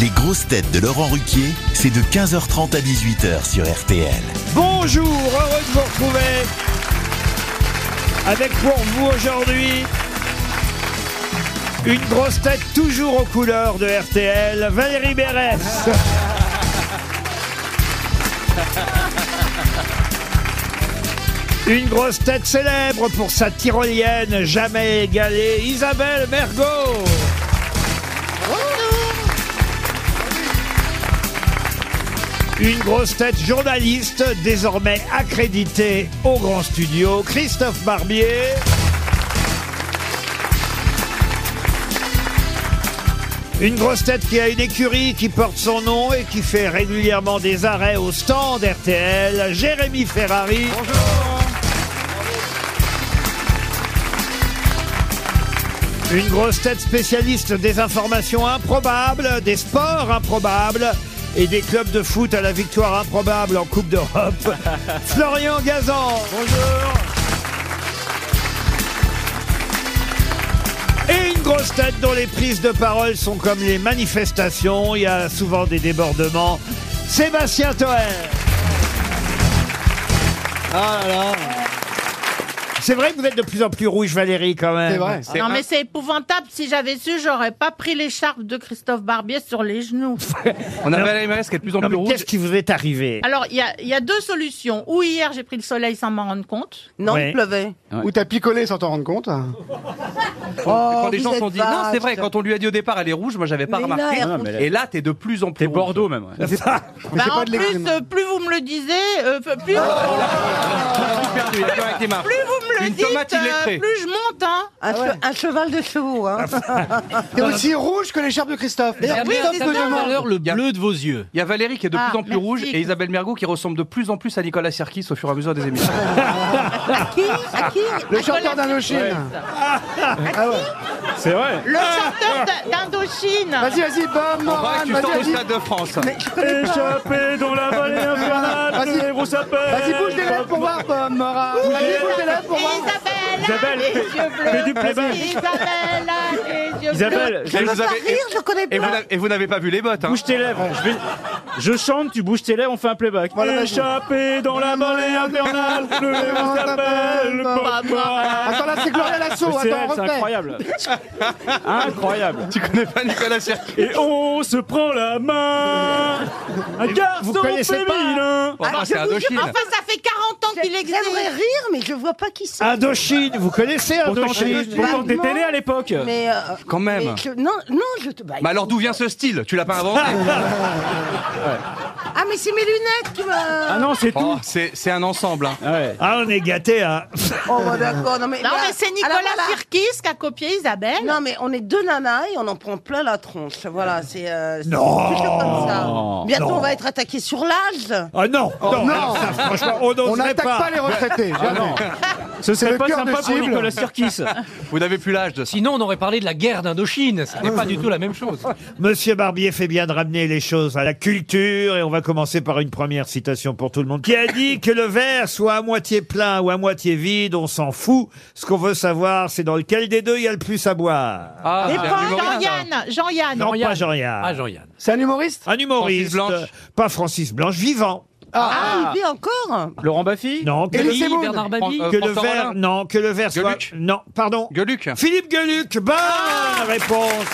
Les grosses têtes de Laurent Ruquier, c'est de 15h30 à 18h sur RTL. Bonjour, heureux de vous retrouver. Avec pour vous aujourd'hui une grosse tête toujours aux couleurs de RTL, Valérie Berès. Une grosse tête célèbre pour sa tyrolienne jamais égalée, Isabelle Mergot. Une grosse tête journaliste, désormais accréditée au Grand Studio, Christophe Barbier. Une grosse tête qui a une écurie qui porte son nom et qui fait régulièrement des arrêts au stand RTL, Jérémy Ferrari. Une grosse tête spécialiste des informations improbables, des sports improbables et des clubs de foot à la victoire improbable en Coupe d'Europe. Florian Gazan. Bonjour. Et une grosse tête dont les prises de parole sont comme les manifestations, il y a souvent des débordements. Sébastien Toer. Ah là là. C'est vrai que vous êtes de plus en plus rouge, Valérie, quand même. Ah Non, mais c'est épouvantable. Si j'avais su, j'aurais pas pris l'écharpe de Christophe Barbier sur les genoux. On a Valérie Mérès qui est de plus en plus rouge. Qu'est-ce qui vous est arrivé Alors, il y a, il y a deux solutions. Ou hier, j'ai pris le soleil sans m'en rendre compte. Ouais. Ou t'as picolé sans t'en rendre compte. Oh, quand les vous gens se êtes sont dit, non, vache. c'est vrai, quand on lui a dit au départ, elle est rouge, moi j'avais pas Mais là, remarqué. elle est rouge. et là, t'es de plus en plus. T'es Bordeaux même. Bah, en plus, euh, plus vous me le disiez, euh, plus, perdu, il a plus avec les marques. plus vous me le Une dites, tomate, il euh, est prêt. plus je monte. Hein. Un, che- un cheval de chevaux. Hein. T'es aussi rouge que l'écharpe de Christophe. D'ailleurs, Oui, Christophe c'est me ça. demande. Alors, le Y a- bleu de vos yeux. Il y a Valérie qui est de Ah, plus en plus merci, rouge et Christophe. Isabelle Mergot qui ressemble de plus en plus à Nicolas Sirkis au fur et à mesure des émissions. Le chanteur d'Indochine. Ah C'est vrai. Le chanteur d- d'Indochine. Vas-y, vas-y, Bob Bah, Moran. tu sors Vas-y, au vas-y. stade de France. Échappé dans la vallée infernale, Vas-y. tous les gros sapins. Vas-y, bouge tes lèvres pour voir, Bob Moran. Vas-y, bouge tes lèvres pour voir. Isabelle, Isabelle, les fais- yeux fais du bleus. playback. Isabelle, les yeux bleus. Isabelle, Et je- vous Je avez- rire, je connais Et vous pas. n'avez- et vous n'avez pas vu les bottes. hein. bouge tes lèvres. Je, vais- je chante, tu bouges tes lèvres, on fait un playback. Voilà, bah, vas-y. Échappé dans la vallée infernale, tous les gros sapins. le Bah, pop moral. Attends, là, c'est Gloria Lasso. Mais C'est Attends, elle, c'est refais. incroyable. incroyable. Tu connais pas Nicolas Sirkis Et on se prend la main. Un garçon hein connaissez pas féminin. Enfin, Alors, C'est je vous jure, Indochine. Enfin, ça fait 40 ans qu'il existe. J'aimerais rire, mais je vois pas qui c'est. Indochine, vous connaissez Pourtant, t'es- Indochine pourtant, t'es vaguement. télé à l'époque. Mais euh, Quand même. mais je- non, non, je te. bah, Mais alors d'où vient ce style Tu l'as pas inventé Ah, mais c'est mes lunettes qui me. Ah non, c'est Oh, tout. C'est c'est un ensemble. hein. Ouais. Ah, on est gâtés, hein Oh, bah, d'accord. Non, mais, Non, là- mais c'est Nicolas alors, voilà. Sirkis qui a copié Isabelle. Non, mais on est deux nanas et on en prend plein la tronche. Voilà, c'est. euh, c'est toujours comme ça. Bientôt, on va être attaqué sur l'âge. Ah non, non, alors ça, franchement, on On n'oserait n'attaque pas. pas les retraités. Ah, jamais. Ce C'est serait le pas cœur de sympa pour cible. Nicolas Sirkis. Vous n'avez plus l'âge de ça. Sinon, on aurait parlé de la guerre d'Indochine. Ce n'est pas du tout la même chose. Monsieur Barbier fait bien de ramener les choses à la culture et on va commencer par une première citation pour tout le monde qui a dit que le verre soit à moitié plein ou à moitié vide, on s'en fout. Ce qu'on veut savoir, c'est dans lequel des deux il y a le plus à boire. Ah, Et c'est un pas humoriste, hein. Jean-Yann, Jean-Yann. non, Jean-Yann. pas Jean-Yann. Ah, Jean-Yann. C'est un humoriste Un humoriste, Francis Blanche. euh, pas Francis Blanche, vivant. Ah, il vit encore Laurent Baffy Non, que, Et Babi, le Semoun. Bernard Babi. Fran- euh, que le François verre, Rollin. non, que le verre soit, Gueluc. non, pardon. Gueluc. Ah C'est Philippe Gueluc, bonne réponse.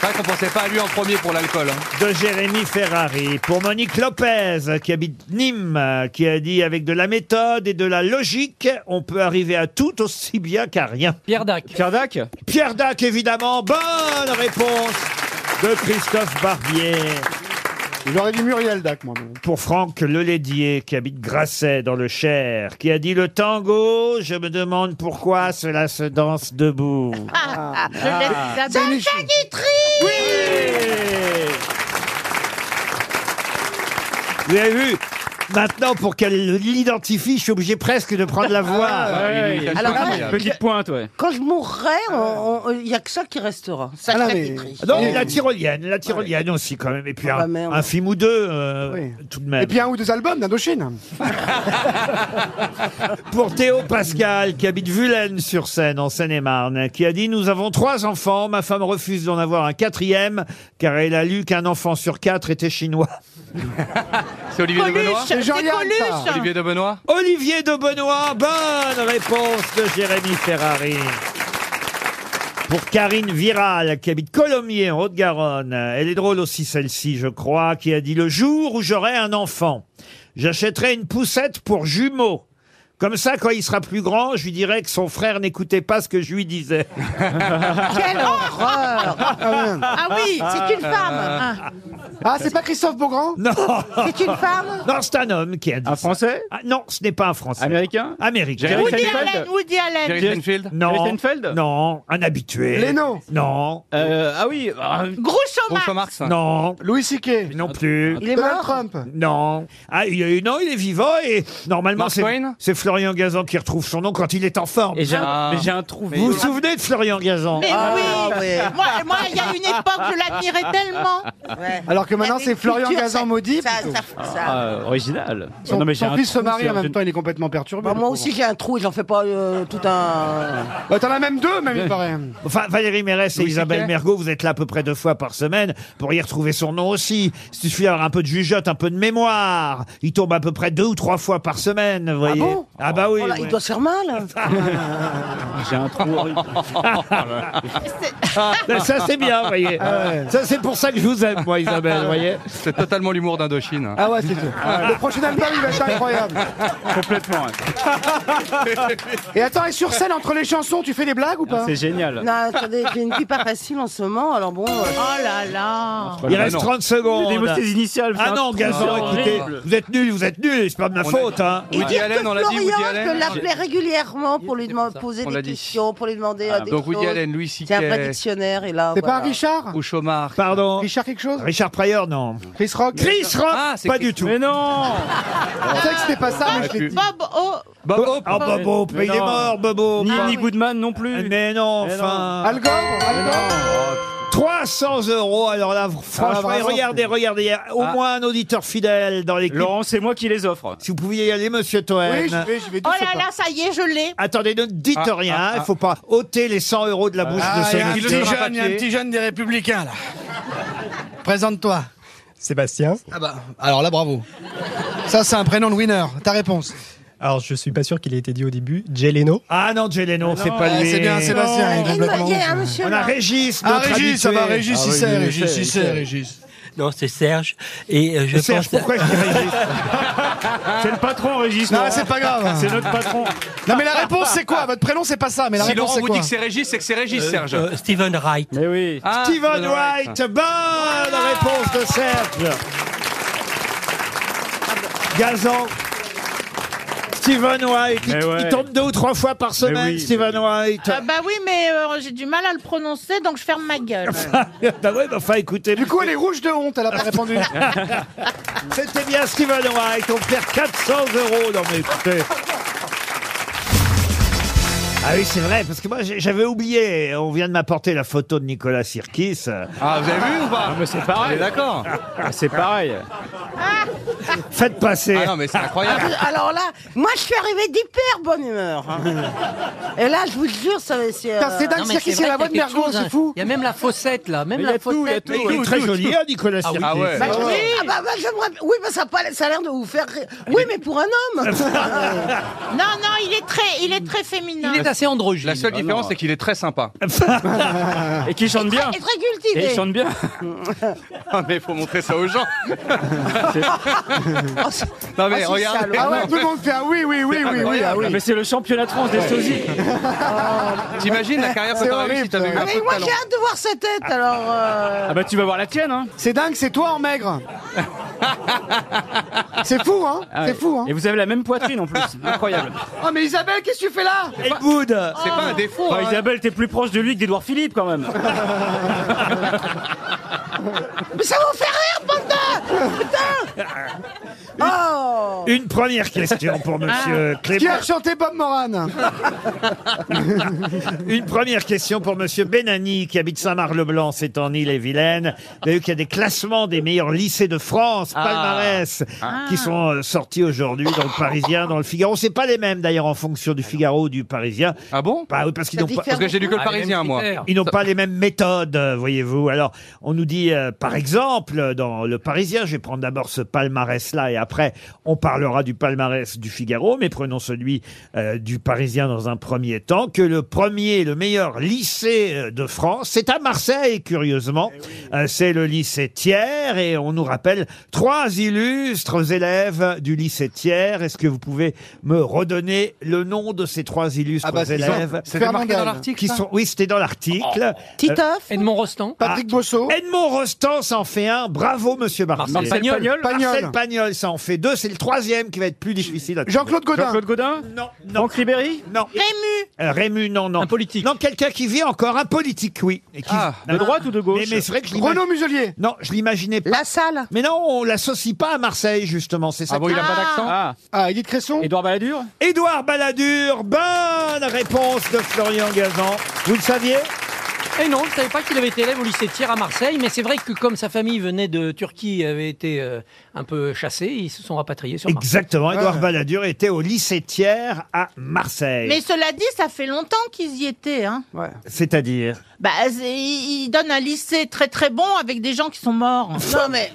vrai qu'on pensait pas à lui en premier pour l'alcool. hein. de Jérémy Ferrari. Pour Monique Lopez, qui habite Nîmes, euh, qui a dit avec de la méthode et de la logique, on peut arriver à tout aussi bien qu'à rien. Pierre Dac. Pierre Dac Pierre Dac, évidemment, bonne réponse de Christophe Barbier. J'aurais dit Muriel Dac, moi. Pour Franck Lelédier, qui habite Grasset, dans le Cher, qui a dit le tango, je me demande pourquoi cela se danse debout. Ah, Je laisse Isabelle. Vous avez vu Maintenant, pour qu'elle l'identifie, je suis obligé presque de prendre la voix. Alors, ah, ouais, Petite pointe, ouais. quand je mourrai, on- on- il n'y a que ça qui restera. Ça Ah, la mais- vitrie. Euh. Non, mais la tyrolienne, la tyrolienne aussi quand même. Et puis Ah bah un, merde. un film ou deux, euh, Oui. tout de même. Et puis un ou deux albums d'Indochine. Pour Théo Pascal, qui habite Vulaine sur Seine, en Seine-et-Marne, qui a dit Nous avons trois enfants, ma femme refuse d'en avoir un quatrième, car elle a lu qu'un enfant sur quatre était chinois. C'est Olivier de Benoît Coluche, c'est Jean-Yann, ça. Coluche. Olivier de Benoît Olivier de Benoît, bonne réponse de Jérémy Ferrari. Pour Karine Viral, qui habite Colomiers, en Haute-Garonne. Elle est drôle aussi, celle-ci, je crois, qui a dit Le jour où j'aurai un enfant, j'achèterai une poussette pour jumeaux. Comme ça, quand il sera plus grand, je lui dirai que son frère n'écoutait pas ce que je lui disais. Quelle horreur Ah oui, C'est une femme Ah, c'est pas Christophe Beaugrand Non, C'est une femme non c'est un homme qui a dit. Un ça. français Ah, non, ce n'est pas un Français. Américain Américain. Jerry Woody Seinfeld. Allen, Woody Allen. Jerry Seinfeld Non. Jerry Seinfeld Non, un habitué. Leno Non, Ah oui Groucho Marx. Groucho Marx non, Louis C.K. non plus. Il est Donald mort Trump Non. Ah, il, est- non, il est vivant et normalement, Mark c'est, Twain c'est Florian Gazan qui retrouve son nom quand il est en forme. Et j'ai Ah. un, mais j'ai un trou. vous vous souvenez de Florian Gazan Mais Ah, oui. ouais. Moi, moi, il y a une époque, je l'admirais tellement. Ouais. Alors que maintenant, Avec c'est Florian culture, Gazan ça- maudit. ça- plutôt. ça- ça- Ah, original. Son, Non, mais j'ai son un fils se trou, marie c'est en même un- temps, il est complètement perturbé. Bah, le moi pauvre. aussi j'ai un trou, j'en fais pas euh, tout un. Bah, T'en as même deux, même, il paraît. Enfin, Valérie Mérès et Louis Isabelle Piquet. Mergot, vous êtes là à peu près deux fois par semaine pour y retrouver son nom aussi. Il suffit d'avoir un peu de jugeote, un peu de mémoire. Il tombe à peu près deux ou trois fois par semaine, vous voyez. bon ah bah oui. Oh là, ouais. Il doit se faire mal. hein. J'ai un trou. horrible. Ah, Ça, Ah, Ça c'est bien, vous voyez. Ça c'est pour ça que je vous aime, moi, Isabelle, vous voyez. C'est totalement l'humour d'Indochine. Ah ouais, c'est tout. Le prochain album, il va être incroyable. Complètement. ouais. Et attends, et sur scène, entre les chansons, tu fais des blagues ou pas Ah, C'est génial. non, attendez, j'ai une vie pas facile en ce moment, alors bon. euh, Oh là là. Il Bah reste non. 30 secondes. Des mots, c'est initiales. Ah non, Gazan, écoutez, vous êtes nuls, vous êtes nuls, c'est pas de ma On a- faute, hein. Et Woody dire Allen, que on l'a dit, Florian, Woody je Allen. l'appelais régulièrement pour lui demander, poser On des l'a dit. questions, pour lui demander euh, des Donc Woody choses. Allen, Louis C'est un vrai C.K. dictionnaire et là. C'est pas Ah, voilà. un Richard Groucho Marx. Pardon. Richard quelque chose Richard Pryor, non. Chris Rock Chris Rock, Ah, c'est pas Chris- du tout. Mais non Je sais que c'était pas ça, Ah, Ah, mais je l'ai dit. Bob oh. O. Bob Hope. Ah, Bob Hope, Mais il est non. mort, Bob Hope. Ah, Ni Ellie Goodman non plus. Mais non, Mais non. enfin. Al Gore Al Gore 300 euros, alors là, Ah, franchement, bravo. et regardez, regardez, il y a au moins un auditeur fidèle dans l'équipe. Ah. Laurent, c'est moi qui les offre. Si vous pouviez y aller, monsieur Toen. Oui, je vais, je vais Oh dire ça là part. là, ça y est, je l'ai. Attendez, ne dites Ah, rien, ah, il ah. faut pas ôter les 100 euros de la bouche de ce il y a un monsieur. petit jeune, il y a un petit jeune des Républicains, là. Présente-toi. Sébastien Ah bah, alors là, bravo. Ça, c'est un prénom de winner. Ta réponse Alors, je suis pas sûr qu'il ait été dit au début. Jeleno Ah non, Jeleno, c'est pas Ah, lui. C'est bien, Sébastien, il est Il y a- complètement il y a un ouf. monsieur On a là. Régis, Ah, notre Régis, ça va, habitué. Régis, il sait, Régis, il sait, Régis. Non, c'est Serge. Et je Serge, pourquoi je dis Régis C'est le patron, Régis. Non, Laurent. c'est pas grave. C'est notre patron. Non, mais la réponse, c'est quoi Votre prénom, c'est pas ça, mais la Si réponse, Laurent c'est vous dit quoi que c'est Régis, c'est que c'est Régis, Serge. Steven Wright. Mais oui. Ah, Steven Steven Wright, bonne réponse de Serge. Gazan. Steven White, il, Mais ouais. il tombe deux ou trois fois par semaine, oui, Steven White. Ah bah oui, mais euh, j'ai du mal à le prononcer, donc je ferme ma gueule. bah ouais, bah enfin écoutez, Du coup, elle est rouge de honte, elle a pas répondu. Ah, c'était bien Steven White, on perd 400 euros dans mes écoutez. Ah oui, c'est vrai, parce que moi j'ai- j'avais oublié, on vient de m'apporter la photo de Nicolas Sirkis. Ah, vous avez vu ou pas mais c'est On est pareil. d'accord. Ah, C'est pareil. Faites passer. Ah non, mais c'est incroyable. Alors là, moi je suis arrivé d'hyper bonne humeur. hein. Et là, je vous le jure, ça va c'est, euh, Putain, c'est dingue, Non, mais c'est qui c'est vrai la voix de qu'il y a quelque Mergo, chose, c'est hein. fou. Il y a même la fossette là, même Mais il y la a tout, il y a fossette. tout. Il est très joli, hein, Nicolas Sirkis. Ah ouais. bah, oui. Ah bah, bah, j'aimerais- oui, bah, ça a, pas- ça a l'air de vous faire rire. Oui, mais pour un homme. Non, non, il est très, il est très féminin. Il est assez androgyne. Ah La seule différence, c'est qu'il est très sympa. Ah, Et qui chante bien. Et très Et cultivé. il chante bien. Ah, mais faut montrer ça aux gens. Oh, c'est- Non, mais Ah, c'est regardez. salaud. Ah ouais, tout le monde fait ah oui, oui, oui, oui, oui, ah oui. Mais c'est le championnat de France des sosies. T'imagines la carrière que C'est t'aurais eu si horrible, t'avais eu ça. un Ah, peu mais de moi talent. j'ai hâte de voir sa tête alors. euh, Ah bah tu vas voir la tienne, hein. C'est dingue, c'est toi en maigre. C'est fou, hein Ah C'est ouais. fou, hein Et vous avez la même poitrine en plus. Incroyable. Oh, mais Isabelle, qu'est-ce que tu fais là Ed Wood. C'est pas un défaut. Enfin, hein. Bah, Isabelle, t'es plus proche de lui que d'Edouard Philippe quand même. Mais ça vous fait rire, bande de- Putain Oh Une première question pour Ah. Monsieur Qui a Clément. chanté Bob Moran Une première question pour Monsieur Benani, qui habite Saint-Marc-le-Blanc, c'est en Île-et-Vilaine. Vous avez vu qu'il y a des classements des meilleurs lycées de France, Ah. palmarès, qui sont euh, sortis aujourd'hui dans le Parisien, dans le Figaro. C'est pas les mêmes d'ailleurs en fonction du Figaro ou du Parisien. Ah bon Bah oui, parce qu'ils Ça n'ont pas. diffère Parce que j'ai lu que le Ah, les parisien, mêmes moi. critères. Ils n'ont pas les mêmes méthodes, euh, voyez-vous. Alors, on nous dit, euh, par exemple, dans Le Parisien, je vais prendre d'abord ce palmarès-là et après, on parlera du palmarès du Figaro, mais prenons celui euh, du Parisien dans un premier temps, que le premier, le meilleur lycée euh, de France, c'est à Marseille, curieusement. Eh Euh, c'est le lycée Thiers et on nous rappelle trois illustres élèves du lycée Thiers. Est-ce que vous pouvez me redonner le nom de ces trois illustres Ah bah, c'est élèves ça. C'était marqué dans Fernandel. l'article. qui ça sont, oui, c'était dans Ah Oh. l'article. Titoff Edmond Rostand. Patrick Bosso Ah, Edmond Rostand s'en fait un. Bravo, monsieur Marcel. Marcel Pagnol Marcel Pagnol Pagnol s'en fait deux. C'est le troisième qui va être plus difficile. à trouver. Jean-Claude Godin Jean-Claude Godin Non, non, Franck Ribéry non. Euh, Rému, non, non. Un politique. Non, quelqu'un qui vit encore. Un politique, oui. Et qui- Ah, Non, De droite ou de mais, gauche mais c'est vrai que je l'imagine. Renaud Muselier Non, je l'imaginais pas. La salle Mais non, on l'associe pas à Marseille, justement. C'est ça. Ah bon, il a pas d'accent Ah, Ah, Edith Cresson Édouard Balladur Édouard Balladur, bonne réponse de Florian Gazan. Vous le saviez Et Eh non, je ne savais pas qu'il avait été élève au lycée Thiers à Marseille, mais c'est vrai que comme sa famille venait de Turquie, avait été euh, un peu chassée, ils se sont rapatriés sur Marseille. Exactement. Édouard Ouais. Balladur était au lycée Thiers à Marseille. Mais cela dit, ça fait longtemps qu'ils y étaient. Hein. C'est-à-dire Bah, c'est- ils ils donnent un lycée très très bon avec des gens qui sont morts. Non, mais.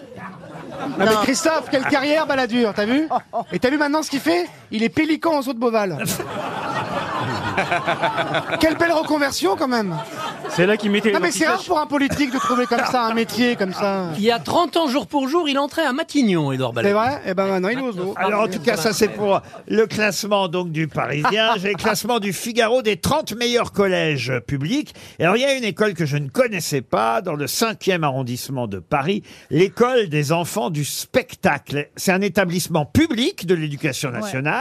Non, mais Non. Christophe, quelle carrière baladure, t'as vu Et t'as vu maintenant ce qu'il fait Il est pélican aux eaux de Beauval. quelle belle reconversion quand même C'est là qu'il mettait Non les mais c'est rare pour un politique de trouver comme ça un métier comme ça. Il y a 30 ans, jour pour jour, il entrait à Matignon, Édouard C'est Balladur. vrai Eh ben maintenant il est aux eaux. Alors en tout cas, ça c'est pour le classement donc du Parisien. J'ai le classement du Figaro des 30 meilleurs collèges publics. Et alors il y a une école que je ne connaissais pas dans le 5e arrondissement de Paris, l'école des enfants du spectacle. C'est un établissement public de l'éducation nationale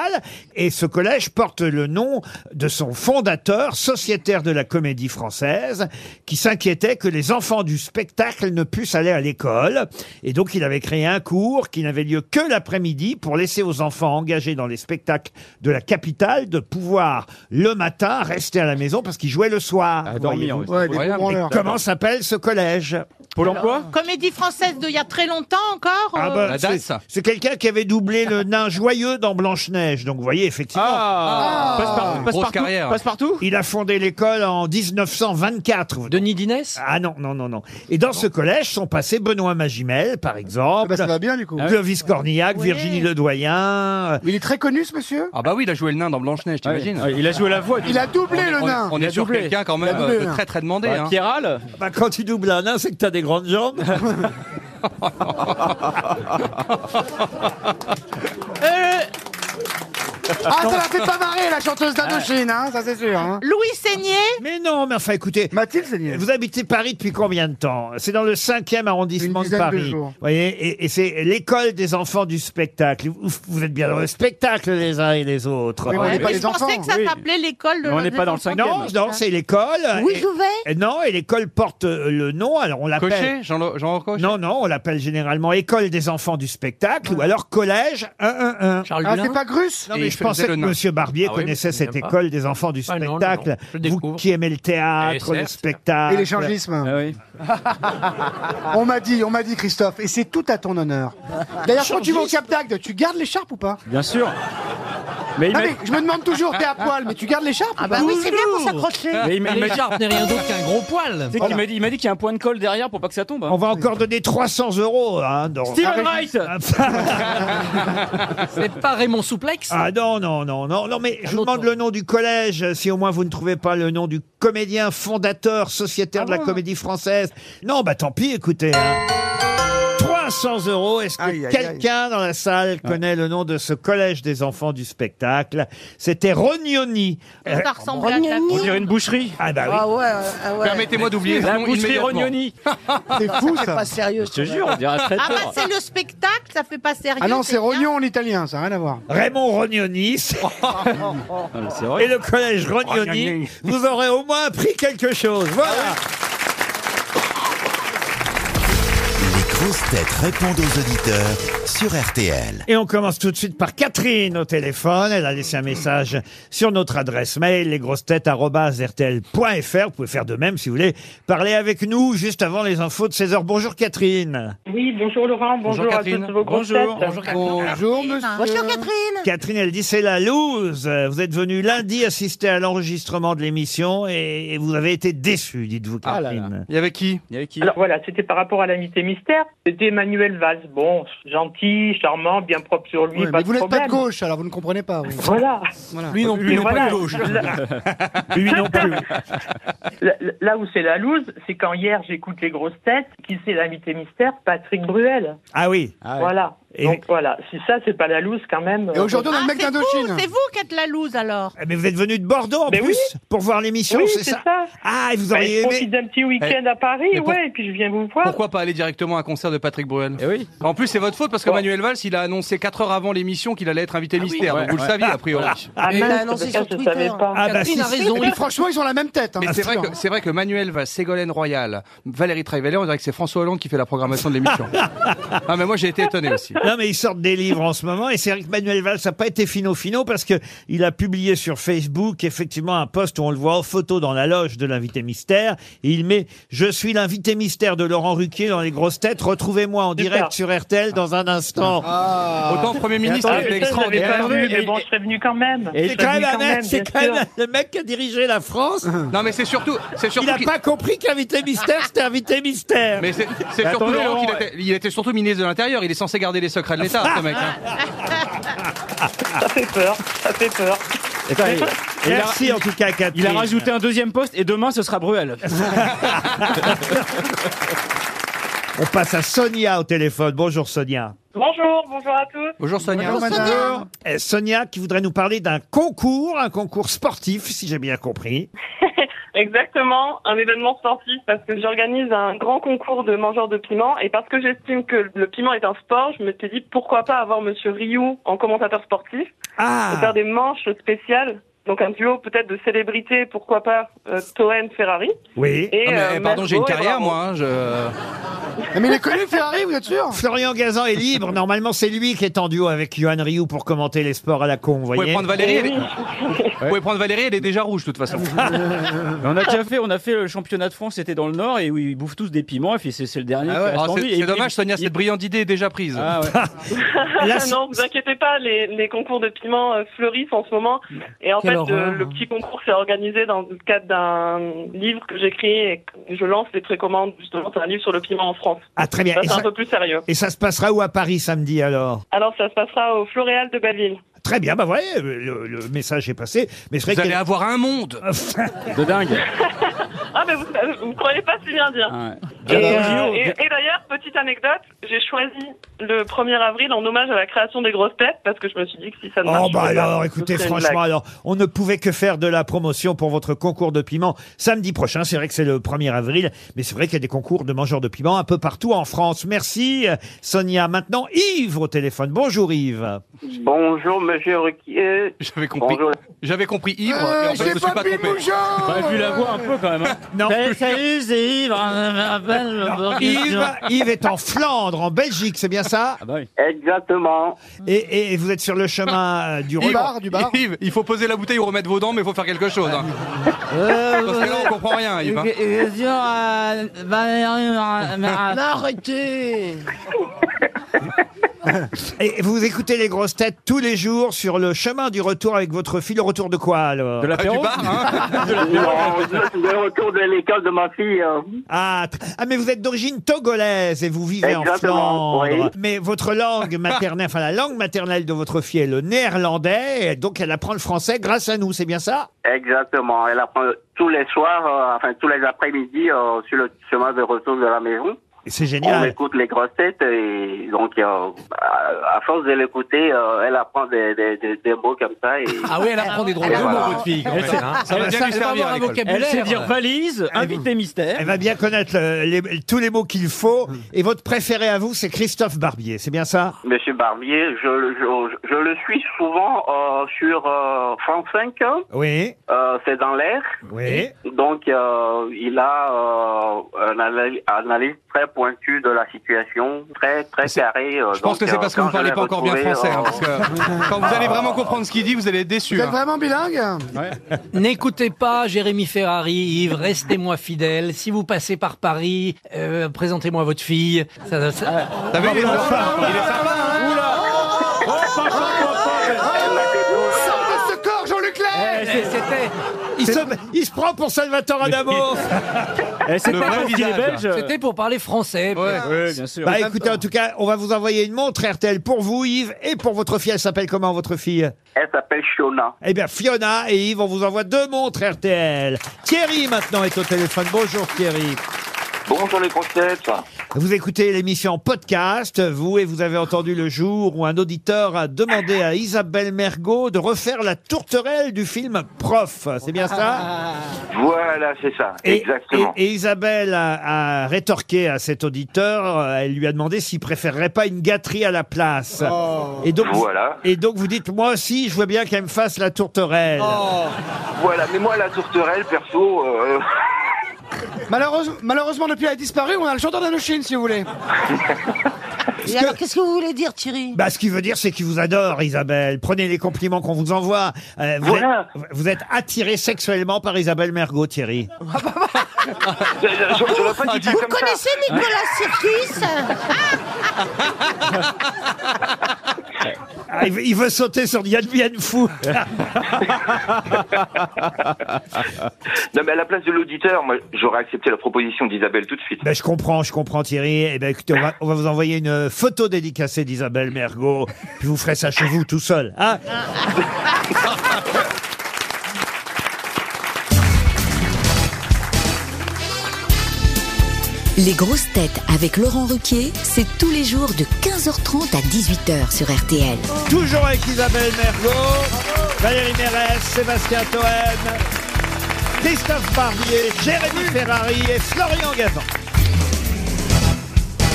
et ce collège porte le nom de son fondateur, sociétaire de la comédie française, qui s'inquiétait que les enfants du spectacle ne puissent aller à l'école. Et donc, il avait créé un cours qui n'avait lieu que l'après-midi pour laisser aux enfants engagés dans les spectacles de la capitale de pouvoir, le matin, rester à la maison parce qu'ils jouaient le soir. À dormir, voyez-vous. Ouais, des Incroyable. gros branleurs. Comment s'appelle ce collège Pôle emploi Comédie française d'il y a très longtemps encore Ah euh, bah, la c'est- DAS. C'est quelqu'un qui avait doublé le nain joyeux dans Blanche-Neige. Donc, vous voyez, effectivement, Ah, passe par, passe Grosse partout, carrière. Passe partout il a fondé l'école en 1924. vous Denis Dinès Ah non, non, non, non. Et dans ce collège sont passés Benoît Magimel, par Ah exemple, bah, ça va bien du coup. Clovis Cornillac, Virginie Ledoyen. euh, Il est très connu ce monsieur Ah bah oui, il a joué le nain dans Blanche-Neige, t'imagines Ah Ouais, Il a joué la voix. Il a doublé le On- nain On, est a sur doublé. quelqu'un quand même doublé, euh, de hein. très très demandé. Bah, hein. Pierral Bah, quand tu doubles un nain, c'est que t'as des grandes jambes. Ah ça l'a fait pas marrer la chanteuse d'Indochine, hein, ça c'est sûr. hein. Louis Seigné Mais non, mais enfin, écoutez, Mathilde Seigné. vous habitez Paris depuis combien de temps C'est dans le 5e arrondissement de Une dizaine de Paris. jours. Vous voyez, et, et c'est l'école des enfants du spectacle. Vous, vous êtes bien dans le spectacle les uns et les autres. Oui, mais on n'est Ouais, pas mais les Je pensais enfants. que ça oui. s'appelait l'école de Mais on n'est des pas dans le enfants. cinquième. Non, non, c'est l'école. Et- et Non, et l'école porte euh, le nom. Alors on l'appelle. Cochet Jean- Jean Cochet Non, non, on l'appelle généralement école des enfants du spectacle ou alors collège 111. Charles Ah Dulin c'est pas Grus Non, Et mais il je faisait pensais que le nain. Monsieur Barbier Ah oui, connaissait mais je me cette souviens pas. école des enfants du Ah non, non, non, spectacle. je Vous découvre. qui aimez le Eh, théâtre, certes. le spectacle. et l'échangisme. Ah oui. On m'a dit, on m'a dit Christophe, et c'est tout à ton honneur. D'ailleurs quand tu vas au Cap d'Agde, tu gardes l'écharpe ou pas Bien sûr. Mais il Non m'a mais je me demande toujours, t'es à poil, mais tu gardes l'écharpe ou Ah bah pas oui, c'est bien pour s'accrocher. Ah. mais il m'a- il m'a- tu L'écharpe n'est rien d'autre qu'un gros poil. sais qu'il m'a dit, il m'a dit qu'il y a un point de colle derrière pour pas que ça tombe. hein. On va encore donner 300 euros. Hein, dans- Steven Wright C'est pas Raymond Souplex Ah non, non, non, non, non, mais je vous autre demande le nom du collège, euh, si au moins vous ne trouvez pas le nom du comédien fondateur, sociétaire de la comédie française. Non, bah tant pis, écoutez. hein. 300 euros, est-ce Aïe, aïe, que aïe. quelqu'un dans la salle connaît le nom de ce collège des enfants du spectacle C'était Rognoni. Euh, Ça ressemblait à de la Rognoni. On dirait une boucherie. ah bah oui. Ah ouais, ah ouais. Permettez-moi d'oublier La ce nom boucherie immédiatement. Rognoni. C'est fou ça. Pas sérieux. Je te jure, on dirait un Ah bah traiteur. c'est le spectacle, ça fait pas sérieux. Ah non, c'est bien. rognon en italien, ça n'a rien à voir. Raymond Rognoni c'est- Ah, mais C'est et vrai. le collège Rognoni, Rognoni. vous aurez au moins appris quelque chose. Voilà. Les grosses têtes répondent aux auditeurs sur RTL. Et on commence tout de suite par Catherine au téléphone. Elle a laissé un message sur notre adresse mail, lesgrossetêtes.rtl.fr. Vous pouvez faire de même si vous voulez parler avec nous juste avant les infos de 16h. Bonjour Catherine. Oui, bonjour Laurent, bonjour, à Catherine. toutes vos grosses têtes. Bonjour. Bonjour, Catherine. Bonjour, monsieur. Bonjour, Catherine. Catherine, elle dit c'est la loose. Vous êtes venu lundi assister à l'enregistrement de l'émission et, et vous avez été déçu, dites-vous Catherine. Il y avait qui Il y avait qui Alors voilà, c'était par rapport à l'invité mystère. C'était Emmanuel Valls. Bon, gentil, charmant, bien propre sur lui. Ouais, pas mais vous n'êtes pas de problème. gauche, alors vous ne comprenez pas. vous. Voilà. Lui non plus, Mais non, pas de gauche. Là- Lui non plus. Là- Là où c'est la loose, c'est quand hier j'écoute les grosses têtes, qui c'est l'invité mystère Patrick Bruel. Ah oui. Voilà. Et- Donc voilà, si ça c'est pas la loose quand même. Et aujourd'hui, on a le Ah, mec c'est d'Indochine. vous, C'est vous qui êtes la loose alors. Eh, Mais vous êtes venu de Bordeaux en Mais plus oui. pour voir l'émission, Oui, c'est c'est ça, ça. Ah, et vous Ben, auriez je aimé. profite d'un petit week-end Eh, à Paris, mais pour- ouais, et puis je viens vous voir. Pourquoi pas aller directement à un concert de Patrick Bruel Eh oui. En plus, c'est votre faute parce que Manuel Valls, il a annoncé 4 heures avant l'émission qu'il allait être invité mystère. Ah Ouais, donc vous ouais. le saviez, a priori. Ah, mince, Et- il a mais ça, je savais pas. Ah, bah, si, si. Mais franchement, ils ont la même tête. hein. Mais c'est vrai, sûr. que, c'est vrai que Manuel Valls, Ségolène Royal, Valérie Traiveller, on dirait que c'est François Hollande qui fait la programmation de l'émission. ah, mais moi j'ai été étonné aussi. Non, mais ils sortent des livres en ce moment. Et c'est vrai que Manuel Valls n'a pas été fino-fino parce que il a publié sur Facebook, effectivement, un post où on le voit en photo dans la loge de l'invité mystère. Et il met Je suis l'invité mystère de Laurent Ruquier dans les grosses têtes. Retrouvez-moi en direct sur RTL dans un instant. Ah. Ah. Autant Premier ministre, Attends, il je- était je l'avais extraordinaire. pas vu, mais bon, je serais venu quand même. Je C'est serais quand même venu un mec, c'est bien quand même sûr. un- le mec qui a dirigé la France. Non, mais c'est surtout. C'est Il surtout n'a qu'il- pas compris qu'invité mystère, c'était invité mystère. Mais c'est c'est Mais surtout attendez, Laurent Laurent, qu'il était, il était surtout ministre de l'Intérieur. Il est censé garder les secrets de l'État, ce mec. hein. Ah Ça fait peur, ça fait peur. eh, Merci en tout cas, Catherine. Il a rajouté un deuxième poste et demain ce sera Bruel. On passe à Sonia au téléphone. Bonjour Sonia. Bonjour, bonjour à tous. Bonjour Sonia. Bonjour, madame. Eh, Sonia qui voudrait nous parler d'un concours, un concours sportif, si j'ai bien compris. Exactement, un événement sportif parce que j'organise un grand concours de mangeurs de piment et parce que j'estime que le piment est un sport, je me suis dit pourquoi pas avoir Monsieur Rioux en commentateur sportif et Ah faire des manches spéciales. Donc un duo peut-être de célébrités, pourquoi pas euh, Toen Ferrari. Oui. Et, Ah, mais, euh, eh, pardon, j'ai une Mergo et carrière, Bravo. moi. hein, je... Ah, Mais il est connu, Ferrari, vous êtes sûr Florian Gazan est libre. Normalement, c'est lui qui est en duo avec Johan Rioux pour commenter les sports à la con, vous Vous pouvez voyez. prendre Valérie. elle est- Vous pouvez prendre Valérie, elle est déjà rouge, de toute façon. Mais on a déjà fait, on a fait le championnat de France, c'était dans le Nord et où ils bouffent tous des piments. Et puis c'est c'est le dernier. qui Ah ouais, reste ah, en vie. c'est Et c'est puis- dommage, Sonia, cette brillante idée est déjà prise. Ah ouais. Là, non, vous inquiétez pas, les, les concours de piment euh, fleurissent en ce moment. Bah, Et en Quelle fait, horreur. euh, le petit concours s'est organisé dans le cadre d'un livre que j'écris et que je lance les précommandes. Justement, c'est un livre sur le piment en France. Ah, très bien. Ça, Et c'est un ça, peu plus sérieux. et ça se passera où à Paris samedi alors Alors, ça se passera au Floréal de Belleville. Très bien, bah voyez, le, le message est passé. Mais c'est vrai Vous allez qu'elle- avoir un monde. De dingue. Ah, mais vous ne croyez pas si bien dire. Ah ouais. Et, Bien euh, joué. et- et d'ailleurs, petite anecdote, j'ai choisi le 1er avril en hommage à la création des grosses têtes parce que je me suis dit que si ça ne Oh marchait bah pas, alors, ce écoutez, serait une franchement, blague. alors, on ne pouvait que faire de la promotion pour votre concours de piment samedi prochain. C'est vrai que c'est le 1er avril, mais c'est vrai qu'il y a des concours de mangeurs de piment un peu partout en France. Merci, euh, Sonia. Maintenant, Yves au téléphone. Bonjour, Yves. Bonjour, monsieur Ruquier. J'avais compris. Bonjour. J'avais compris ivre. Euh, et en fait, je J'ai me suis pas pas pu trompé. Oh. Bah, vu la voix un peu quand même. hein. Non. Salut, salut, c'est Yves. On me rappelle le Yves, Burger. Yves est en Flandre, en Belgique, c'est bien ça Ah bah oui. Exactement. et, et- et vous êtes sur le chemin euh, du Du retour. bar, du bar. Yves, il faut poser la bouteille ou remettre vos dents, mais il faut faire quelque chose. hein. Euh, Parce que là, on comprend rien, Yves. hein. Ah, Non, Arrêtez Et vous écoutez les grosses têtes tous les jours sur le chemin du retour avec votre fille. Le retour de quoi alors De Ah, du l'apéro. bar, hein Non, le le retour de l'école de ma fille. euh, Ah, tr- ah, mais vous êtes d'origine togolaise et vous vivez en Exactement, Flandre. oui. Mais votre langue maternelle, enfin la langue maternelle de votre fille est le néerlandais, et donc elle apprend le français grâce à nous, c'est bien ça Exactement. Elle apprend tous les soirs, euh, enfin tous les après-midi euh, sur le chemin de retour de la maison. C'est On génial. écoute les grosses têtes et donc euh, à à force de l'écouter, euh, elle apprend des, des, des, des mots comme ça. Et... Ah oui, elle apprend des drôles de mots, votre fille. quand même, hein. Ça va bien Elle va lui servir avoir à un l'école. Elle sait vocabulaire. dire valise, invité mystère. Elle va bien connaître le- les- tous les mots qu'il faut. Et votre préféré à vous, c'est Christophe Barbier, c'est bien ça Monsieur Barbier, je, je, je le suis souvent euh, sur euh, France 5. Oui, euh, C'est dans l'air. oui. Donc, euh, il a euh, un analy- analyse très pointu de la situation, très très carré. euh, Je pense que c'est parce que vous parlez pas encore bien français. hein, parce que quand vous allez vraiment comprendre ce qu'il dit, vous allez être déçu. hein. bilingue N'écoutez pas Jérémy Ferrari, Yves, restez-moi fidèle. Si vous passez par Paris, euh, présentez-moi votre fille. Ça, ça- ça- T'as vu, il est Oula, sympa, oula, il est hein. sympa. Oh, Sors de ce corps, Jean-Luc Lair Il se, il se prend pour Salvatore Adamo Eh, Le vrai visage. C'était pour parler français. ouais, bien sûr. Bah Ah, écoutez, en tout cas, on va vous envoyer une montre RTL pour vous, Yves, et pour votre fille. Elle s'appelle comment, votre fille Elle s'appelle Shona. Eh bien, Fiona et Yves, on vous envoie deux montres RTL. Thierry, maintenant, est au téléphone. Bonjour, Thierry. Bonjour les concepts. Vous écoutez l'émission en podcast, vous, et vous avez entendu le jour où un auditeur a demandé à Isabelle Mergot de refaire la tourterelle du film Prof. C'est bien ça Voilà, c'est ça, et, exactement. et- et Isabelle a, a rétorqué à cet auditeur, euh, elle lui a demandé s'il préférerait pas une gâterie à la place. Et donc, Voilà. et donc vous dites, moi aussi, je veux bien qu'elle me fasse la tourterelle. Oh. Voilà, mais moi la tourterelle, perso, euh, Malheureusement, malheureusement, depuis elle a disparu, on a le chanteur d'Anochine, si vous voulez. Et alors, qu'est-ce que vous voulez dire, Thierry Bah, ce qui veut dire, c'est qu'il vous adore, Isabelle. Prenez les compliments qu'on vous envoie. Euh, vous, Voilà. êtes, vous êtes attiré sexuellement par Isabelle Mergot, Thierry. je- je- j'aurais pas dit ça Ah, Vous comme ça. connaissez Nicolas Sirkis Ah, il, veut- il veut sauter sur Yann Bien Fou. non, mais à la place de l'auditeur, moi, j'aurais accepté la proposition d'Isabelle tout de suite. ben, je comprends, je comprends, Thierry. Eh ben, écoutez, on va, on va vous envoyer une photo dédicacée d'Isabelle Mergot. Puis vous ferez ça chez vous tout seul. hein. euh, Les grosses têtes avec Laurent Ruquier, c'est tous les jours de 15h30 à 18h sur RTL. Toujours avec Isabelle Mergot, Valérie Mérès, Sébastien Toen, Christophe Barbier, Jérémy Ferrari et Florian Gazan.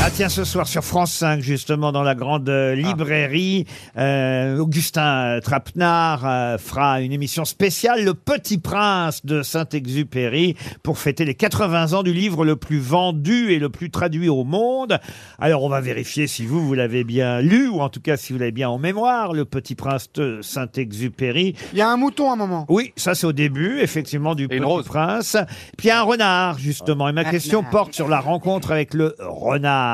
Ah tiens, ce soir sur France 5, justement, dans la grande euh, librairie, euh, Augustin euh, Trapenard euh, fera une émission spéciale, Le Petit Prince de Saint-Exupéry, pour fêter les 80 ans du livre le plus vendu et le plus traduit au monde. Alors, on va vérifier si vous, vous l'avez bien lu, ou en tout cas si vous l'avez bien en mémoire, Le Petit Prince de Saint-Exupéry. Il y a un mouton à un moment. Oui, ça c'est au début, effectivement, du Petit Prince. Puis il y a un renard, justement. Et ma Un question renard. porte sur la rencontre avec le renard.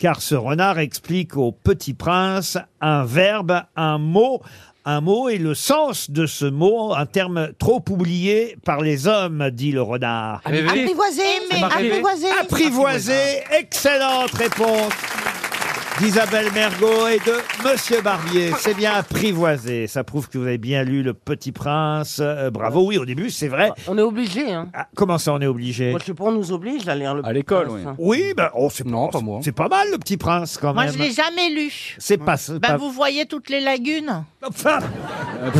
Car ce renard explique au Petit Prince un verbe, un mot, un mot et le sens de ce mot, un terme trop oublié par les hommes, dit le renard. Apprivoisé Ça m'a rêvé. Apprivoisé Apprivoisé, excellente réponse d'Isabelle Mergot et de Monsieur Barbier. C'est bien apprivoisé. Ça prouve que vous avez bien lu Le Petit Prince. Euh, bravo. Oui, au début, c'est vrai. Ah, On est obligé, hein. Comment ça, on est obligé Moi, je sais pas, on nous oblige à lire le. À l'école, oui. Oui, ben, oh, c'est non, pas moi. C'est pas mal, Le Petit Prince, quand Moi, même. je l'ai jamais lu. C'est pas, c'est Bah, pas- vous voyez toutes les lagunes. Enfin. Euh,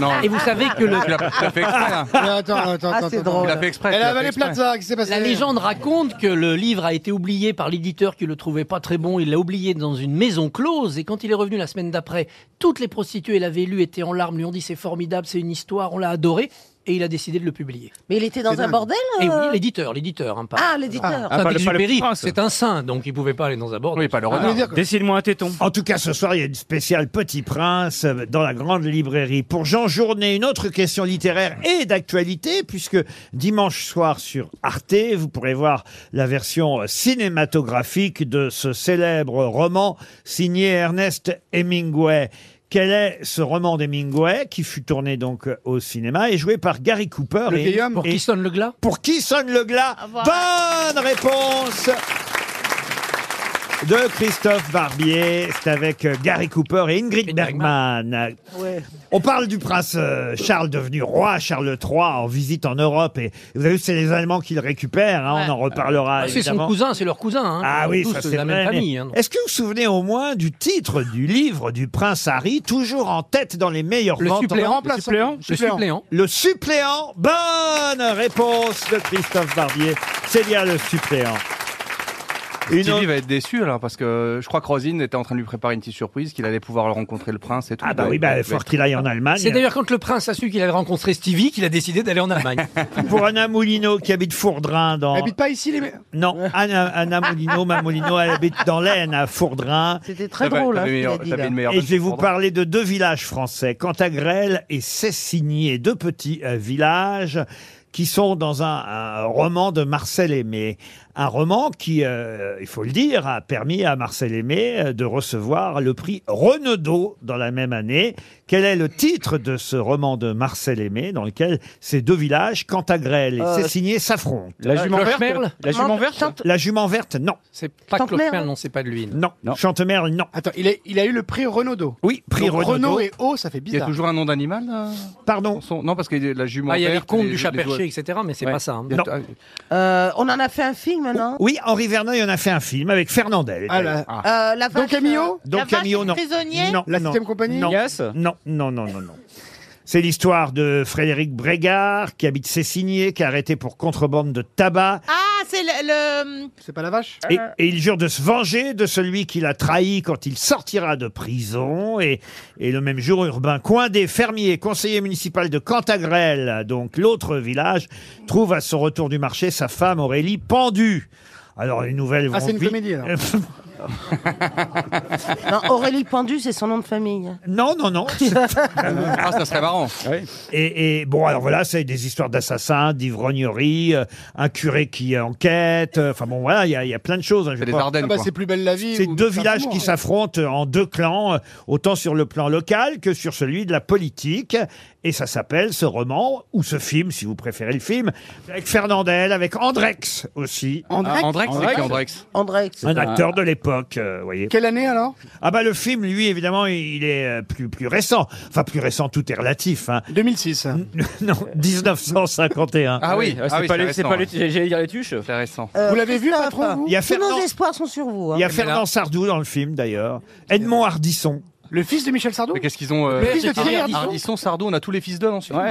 Non. Et vous savez que le. Tu l'as- tu l'as fait exprès, hein. Mais attends, attends, Ah, attends, c'est attends. drôle. Tu l'as fait exprès, Elle tu a l'as avalé fait exprès. Plaza, qu'est-ce qui s'est passé La légende raconte que le livre a été oublié par l'éditeur qui le trouvait pas très bon. Il l'a oublié dans une maison close et quand il est revenu la semaine d'après, toutes les prostituées l'avaient lu, étaient en larmes, lui ont dit c'est formidable, c'est une histoire, on l'a adoré. Et il a décidé de le publier. Mais il était dans C'est un dingue. bordel Et euh oui, l'éditeur, l'éditeur. hein, pas- Ah, l'éditeur. Ah, Saint-Exupéry, c'est un saint, donc il pouvait pas aller dans un Ah, bord. Oui, pas le Ah, Dessine-moi un téton. En tout cas, ce soir, il y a une spéciale Petit Prince euh, dans la grande librairie. Pour Jean Journet, une autre question littéraire et d'actualité, puisque dimanche soir sur Arte, vous pourrez voir la version euh, cinématographique de ce célèbre roman signé Ernest Hemingway. Quel est ce roman d'Hemingway qui fut tourné donc euh, au cinéma et joué par Gary Cooper Le et- vieil homme. Pour et- qui sonne le glas Pour qui sonne le glas Bonne réponse de Christophe Barbier. C'est avec euh, Gary Cooper et Ingrid Bergman. On parle du prince euh, Charles devenu roi, Charles III, en visite en Europe. Et vous avez vu, c'est les Allemands qui le récupèrent. hein, On en reparlera. Ah, c'est son évidemment. cousin, c'est leur cousin. hein. Ah oui, Tous ça de c'est la même vrai, mais famille. hein, donc. Est-ce que vous vous souvenez au moins du titre du livre du prince Harry, toujours en tête dans les meilleurs Le ventes suppléant, en- remplaçant. Le suppléant. Le suppléant. Le suppléant. Bonne réponse de Christophe Barbier. C'est bien le suppléant. Une Stevie autre- va être déçu là parce que euh, je crois que Rosine était en train de lui préparer une petite surprise qu'il allait pouvoir rencontrer le prince et tout. Ah bah oui, bah, faut qu'il aille en Allemagne. C'est d'ailleurs quand le prince a su qu'il avait rencontré Stevie qu'il a décidé d'aller en Allemagne. Pour Anna Moulino qui habite Fourdrin dans... Elle habite pas ici les... Non, Anna, Anna Moulino, ma Moulino, elle habite dans l'Aisne à Fourdrin. C'était très T'avais- drôle, hein, t'avais ce qu'il a meilleur- dit, t'avais là. une meilleure Et bonne je vais sur vous Fourdrin. parler de deux villages français, Cantagrel et Cessigny, et deux petits euh, villages qui sont dans un, un roman de Marcel Aimé. Un roman qui, euh, il faut le dire, a permis à Marcel Aimé euh, de recevoir le prix Renaudot dans la même année. Quel est le titre de ce roman de Marcel Aimé dans lequel ces deux villages, Cantagrel et Euh, Cessigny, s'affrontent La jument verte Clochemerle La jument verte La jument verte, non. C'est pas Clochemerle, Clochemerle, non, c'est pas de lui. Non. Chantemerle, non. Attends, il a, il a eu le prix Renaudot. Oui, prix Donc, Renaudot. Renaud et O, ça fait Il y a bizarre. toujours un nom d'animal là Pardon Non, parce qu'il y a la jument. Ah, il y a les verte, contes du chat les oiseaux- perché, etc., mais c'est Ouais. pas ça. hein. Il y a- ah, Euh, on en a fait un film, non Oui, Henri Verneuil en a fait un film avec Fernandel. Ah là. Euh, la vache, Donc Camillo euh, la Donc vache Camillo, et le non. prisonnier Non, La non, septième compagnie Non, Yes non, non, non, non. non. C'est l'histoire de Frédéric Brégard qui habite Cessigné, qui est arrêté pour contrebande de tabac. Ah, c'est le. C'est pas la vache Et, et il jure de se venger de celui qui l'a trahi quand il sortira de prison. Et, et le même jour, Urbain Coindé, fermier, conseiller municipal de Cantagrel, donc l'autre village, trouve à son retour du marché sa femme Aurélie pendue. Alors les nouvelles vont Ah, c'est une vite. comédie, alors. Non, Aurélie Pendu, c'est son nom de famille. Non, non, non. Ah, ça serait marrant. Et, et bon, alors voilà, c'est des histoires d'assassins, d'ivrognerie, euh, un curé qui enquête. euh, Enfin bon, voilà, il y a- il y, a plein de choses. hein, je vais pas- Ah bah, C'est plus belle la vie. C'est ou hein. deux Saint-Amour. villages qui s'affrontent en deux clans, euh, autant sur le plan local que sur celui de la politique. Et ça s'appelle ce roman, ou ce film, si vous préférez le film, avec Fernandel, avec Andrex aussi. Andrex Ah, Andrex, c'est qui, Andrex Andrex. Un acteur de l'époque, euh, vous voyez. Quelle année alors Ah bah le film, lui, évidemment, il est euh, plus, plus récent. Enfin, plus récent, tout est relatif. hein. 2006. Non, 1951. Ah oui, ah oui, c'est les- récent, pas hein. les- J'allais dire les tuches. C'est récent. Vous l'avez vu, Christophe, patron, hein. vous euh, Il y a Tous nos Fernand- espoirs sont sur vous. hein. Il y a Fernand Sardou dans le film, d'ailleurs. Edmond Hardisson. Le fils de Michel Sardou Mais qu'est-ce qu'ils ont euh, Le fils de Thierry Ah, Ar- Ardisson Ardisson, Sardou, on a tous les fils d'eux dans ce film.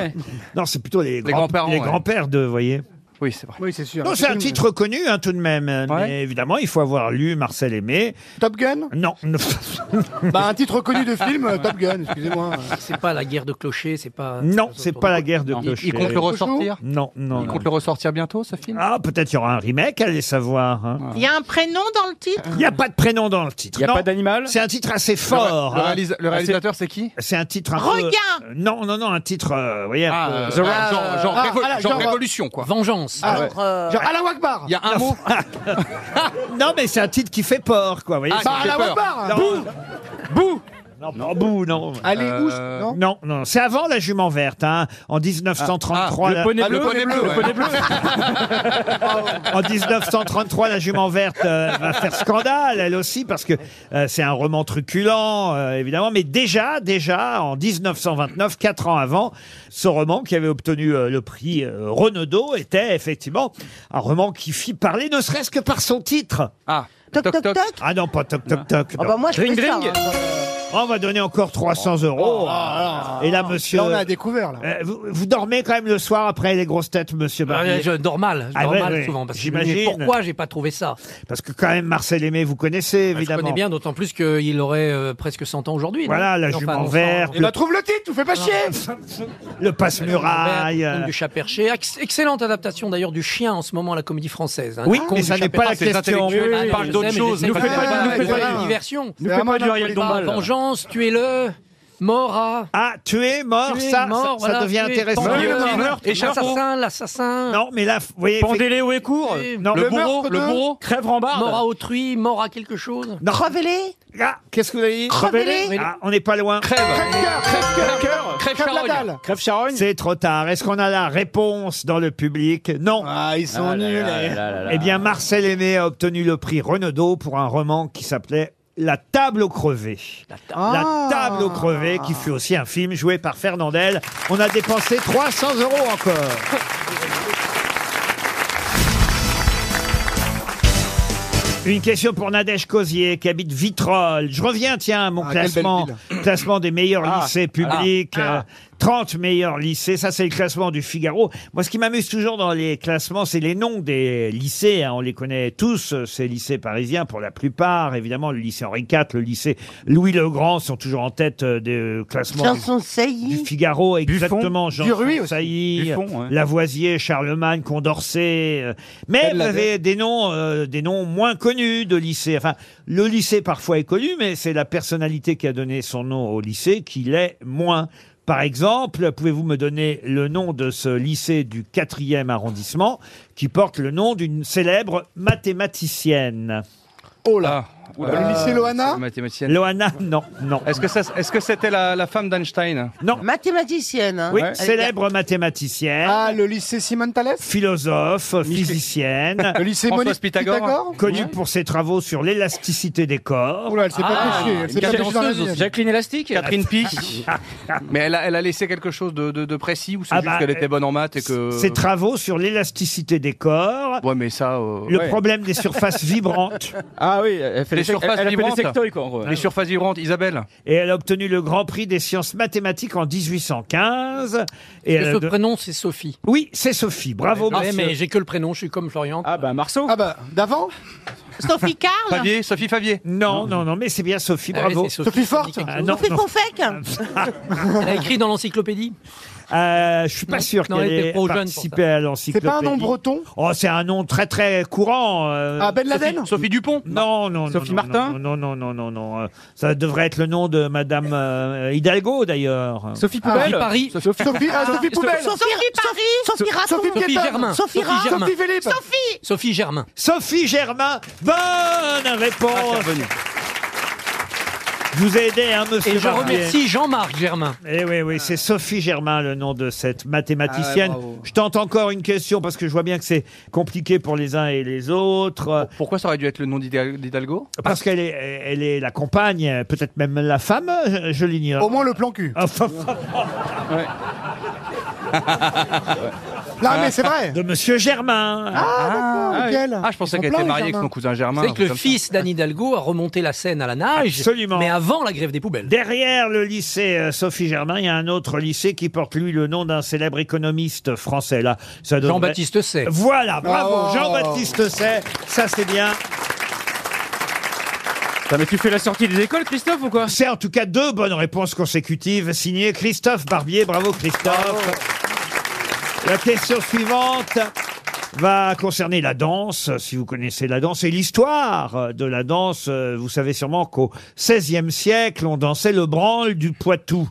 Non, c'est plutôt les, grands- grands-parents, Les ouais. grands-pères de, vous voyez. Oui, c'est vrai. euh, Oui, c'est sûr. Non, c'est un titre connu hein, tout de même. Mais évidemment, il faut avoir lu Marcel Aimé. Top Gun Non. Bah, un titre connu de film, euh, Top Gun, excusez-moi. C'est pas la guerre de clochers, c'est pas. non, c'est pas la guerre de Il- clochers. il compte le ressortir Non, non. Il non. compte le ressortir bientôt, ce film Ah, peut-être il y aura un remake, allez savoir. hein. Il y a un prénom dans le titre Il n'y a pas de prénom dans le titre. Il y a non. pas d'animal C'est un titre assez Le, ré- fort. le hein. réalisa- le Assez- réalisateur, c'est qui C'est un titre un peu- euh, Regain Non, non, non, un titre, euh, vous voyez. un peu- Ah, euh, genre, genre- genre ah, révol- ah, genre genre- révolution, quoi. Vengeance. Ah, ouais. Genre, à la Wakbar Il y a un mot. non, mais c'est un titre qui fait peur, quoi. Vous voyez, Ah, Bah, à qui la fait peur. Wakbar Non. Bouh Non, non, bouh, non. Allez, Euh, Ousse, Non, non non, c'est avant la jument verte, hein, en 1933. Le la- poney Ah, le bleu. poney bleu, ouais. bleu. En 1933, la jument verte euh, va faire scandale, elle aussi, parce que euh, c'est un roman truculent, euh, évidemment. Mais déjà, déjà, en 1929, quatre ans avant, ce roman qui avait obtenu euh, le prix euh, Renaudot était effectivement un roman qui fit parler, ne serait-ce que par son titre. Ah, Toc, toc, toc. Ah non, pas toc toc toc. non. Ah Oh, bah, moi, je Ring, fais ça, ring. hein. On va donner encore 300 euros. Et là, monsieur. Là, on a découvert, là. euh, vous, vous dormez quand même le soir après les grosses têtes, monsieur Ah, Barnier je- normal, Bah, Ah, normal ouais, ouais. souvent. Parce que, J'imagine. mais pourquoi j'ai pas trouvé ça Bah, Parce que quand même, Marcel Aimé, vous connaissez, Je évidemment. connais bien, d'autant plus qu'il aurait euh, presque 100 ans aujourd'hui. non Voilà, la Enfin, jument non, verte, Et bah, trouve le titre, vous faites pas chier le Lambert, passe-muraille. euh, Comte du chat perché. Ex- excellente adaptation d'ailleurs du chien en ce moment à la comédie française. hein. Oui, Comte mais du ça chat n'est pas la perché. question. Ah, Oui, oui, je parle sais, d'autres mais choses. j'essaie Nous fais de pas- faire nous une fais pas- nouvelle diversion. Nous fais pas du Ariel Ah, Dombal. Vengeance, tuez-le, mort à. Ah, tuer, mort, tuer, ça, mort, ça- ça, voilà, devient tuer, intéressant. pendu, Meurtre, tuer, meurtre, l'assassin, l'assassin. Non, mais là, vous voyez. Pendez-les au écourt. Oui. Non, Le le bourreau, meurtre le de- bourreau. Crève Mort à rambarde. autrui, mort à quelque chose. Non. Crevez-les Ah, qu'est-ce que vous avez dit Crevez-les Ah, On n'est pas loin. Crève-cœur, Crève-cœur. crève-cœur, crève la dalle Crève charogne. C'est trop tard. Est-ce qu'on a la réponse dans le public Non. Ah, ils sont Ah là nuls, là eh. là là là. Eh bien, Marcel Aimé a obtenu le prix Renaudot pour un roman qui s'appelait La table aux crevés. Ah. La table aux crevés, qui fut aussi un film joué par Fernandel. On a dépensé 300 euros encore. Une question pour Nadège Cosier qui habite Vitrolles. Je reviens, tiens, à mon Ah, quelle belle classement, ville. classement des meilleurs Ah, lycées publics. ah, ah. euh, 30 meilleurs lycées, ça c'est le classement du Figaro. Moi, ce qui m'amuse toujours dans les classements, c'est les noms des lycées. hein. On les connaît tous, euh, ces lycées parisiens pour la plupart. Évidemment, le lycée Henri IV, le lycée Louis-le-Grand sont toujours en tête euh, des classements du- Chanson Sailly. du Figaro, exactement. Buffon. Jean Duruy aussi. Sailly, Buffon, ouais. Lavoisier, Charlemagne, Condorcet. euh, Mais Elle vous l'avait. avez des noms, euh, des noms moins connus de lycée. Enfin, le lycée parfois est connu, mais c'est la personnalité qui a donné son nom au lycée qui l'est moins. Par exemple, pouvez-vous me donner le nom de ce lycée du 4e arrondissement qui porte le nom d'une célèbre mathématicienne Oh là Le lycée Loana euh, Mathématicienne. Loana, non, non. Est-ce que ça, est-ce que c'était la, la femme d'Einstein Non. Mathématicienne. hein. Oui, Elle était- célèbre mathématicienne. Ah, le lycée Simone Thalès Philosophe, physicienne. Le lycée Françoise Monique Pythagore Pythagore Connue pour ses travaux sur l'élasticité des corps. Oula, elle s'est Ah, pas couchée, Ah, elle s'est pas couchée dans la vie, elle. Jacqueline Elastique Catherine Pi. Mais elle a, elle a laissé quelque chose de, de- de précis ou c'est Ah juste bah, qu'elle était bonne en maths et que. Euh. Ses travaux sur l'élasticité des corps. Ouais, mais ça. euh, Le ouais. problème des surfaces vibrantes. Ah oui, elle fait les les, sec- surfaces elle- elle a fait les vibrantes. sectoïdes, quoi, en gros. Les surfaces vibrantes, Isabelle. Et elle a obtenu le Grand Prix des sciences mathématiques en 1815. Et Est-ce que elle ce a don- prénom, c'est Sophie. Oui, c'est Sophie. Bravo, Ouais, monsieur. mais j'ai que le prénom, je suis comme Florian. Ah bah Marceau. Ah bah d'avant Sophie Carl Favier, Sophie Favier. Non, non, non, mais c'est bien Sophie, Ah bravo. oui, c'est Sophie. Sophie Forte Ah, non, Sophie non. Fonfec Elle a écrit dans l'encyclopédie. Euh, je suis pas Non, sûr non, qu'elle elle était ait trop jeune pour participé ça. à l'encyclopédie. C'est pas un nom breton Oh, c'est un nom très très courant. euh, Ah, Ben Laden Sophie, Sophie Dupont. Non, non, non. Sophie non, Martin Non, non, non, non, non. non, euh, Ça devrait être le nom de Madame euh, Hidalgo, d'ailleurs. Sophie Ah, Poubelle. Paris. Sophie, ah, Sophie Poubelle Sophie Paris Sophie Sophie Raton Sophie Sophie Guetta. Germain. Sophie Ra- Germain. Sophie Philippe Sophie Sophie Germain. Sophie Germain, bonne Oh, réponse. Je vous ai aidé, hein, monsieur Et je Barbier. remercie Jean-Marc Germain. Ah. Eh oui, oui, c'est Sophie Germain, le nom de cette mathématicienne. Ah ouais, bravo. je tente encore une question parce que je vois bien que c'est compliqué pour les uns et les autres. Pourquoi ça aurait dû être le nom d'Hidal- d'Hidalgo Parce qu'elle est, elle est la compagne, peut-être même la femme, je, je l'ignore. Ah. Au moins le plan cul. Enfin, Ah. Là, mais c'est vrai. de Monsieur Germain. Ah, d'accord, lequel Ah, je pensais Ils sont qu'elle pleins, était les mariée avec Germains. son cousin Germain. Vous un savez truc que le comme ça. fils d'Anne Hidalgo a remonté la Seine à la nage, Absolument. mais avant la grève des poubelles. Derrière le lycée euh, Sophie Germain, il y a un autre lycée qui porte lui le nom d'un célèbre économiste français. Là, ça devrait- Jean-Baptiste Say. Voilà, bravo, Oh. Jean-Baptiste Say, ça c'est bien. Putain, mais tu fais la sortie des écoles, Christophe, ou quoi C'est en tout cas deux bonnes réponses consécutives signées Christophe Barbier. Bravo Christophe. La question suivante va concerner la danse, si vous connaissez la danse, et l'histoire de la danse. Euh, Vous savez sûrement qu'au XVIe siècle, on dansait le branle du Poitou.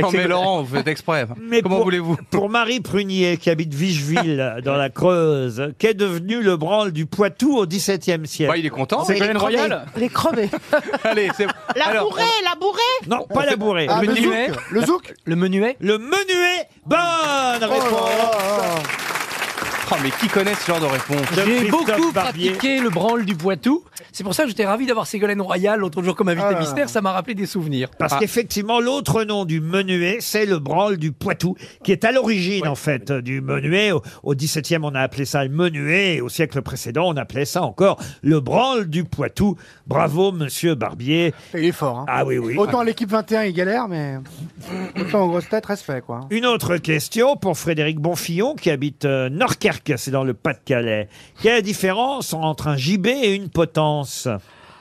Non, mais ses- Laurent, vous faites exprès. Comment pour- voulez-vous Pour Marie Prunier, qui habite Vigeville, dans la Creuse, qu'est devenu le branle du Poitou au XVIIe siècle Bah, Il est content. C'est Ségolène Royal Elle est crevée. Allez, c'est. La Alors, bourrée, la bourrée Non, pas la bourrée. Ah, le, le menuet. euh, zouk Le zouk Le menuet Le menuet, bonne Oh là réponse là là. oh, mais qui connaît ce genre de réponse de J'ai Christophe beaucoup Barbier. pratiqué le branle du Poitou. C'est pour ça que j'étais ravi d'avoir Ségolène Royal l'autre jour comme invité Ah. mystère. Ça m'a rappelé des souvenirs. Parce Ah. qu'effectivement, l'autre nom du menuet, c'est le branle du Poitou, qui est à l'origine, en fait, euh, du menuet. Au, au XVIIe, on a appelé ça le menuet. et Au siècle précédent, on appelait ça encore le branle du Poitou. Bravo, monsieur Barbier. Il est fort. Hein. Ah oui, oui. Autant à l'équipe 21, il galère, mais autant en grosse tête, respect, quoi. Une autre question pour Frédéric Bonfillon, qui habite euh, Norquerque, c'est dans le Pas-de-Calais. Quelle est la différence entre un gibet et une potence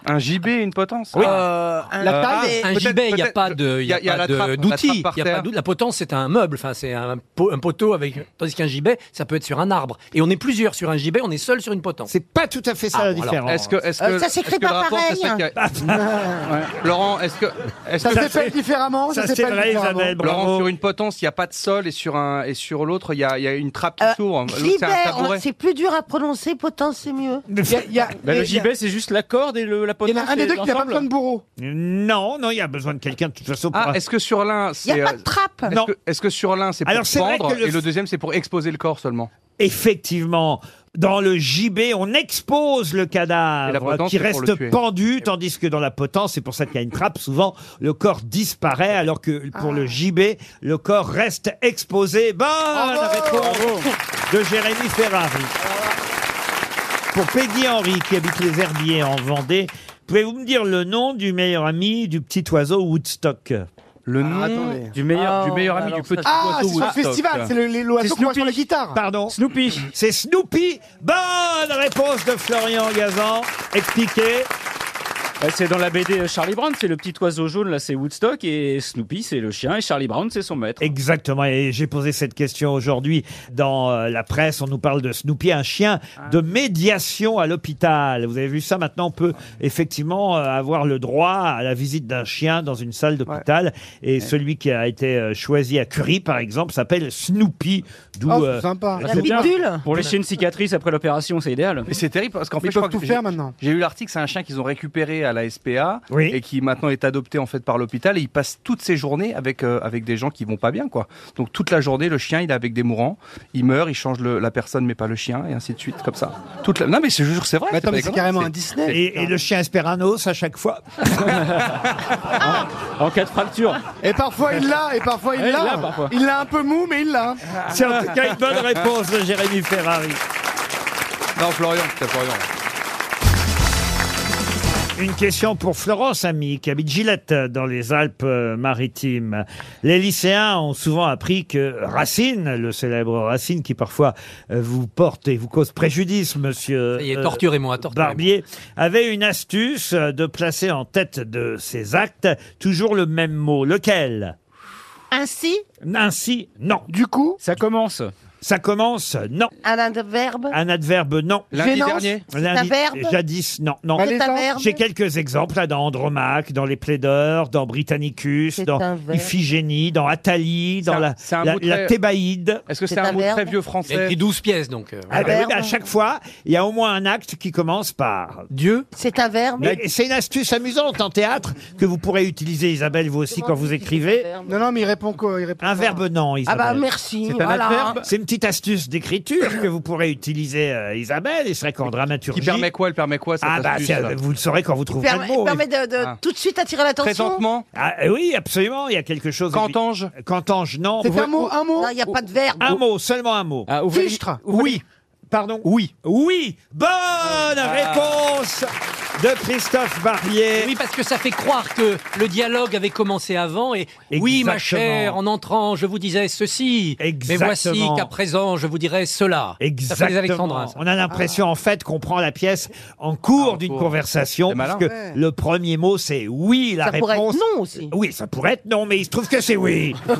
Un JB et une potence Euh, La Ah, taille, un peut-être- gibet, il n'y a peut-être- pas de, il y a la pas de- trappe- la trappe d'outils. par Il y a pas terre. d'out- La potence, c'est un meuble. Enfin, c'est un, po- un poteau avec. Tandis qu'un gibet, ça peut être sur un arbre. Et on est plusieurs sur un gibet, on est seul sur une potence. C'est pas tout à fait ça Ah, la bon, alors, différence. Est-ce que, est-ce que, Euh, ça s'écrit est-ce que le pas rapport, c'est pareil. ça qu'il y a- Ouais. Laurent, est-ce que, est-ce Ça que s'appelle différemment, ça ça c'est s'appelle vrai, différemment. Isabelle, bravo. Laurent, sur une potence, il n'y a pas de sol et sur un et sur l'autre, il y a, il y a une trappe qui Euh, s'ouvre. L'autre, c'est un Gibet, on- tabouret. c'est plus dur à prononcer, potent c'est mieux. Il y a, il y a- Bah, il y le a- gibet, c'est juste la corde et le, la il y potence. en a un des c'est deux qui n'a pas l'ensemble. besoin de bourreau. Non, non, il y a besoin de quelqu'un de toute façon. pour- Ah, est-ce que sur l'un, Il n'y c'est a pas euh, de trappe. est-ce Non. que, est-ce que sur l'un, c'est pour Alors, c'est vrai prendre que le- et le deuxième, c'est pour exposer le corps seulement Effectivement, dans le gibet, on expose le Et la cadavre potence, qui c'est pour le reste tuer. pendu, tandis que dans la potence, c'est pour ça qu'il y a une trappe, souvent le corps disparaît, alors que pour Ah. le gibet, le corps reste exposé. Bonne réponse de Jérémy Ferrari. pour Peggy Henry, qui habite les Herbiers en Vendée. Pouvez-vous me dire le nom du meilleur ami du petit oiseau Woodstock le nom attendez. du meilleur- du meilleur ami du petit Ah, c'est sur le festival, c'est le- les- l'oiseau qui joue sur la guitare. Pardon Snoopy. C'est Snoopy. Bonne réponse de Florian Gazan. Expliquez. Ouais, Euh, C'est dans la BD Charlie Brown, c'est le petit oiseau jaune, là c'est Woodstock, et Snoopy c'est le chien, et Charlie Brown c'est son maître. Exactement, et j'ai posé cette question aujourd'hui dans euh, la presse. On nous parle de Snoopy, un chien de médiation à l'hôpital. Vous avez vu ça maintenant, on peut effectivement euh, avoir le droit à la visite d'un chien dans une salle d'hôpital. Et celui qui a été euh, choisi à Curie, par exemple, s'appelle Snoopy. D'où Oh, c'est euh, sympa. c'est bien. Pour laisser Ah. une cicatrice après l'opération, c'est idéal. Mais c'est terrible parce qu'en Mais fait, ils je crois peuvent que tout j'ai- faire maintenant. J'ai lu l'article, c'est un chien qu'ils ont récupéré à la SPA et qui maintenant est adopté en fait par l'hôpital et il passe toutes ses journées avec euh, avec des gens qui vont pas bien quoi. Donc toute la journée, le chien il est avec des mourants, il meurt, il change le- la personne mais pas le chien et ainsi de suite comme ça. Toute la... non mais je te jure c'est vrai. Mais attends, pas mais c'est déconnant, carrément c'est- un Disney. c'est- Et, et le chien Esperanos à chaque fois. en cas de fracture. Et parfois il l'a, et parfois il Ouais, il l'a. l'a, parfois. Il l'a un peu mou, mais il l'a. C'est en tout cas une bonne réponse de Jérémy Ferrari. Non Florian, c'est Florian. Une question pour Florence Ami, qui habite Gillette dans les Alpes-Maritimes. Les lycéens ont souvent appris que Racine, le célèbre Racine qui parfois euh, vous porte et vous cause préjudice, monsieur Il est euh, torturez-moi, torturez-moi. Barbier, avait une astuce euh, de placer en tête de ses actes toujours le même mot. Lequel Ainsi, Ainsi, non. Du coup Ça commence. Ça commence, non. Un adverbe Un adverbe, non. Lundi Gênance, dernier. c'est un Lundi- verbe Jadis, non. non. C'est un verbe J'ai quelques exemples là, dans Andromaque, dans Les Plaideurs, dans Britannicus, dans verbe. Iphigénie, dans Athalie, dans un- la, c'est un la- mot la très- Thébaïde. Est-ce que c'est C'est un un mot verbe très vieux français Il a écrit 12 pièces donc. euh, Ah voilà. ben oui, mais à chaque fois, il y a au moins un acte qui commence par Dieu. C'est un verbe. Mais C'est une astuce amusante en théâtre que vous pourrez utiliser, Isabelle, vous aussi, quand vous écrivez. Non, non, mais il répond quoi Il répond Un verbe non, Isabelle. bah, merci, C'est un voilà. adverbe. C'est une petite astuce d'écriture que vous pourrez utiliser, euh, Isabelle. Et c'est vrai qu'en dramaturgie. Il permet quoi Il permet quoi cette Ah bah, astuce, c'est- là vous le saurez quand vous Il trouverez permet, le mot. il permet de, de Ah. tout de suite attirer l'attention. Ah, euh, Oui, absolument, il y a quelque chose... Cantange Cantange, non. C'est Vous- un mot, un mot Non, il y a pas de verbe. Un mot, seulement un mot. Fichtre. Oui. Pardon Oui. Oui Bonne réponse de Christophe Barbier. Oui, parce que ça fait croire que le dialogue avait commencé avant et oui, ma Exactement. chère, en entrant, je vous disais ceci. Mais Exactement. voici qu'à présent, je vous dirais cela. Ça fait les Alexandrins. Exactement. On ça. a l'impression en fait qu'on prend la pièce en cours d'une cours. conversation C'est malin. parce que Ouais. le premier mot c'est oui, la Ça réponse. pourrait être non aussi. Oui, ça pourrait être non, mais il se trouve que c'est oui. Vous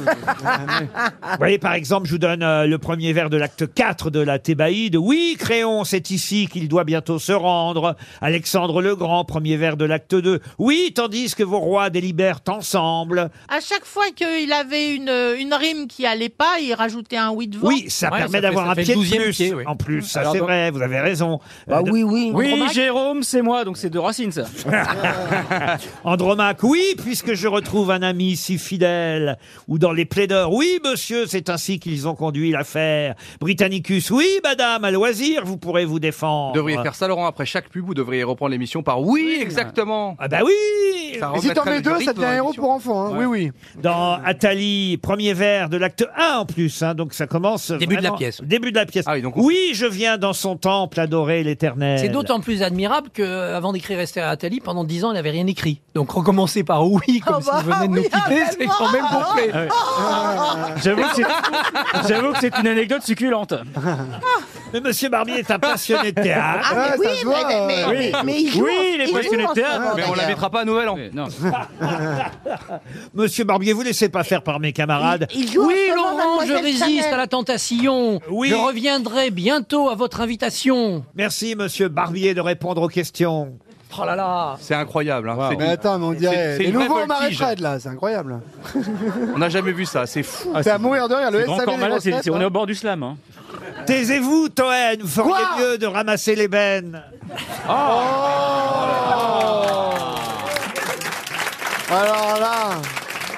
voyez, par exemple, je vous donne euh, le premier vers de l'acte 4 de la Thébaïde. Oui, Créon, c'est ici qu'il doit bientôt se rendre. Alexandre le Grand, premier vers de l'acte 2. Oui, tandis que vos rois délibèrent ensemble. à chaque fois qu'il avait une, une rime qui allait pas, il rajoutait un oui devant. Oui, ça permet d'avoir un pied de plus. En plus, ça Alors, c'est dans- vrai, vous avez raison. Euh, de- Bah Oui, Jérôme, c'est moi, donc c'est de Racine ça. Ah, Andromaque, oui, puisque je retrouve un ami si fidèle. Ou dans les plaideurs, oui, monsieur, c'est ainsi qu'ils ont conduit l'affaire. Britannicus, oui, madame, à loisir, vous pourrez vous défendre. Vous devriez faire ça Laurent après chaque pub, vous devriez reprendre l'émission par oui exactement. Ah bah oui. Ça Et si t'en remettrait mets du deux, rythme ça devient dans un héros l'émission. pour enfants. hein. Oui, oui. Dans Athalie, premier vers de l'acte 1 en plus, hein, donc ça commence. Début de la vraiment- pièce. Début de la Ah pièce. oui, je viens dans son temple adorer l'éternel. C'est d'autant plus admirable que, euh, avant d'écrire Esther Attali, pendant dix ans, elle n'avait rien écrit. Donc recommencer par oui, comme bah, s'il venait de nous oui, quitter, ah, c'est quand même complet. Ah ouais. J'avoue que c'est- J'avoue que c'est une anecdote succulente. Ah. Mais Monsieur Barbier est un passionné de théâtre. Ah, mais oui, mais, mais, mais, mais il joue. il joue en ce moment, Mais on d'ailleurs. l'invitera pas à Noël. hein. Non. Monsieur Barbier, vous laissez pas faire par mes camarades. oui, Laurent, je résiste à la tentation. Oui. Je reviendrai bientôt à votre invitation. Merci, monsieur Barbier, de répondre aux questions. Oh là là. C'est incroyable. hein. C'est- Mais attends, mais on c'est- dirait. c'est Les une vraie nouveaux voltige. Maréchal, là, c'est incroyable. On n'a jamais vu ça, c'est fou. C'est à mourir de rire, le C'est grand SAV corps des malade, grosses c'est- têtes, c'est- on est hein. au bord du slam. hein. Taisez-vous, Toen, vous feriez mieux de ramasser les bennes. Alors là.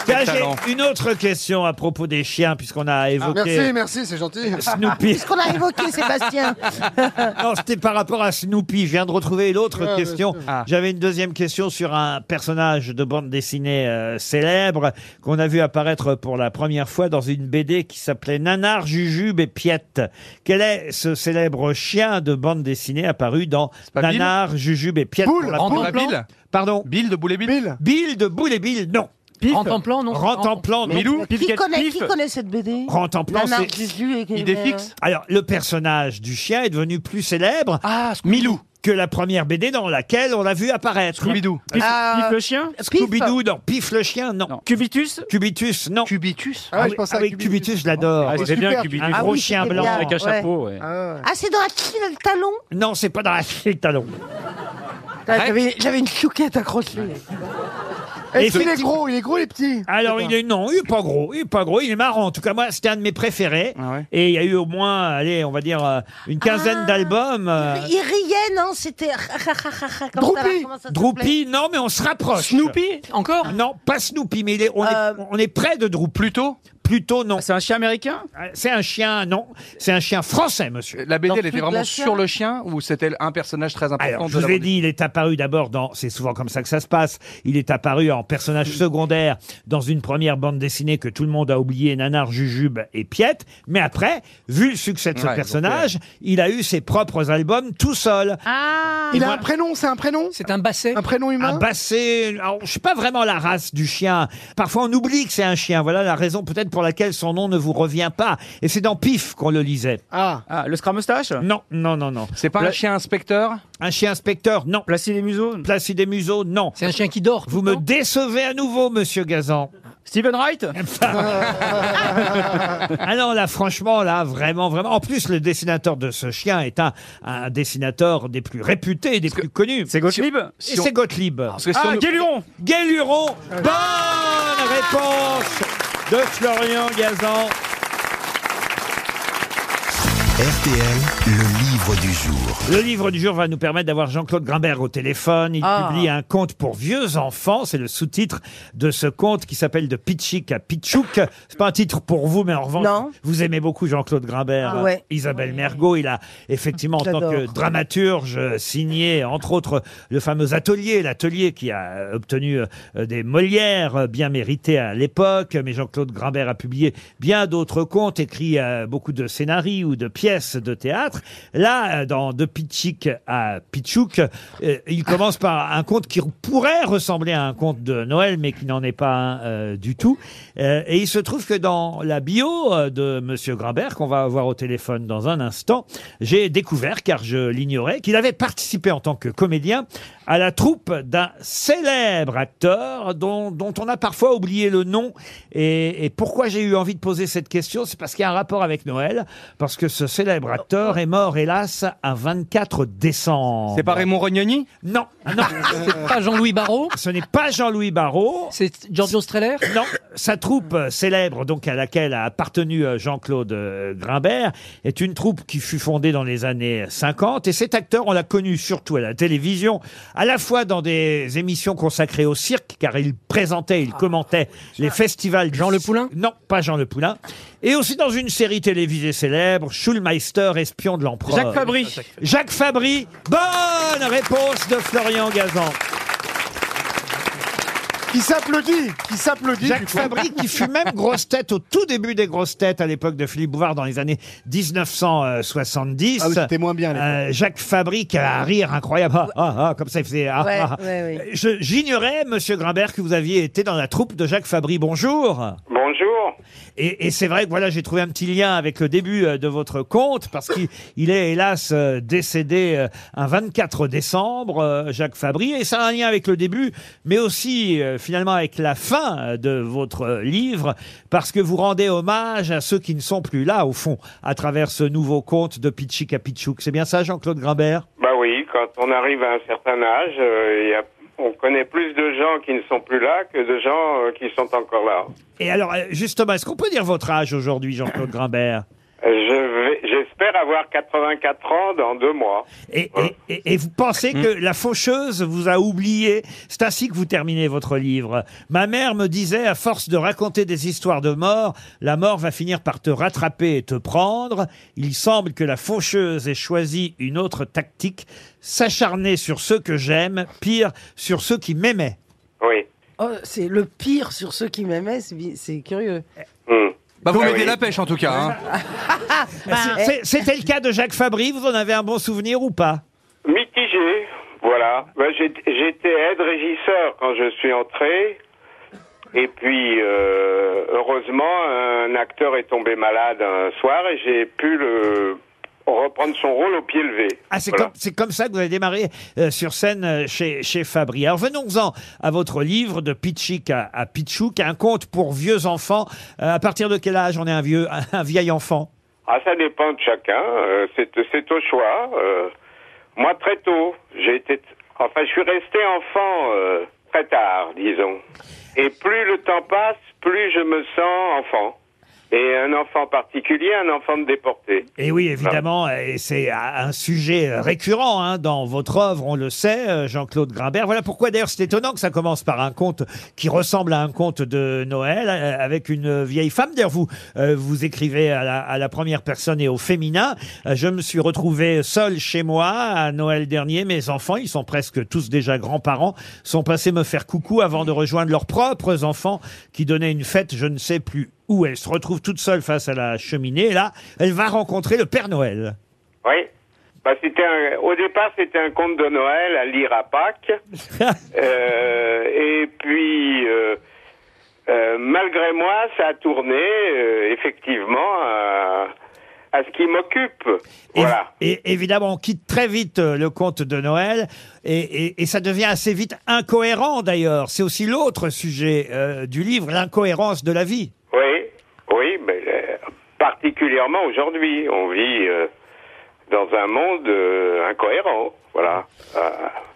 Tiens, Là, talent. j'ai une autre question à propos des chiens, puisqu'on a évoqué. Merci, merci, c'est gentil. Snoopy. Qu'est-ce qu'on a évoqué, Sébastien non, c'était par rapport à Snoopy. Je viens de retrouver l'autre Ouais, question. bien sûr. J'avais une deuxième question sur un personnage de bande dessinée euh, célèbre qu'on a vu apparaître pour la première fois dans une BD qui s'appelait Nanar, Jujube et Piette. Quel est ce célèbre chien de bande dessinée apparu dans pas Bill Nanar, Jujube et Piette Boule, pour la Boule, première Boule. fois Pardon Bill de Boule et Bill Bill, de Boule et Bill, non. Rantanplan, non. Rantanplan, non. qui, connaît, qui connaît cette BD Rantanplan, Nanar c'est- Juju et- Alors, le personnage du chien est devenu plus célèbre. Milou. Que la première BD dans laquelle on l'a vu apparaître. Scooby-Doo. Euh, Pif- Pif le chien Scooby-Doo, non. Pif le chien, non. Cubitus Cubitus, non. Cubitus Ah, oui, ah oui, Cubitus, je l'adore. Ah, c'était bien, Cubitus. Un Ah gros oui, chien c'était blanc. bien, Avec un ouais. chapeau, ouais. Ah, c'est dans Achille le talon Non, c'est pas dans Achille le talon. Ah, J'avais j'avais une chouquette accrochée. Est-ce qu'il est gros Il est gros, il est petit Alors, Putain. il est, non, il est pas gros, il est pas gros, il est marrant. En tout cas, moi, c'était un de mes préférés. Et il y a eu au moins, allez, on va dire, euh, une quinzaine d'albums. euh, Il riait, non C'était. Comment ça, comment ça s'appelait Droopy, non, mais on se rapproche. Ah. Snoopy, encore Non, pas Snoopy, mais il est- on, est, Euh, on est près de Droopy. Plutôt Plutôt, non. C'est un chien américain C'est un chien, non. C'est un chien français, monsieur. La BD, elle était vraiment sur le chien ou c'était un personnage très important Alors, de je la vous ai bande dit, il est apparu d'abord dans, c'est souvent comme ça que ça se passe, il est apparu en personnage secondaire dans une première bande dessinée que tout le monde a oublié, Nanar, Jujube et Piette, mais après, vu le succès de ce Ouais, personnage, il a eu ses propres albums tout seul. Ah Il a un prénom, c'est un prénom C'est un basset. Un prénom humain Un basset, Ah, bah, alors, je sais pas vraiment la race du chien. Parfois, on oublie que c'est un chien. Voilà la raison peut-être pour laquelle son nom ne vous revient pas. Et c'est dans Pif qu'on le lisait. Ah, le Scramostache Non, non, non, non. C'est pas un chien inspecteur Un chien inspecteur, non. Placide des museaux Placide des museaux, non. C'est un chien qui dort. Vous me décevez à nouveau, monsieur Gazan. Steven Wright Ah non, là, franchement, là, vraiment, vraiment. En plus, le dessinateur de ce chien est un, un dessinateur des plus réputés, des plus connus. C'est Gottlieb Et c'est Gottlieb. que si Ah, on- Guéluron Guéluron Bonne réponse de Florian Gazan. RTL, le livre du jour. Le livre du jour va nous permettre d'avoir Jean-Claude Grimbert au téléphone. Il Ah. publie un conte pour vieux enfants. C'est le sous-titre de ce conte qui s'appelle De Pitchik à Pitchouk. C'est pas un titre pour vous, mais en revanche, vous aimez beaucoup Jean-Claude Grimbert. Ah ouais. Isabelle Mergot, il a effectivement, en tant J'adore. que dramaturge, euh, signé, entre autres, le fameux atelier, l'atelier qui a euh, obtenu euh, des Molières euh, bien méritées à l'époque. Mais Jean-Claude Grimbert a publié bien d'autres contes, écrit euh, beaucoup de scénarii ou de pièces de théâtre. Là, euh, dans De Pitchik à Pitchouk, euh, il commence par un conte qui pourrait ressembler à un conte de Noël, mais qui n'en est pas un euh, du tout. Euh, et il se trouve que dans la bio euh, de Monsieur Grimbert, qu'on va avoir au téléphone dans un instant, j'ai découvert, car je l'ignorais, qu'il avait participé en tant que comédien à la troupe d'un célèbre acteur dont, dont on a parfois oublié le nom. Et, et pourquoi j'ai eu envie de poser cette question C'est parce qu'il y a un rapport avec Noël, parce que ce célèbre acteur est mort, hélas, à 24 décembre. C'est pas Raymond Rognoni Non. non. C'est pas Jean-Louis Barrault Ce n'est pas Jean-Louis Barrault. C'est Giorgio Streller Non, sa troupe euh, célèbre, donc à laquelle a appartenu euh, Jean-Claude euh, Grimbert, est une troupe qui fut fondée dans les années 50. Et cet acteur, on l'a connu surtout à la télévision, à la fois dans des émissions consacrées au cirque, car il présentait, il commentait les festivals. Jean Le Poulain Non, pas Jean Le Poulain. Et aussi dans une série télévisée célèbre, Schulmeister, espion de l'empereur. Jacques Fabry. Jacques Fabry. Bonne réponse de Florian Gazan. Qui s'applaudit Qui s'applaudit Jacques Fabry, qui fut même grosse tête au tout début des grosses têtes à l'époque de Philippe Bouvard dans les années 1970. Ah oui, c'était moins bien, à l'époque. Euh, Jacques Fabry qui a un rire incroyable. Ah, ah, ah, comme ça, il faisait. ah, Ouais, ah, ah. ouais, ouais. Je- J'ignorais, monsieur Grimbert, que vous aviez été dans la troupe de Jacques Fabry. Bonjour. Bonjour. Et, et c'est vrai que voilà, j'ai trouvé un petit lien avec le début euh, de votre compte parce qu'il il est hélas euh, décédé euh, un 24 décembre, euh, Jacques Fabry, et ça a un lien avec le début, mais aussi euh, finalement avec la fin euh, de votre euh, livre parce que vous rendez hommage à ceux qui ne sont plus là au fond à travers ce nouveau conte de Pichik à Pichouk. C'est bien ça, Jean-Claude Grimbert Bah oui, quand on arrive à un certain âge, euh, il y a- on connaît plus de gens qui ne sont plus là que de gens euh, qui sont encore là. Et alors euh, justement, est-ce qu'on peut dire votre âge aujourd'hui, Jean-Claude Grimbert Je vais, j'espère avoir 84 ans dans deux mois. Et, et- et- et vous pensez Hmm. que la faucheuse vous a oublié C'est ainsi que vous terminez votre livre. Ma mère me disait, à force de raconter des histoires de mort, la mort va finir par te rattraper et te prendre. Il semble que la faucheuse ait choisi une autre tactique, s'acharner sur ceux que j'aime, pire, sur ceux qui m'aimaient. Oui. Oh, c'est le pire sur ceux qui m'aimaient, c'est bi- c'est curieux. Eh, Bah, vous Ah mettez oui. la pêche en tout cas. hein. C'est- c'est- C'était le cas de Jacques Fabry, vous en avez un bon souvenir ou pas Hmm. Mitigé, voilà. Ben, j'ai- J'étais aide-régisseur quand je suis entré. Et puis, euh, heureusement, un acteur est tombé malade un soir et j'ai pu le reprendre son rôle au pied levé. Ah, c'est Voilà. comme, c'est comme ça que vous avez démarré euh, sur scène euh, chez, chez Fabry. Alors venons-en à votre livre de Pichik à, à Pichouk, un conte pour vieux enfants. Euh, à partir de quel âge on est un vieux, un vieil enfant Ah, ça dépend de chacun. euh, c'est, c'est au choix. euh. moi, très tôt, j'ai été. Enfin, je suis resté enfant euh, très tard, disons. Et plus le temps passe, plus je me sens enfant. Et un enfant particulier, un enfant de déporté. Et oui, évidemment, et c'est un sujet euh, récurrent hein, dans votre œuvre, on le sait, euh, Jean-Claude Grimbert. Voilà pourquoi d'ailleurs c'est étonnant que ça commence par un conte qui ressemble à un conte de Noël euh, avec une vieille femme. D'ailleurs, vous euh, vous écrivez à la, à la première personne et au féminin. Euh, Je me suis retrouvé seul chez moi à Noël dernier. Mes enfants, ils sont presque tous déjà grands-parents, sont passés me faire coucou avant de rejoindre leurs propres enfants qui donnaient une fête, je ne sais plus où elle se retrouve toute seule face à la cheminée. Et là, elle va rencontrer le Père Noël. Oui. Bah, c'était un- au départ, c'était un conte de Noël à lire à Pâques. Euh, et puis, euh, euh, malgré moi, ça a tourné euh, effectivement à, à ce qui m'occupe. Voilà. Et évidemment, on quitte très vite euh, le conte de Noël et, et- et ça devient assez vite incohérent d'ailleurs. C'est aussi l'autre sujet euh, du livre, l'incohérence de la vie. Oui, oui, mais euh, particulièrement aujourd'hui, on vit euh, dans un monde euh, incohérent. Voilà. Euh,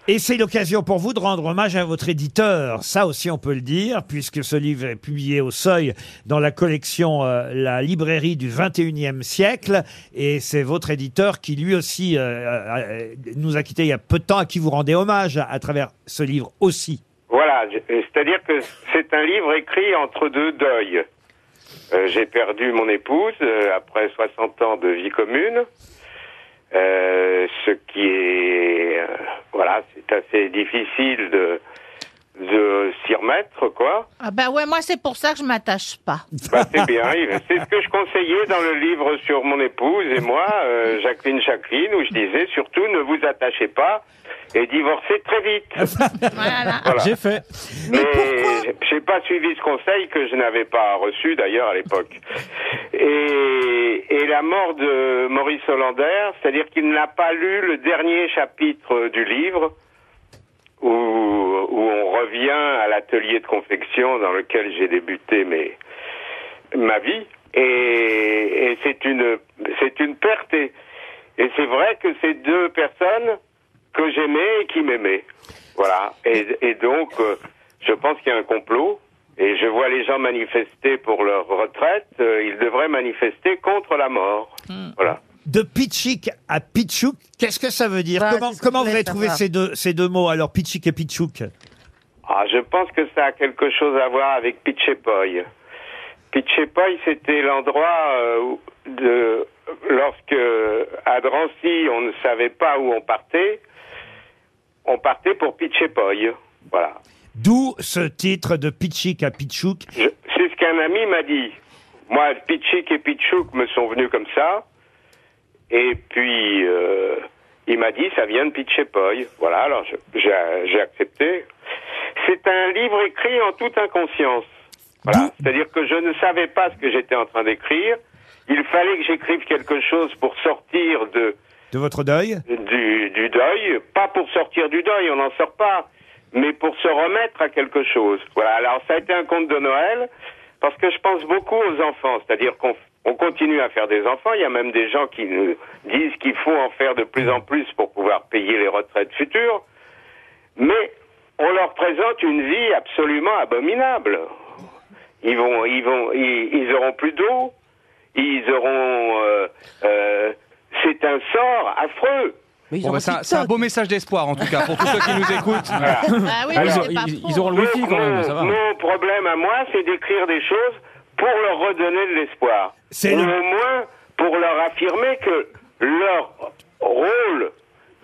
Et c'est l'occasion pour vous de rendre hommage à votre éditeur. Ça aussi, on peut le dire, puisque ce livre est publié au seuil dans la collection euh, La librairie du 21e siècle. Et c'est votre éditeur qui, lui aussi, euh, euh, nous a quittés il y a peu de temps, à qui vous rendez hommage à, à travers ce livre aussi. Voilà, je- euh, c'est-à-dire que c'est un livre écrit entre deux deuils. Euh, J'ai perdu mon épouse euh, après 60 ans de vie commune, Euh, ce qui est euh, voilà, c'est assez difficile de de s'y remettre quoi. Ah ben ouais, moi c'est pour ça que je m'attache pas. Bah, c'est bien, il- c'est ce que je conseillais dans le livre sur mon épouse et moi, euh, Jacqueline Jacqueline, où je disais surtout ne vous attachez pas et divorcez très vite. Voilà. J'ai fait. Mais pourquoi J'ai pas suivi ce conseil que je n'avais pas reçu d'ailleurs à l'époque. Et, et la mort de Maurice Hollander, c'est-à-dire qu'il n'a pas lu le dernier chapitre du livre où, où on revient à l'atelier de confection dans lequel j'ai débuté mes, ma vie. Et, et c'est une c'est une perte. Et, et c'est vrai que ces deux personnes que j'aimais et qui m'aimaient. Voilà. Et, et donc, euh, je pense qu'il y a un complot. Et je vois les gens manifester pour leur retraite. euh, ils devraient manifester contre la mort. Voilà. De Pichik à Pichouk, qu'est-ce que ça veut dire Comment, comment vous avez trouvé savoir. ces deux, ces deux mots, alors Pichik et Pichouk Ah, je pense que ça a quelque chose à voir avec Pitchepoy. Pitchepoy, c'était l'endroit euh, où- de lorsque à Drancy, on ne savait pas où on partait. On partait pour Pitchepoy. Voilà. D'où ce titre de Pichik à Pichouk. Je- C'est ce qu'un ami m'a dit. Moi, Pichik et Pichouk me sont venus comme ça. Et puis, euh, il m'a dit, ça vient de Pichepoy. Voilà, alors je- j'ai j'ai accepté. C'est un livre écrit en toute inconscience. Voilà. C'est-à-dire que je ne savais pas ce que j'étais en train d'écrire. Il fallait que j'écrive quelque chose pour sortir de, De votre deuil du, du deuil, pas pour sortir du deuil, on n'en sort pas, mais pour se remettre à quelque chose. Voilà, alors ça a été un conte de Noël, parce que je pense beaucoup aux enfants, c'est-à-dire qu'on on continue à faire des enfants, il y a même des gens qui nous disent qu'il faut en faire de plus en plus pour pouvoir payer les retraites futures, mais on leur présente une vie absolument abominable. Ils vont, ils vont, ils, ils auront plus d'eau, ils auront. euh, euh, c'est un sort affreux. Bon, bah, c'est un- c'est un, beau message d'espoir en tout cas pour tous ceux qui nous écoutent. Voilà. Alors, Alors, ils, ils auront le wifi quand même, mon- ça va. Mon problème à moi, c'est d'écrire des choses pour leur redonner de l'espoir. C'est Ou le- au moins pour leur affirmer que leur rôle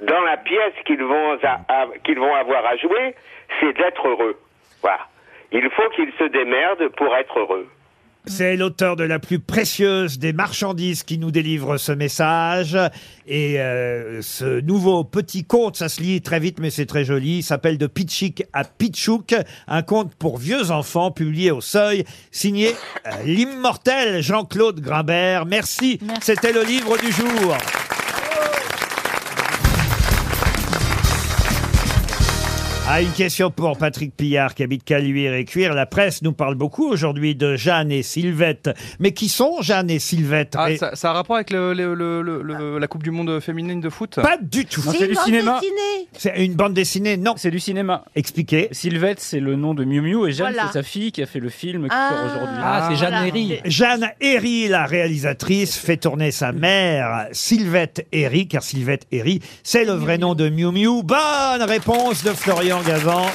dans la pièce qu'ils vont, a- a- qu'ils vont avoir à jouer, c'est d'être heureux. Voilà. Il faut qu'ils se démerdent pour être heureux. C'est l'auteur de la plus précieuse des marchandises qui nous délivre ce message. Et euh, ce nouveau petit conte, ça se lit très vite mais c'est très joli, il s'appelle De Pitchik à Pitchouk, un conte pour vieux enfants publié au seuil, signé euh, l'immortel Jean-Claude Grimbert. Merci, c'était le livre du jour. Ah, une question pour Patrick Pillard qui habite Caluire et Cuire. La presse nous parle beaucoup aujourd'hui de Jeanne et Sylvette. Mais qui sont Jeanne et Sylvette Ah, Mais- ça, ça a un rapport avec le- le- le- le- le- la Coupe du Monde féminine de foot Pas du tout. Non, C'est c'est du une bande cinéma. C'est une bande dessinée, non. C'est du cinéma. Expliquez. Sylvette, c'est le nom de Miu Miu et Jeanne, Voilà. c'est sa fille qui a fait le film qui Ah. sort aujourd'hui. Ah, c'est Jeanne Voilà. Herry. Jeanne Herry, la réalisatrice, fait tourner sa mère, Sylvette Herry, car Sylvette Herry, c'est le vrai nom de Miu Miu. Bonne réponse de Florian Gazan.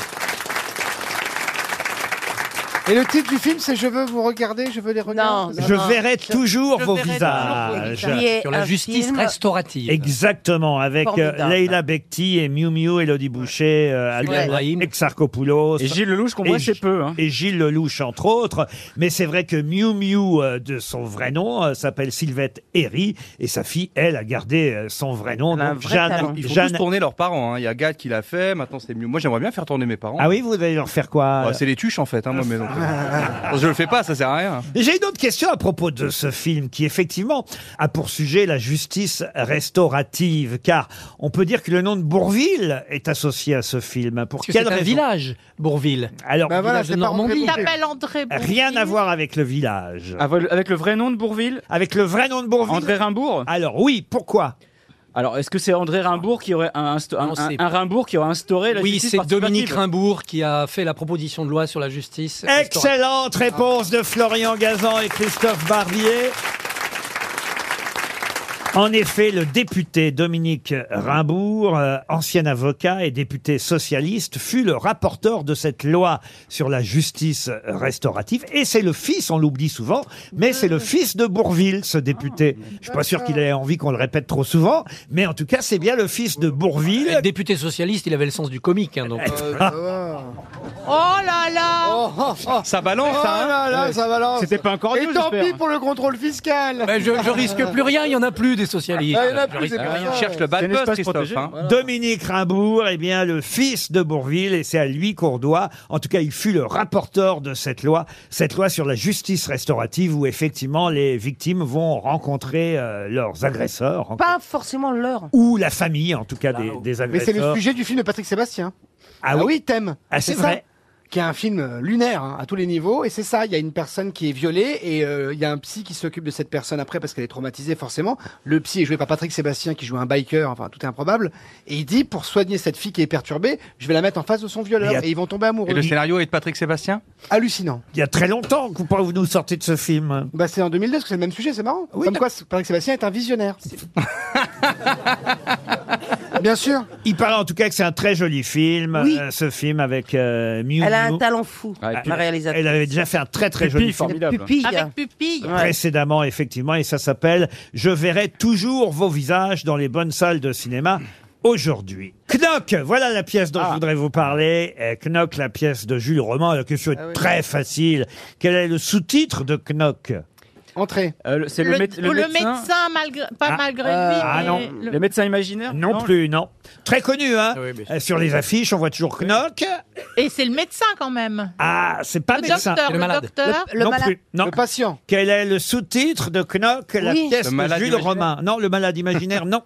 Et le titre du film, c'est Je veux vous regarder, je veux les regarder. Je verrai toujours vos visages. Sur la justice restaurative. Exactement, avec Formidable. euh, Leila Bekti et Miu Miu, Elodie Boucher, euh, Sullivan Adèle Exarchopoulos. Et Gilles Lelouch, qu'on voit Et assez Gi- peu, hein. Et Gilles Lelouch, entre autres. Mais c'est vrai que Miu Miu, euh, de son vrai nom, euh, s'appelle Sylvette Herry. Et sa fille, elle, a gardé euh, son vrai nom. donc Jeanne, Ils font Jeanne- tous tourner leurs parents. hein. Il y a Gad qui l'a fait, maintenant c'est mieux. Moi j'aimerais bien faire tourner mes parents. Ah oui, vous allez leur faire quoi euh Bah, c'est les tuches en fait, hein, moi, mais donc, euh, je le fais pas, ça sert à rien. J'ai une autre question à propos de ce film qui, effectivement, a pour sujet la justice restaurative, car on peut dire que le nom de Bourville est associé à ce film. Pour que quelle c'est un raison village, Bourville. Alors, Bah voilà, Village de c'est pas Normandie. Il s'appelle André Bourville. Rien à voir avec le village. Ah, Avec le vrai nom de Bourville Avec le vrai nom de Bourville André Rimbourg Alors oui, pourquoi alors, est-ce que c'est André Rimbourg qui aurait un, insta- un- Non, un- c'est- un Rimbourg qui aurait instauré la Oui, justice c'est Dominique participative Rimbourg qui a fait la proposition de loi sur la justice. Excellente réponse de Florian Gazan et Christophe Barbier. En effet, le député Dominique Rimbourg, euh, ancien avocat et député socialiste, fut le rapporteur de cette loi sur la justice restaurative. Et c'est le fils, on l'oublie souvent, mais c'est le fils de Bourville, ce député. Je suis pas sûr qu'il ait envie qu'on le répète trop souvent, mais en tout cas, c'est bien le fils de Bourville. Député socialiste, il avait le sens du comique. hein, donc, euh, Oh là là Ça balance, Oh hein. là là, Ouais. ça balance. C'était pas encore Et Dieu, tant j'espère. pis pour le contrôle fiscal. Mais je, je risque plus rien, il n'y en a plus des socialistes. Ah, il y en a Je plus, risque c'est pour rien. ça. Cherche le bad C'est un buzz, espace Christophe. protégé. hein. Dominique Rimbourg, eh bien, le fils de Bourville, et c'est à lui qu'on doit. En tout cas, il fut le rapporteur de cette loi, cette loi sur la justice restaurative où effectivement les victimes vont rencontrer euh, leurs agresseurs. en- Pas forcément l'heure. Ou la famille, en tout cas, des, des Mais agresseurs. c'est le sujet du film de Patrick Sébastien. Ah oui. t'aimes. Ah, c'est vrai. Qui est un film euh, lunaire hein, à tous les niveaux. Et c'est ça, il y a une personne qui est violée et euh, il y a un psy qui s'occupe de cette personne après parce qu'elle est traumatisée forcément. Le psy est joué par Patrick Sébastien qui joue un biker, enfin tout est improbable. Et il dit, pour soigner cette fille qui est perturbée, je vais la mettre en face de son violeur. Mais il y a- Et ils vont tomber amoureux. Et le scénario est de Patrick Sébastien Hallucinant. Il y a très longtemps que vous, vous nous sortez de ce film. Bah, c'est en 2002 parce que c'est le même sujet, c'est marrant. Comme quoi, c'est- Patrick Sébastien est un visionnaire. Bien sûr. Il paraît en tout cas que c'est un très joli film, euh, ce film avec euh, Miu Elle a Miu. un talent fou, Ah, et puis, la réalisatrice. Elle avait déjà fait un très très joli film. Pupille. Avec pupille. précédemment, effectivement, et ça s'appelle Je verrai toujours vos visages dans les bonnes salles de cinéma. Aujourd'hui, Knock, voilà la pièce dont je voudrais vous parler. Eh, Knock, la pièce de Jules Roman. La question est Ah très facile. Quel est le sous-titre de Knock Entrée. Euh, C'est le, Le, mé- ou le médecin, malgré, pas Ah. malgré lui. Ah mais non, le- médecin imaginaire Non, plus, non. Très connu, hein bien Euh, Sur les affiches, on voit toujours Knock. Et c'est le médecin quand même. Ah, c'est pas Le médecin. docteur, le Le malade. docteur. Le- le non malade. plus. Non. patient. Quel est le sous-titre de Knock, la Oui. pièce Le de malade Jules imaginaire. Romain Non, le malade imaginaire, non.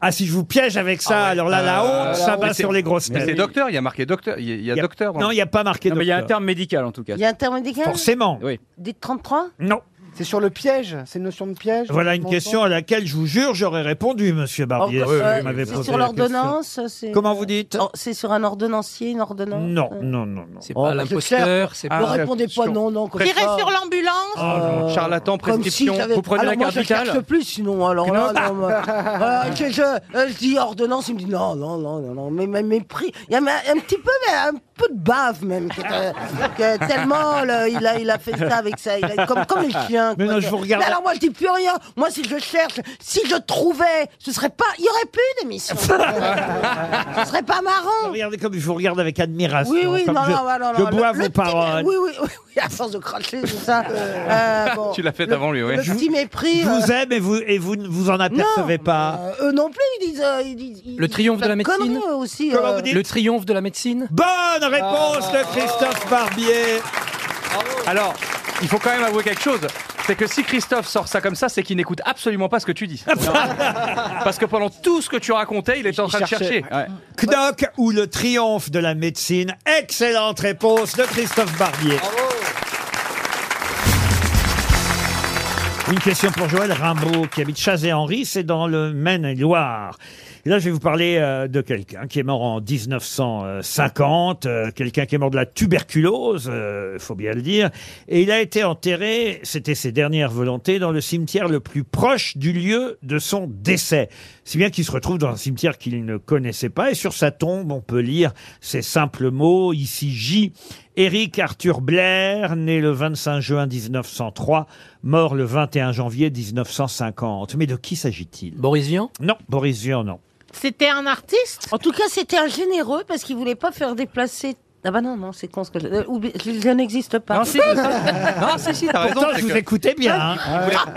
Ah, si je vous piège avec Ah ça, alors là, la honte, ça Euh, Mais va c'est- sur les grosses Mais c'est têtes. docteur, il y a marqué docteur. Il y a, il y a docteur. hein. Non, il n'y a pas marqué Non, mais il y a un docteur. terme médical en tout cas. Il y a un terme médical Forcément. Oui. Des 33 Non. C'est sur le piège, c'est une notion de piège. Voilà je une m'entends. question à laquelle je vous jure j'aurais répondu, Monsieur Barbier. si vous Euh, m'avez c'est posé sur la question. l'ordonnance c'est- Comment vous dites Oh, C'est sur un ordonnancier, une ordonnance Euh. Non, non, non, non. Oh, bah, C'est pas l'imposteur, c'est pas- Ne répondez pas non, non, comme Tirer ça. sur l'ambulance Oh Euh, charlatan, comme prescription. si j'avais- Vous prenez alors la moi, carte je vitale cherche plus, sinon. Alors là, non, moi, euh, je, je- euh, je dis ordonnance, il me dit non, non, non, non, non, mais, mais mépris. Il y a un, un petit peu, mais un peu de bave même. que, euh, que tellement le- il, a, il a fait ça avec ça, il a- comme, comme les chiens. Mais quoi. non, je vous regarde- Mais alors moi, je dis plus rien. Moi, si je cherche, si je trouvais, ce serait pas. Il y aurait plus d'émission. ce serait pas marrant. Regardez comme je vous regarde avec admiration. Oui, oui, Ah, comme non, je, non, non, non, je non, bois le- vos le petit- paroles. Oui, oui, oui, oui, à force de cracher, tout ça. Euh, bon, Tu l'as fait le- avant lui, oui. Le Je vous- petit mépris. Je euh, vous aime et vous et vous ne vous en apercevez pas. euh, eux non plus, ils disent. euh, ils disent- ils- Le triomphe ils- Bah, de la médecine. conneries, eux aussi. Comment euh. vous dites Le triomphe de la médecine Bonne réponse de Ah. Christophe Barbier. Alors, il faut quand même avouer quelque chose. C'est que si Christophe sort ça comme ça, c'est qu'il n'écoute absolument pas ce que tu dis. Parce que pendant tout ce que tu racontais, il était en train de cherchait. chercher. Knock ou le triomphe de la médecine. Excellente réponse de Christophe Barbier. Une question pour Joël Rimbaud qui habite Chazé-Henri, c'est dans le Maine-et-Loire. Et là, je vais vous parler euh, de quelqu'un qui est mort en 1950, euh, quelqu'un qui est mort de la tuberculose, euh, faut bien le dire, et il a été enterré, c'était ses dernières volontés, dans le cimetière le plus proche du lieu de son décès. Si bien qu'il se retrouve dans un cimetière qu'il ne connaissait pas, et sur sa tombe, on peut lire ces simples mots, ici J. Éric Arthur Blair, né le 25 juin 1903, mort le 21 janvier 1950. Mais de qui s'agit-il Boris Vian Non, Boris Vian, non. C'était un artiste En tout cas, c'était un généreux parce qu'il voulait pas faire déplacer. Ah bah non, non, c'est con ce que je. euh, oublie- je- je n'existe pas. Non, si, si, si. Non, si, si, t'as raison, Pourtant, je c'est vous que- écoutais bien, hein. Ah, merde,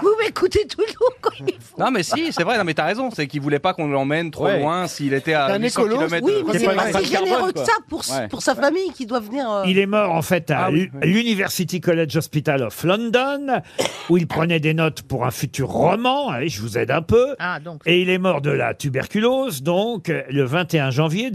vous m'écoutez toujours quand il faut. Non mais si, c'est vrai, non mais t'as raison, c'est qu'il voulait pas qu'on l'emmène trop Ouais. loin s'il était Ah, à Un 800 écolo, km. oui, mais c'est pas si généreux que ça pour, pour sa famille qui doit venir. euh, Il est mort en fait à Ah oui, oui. l'University College Hospital of London, où il prenait des notes pour un futur roman. Allez, je vous aide un peu. Ah, donc. Et il est mort de la tuberculose, donc euh, le 21 janvier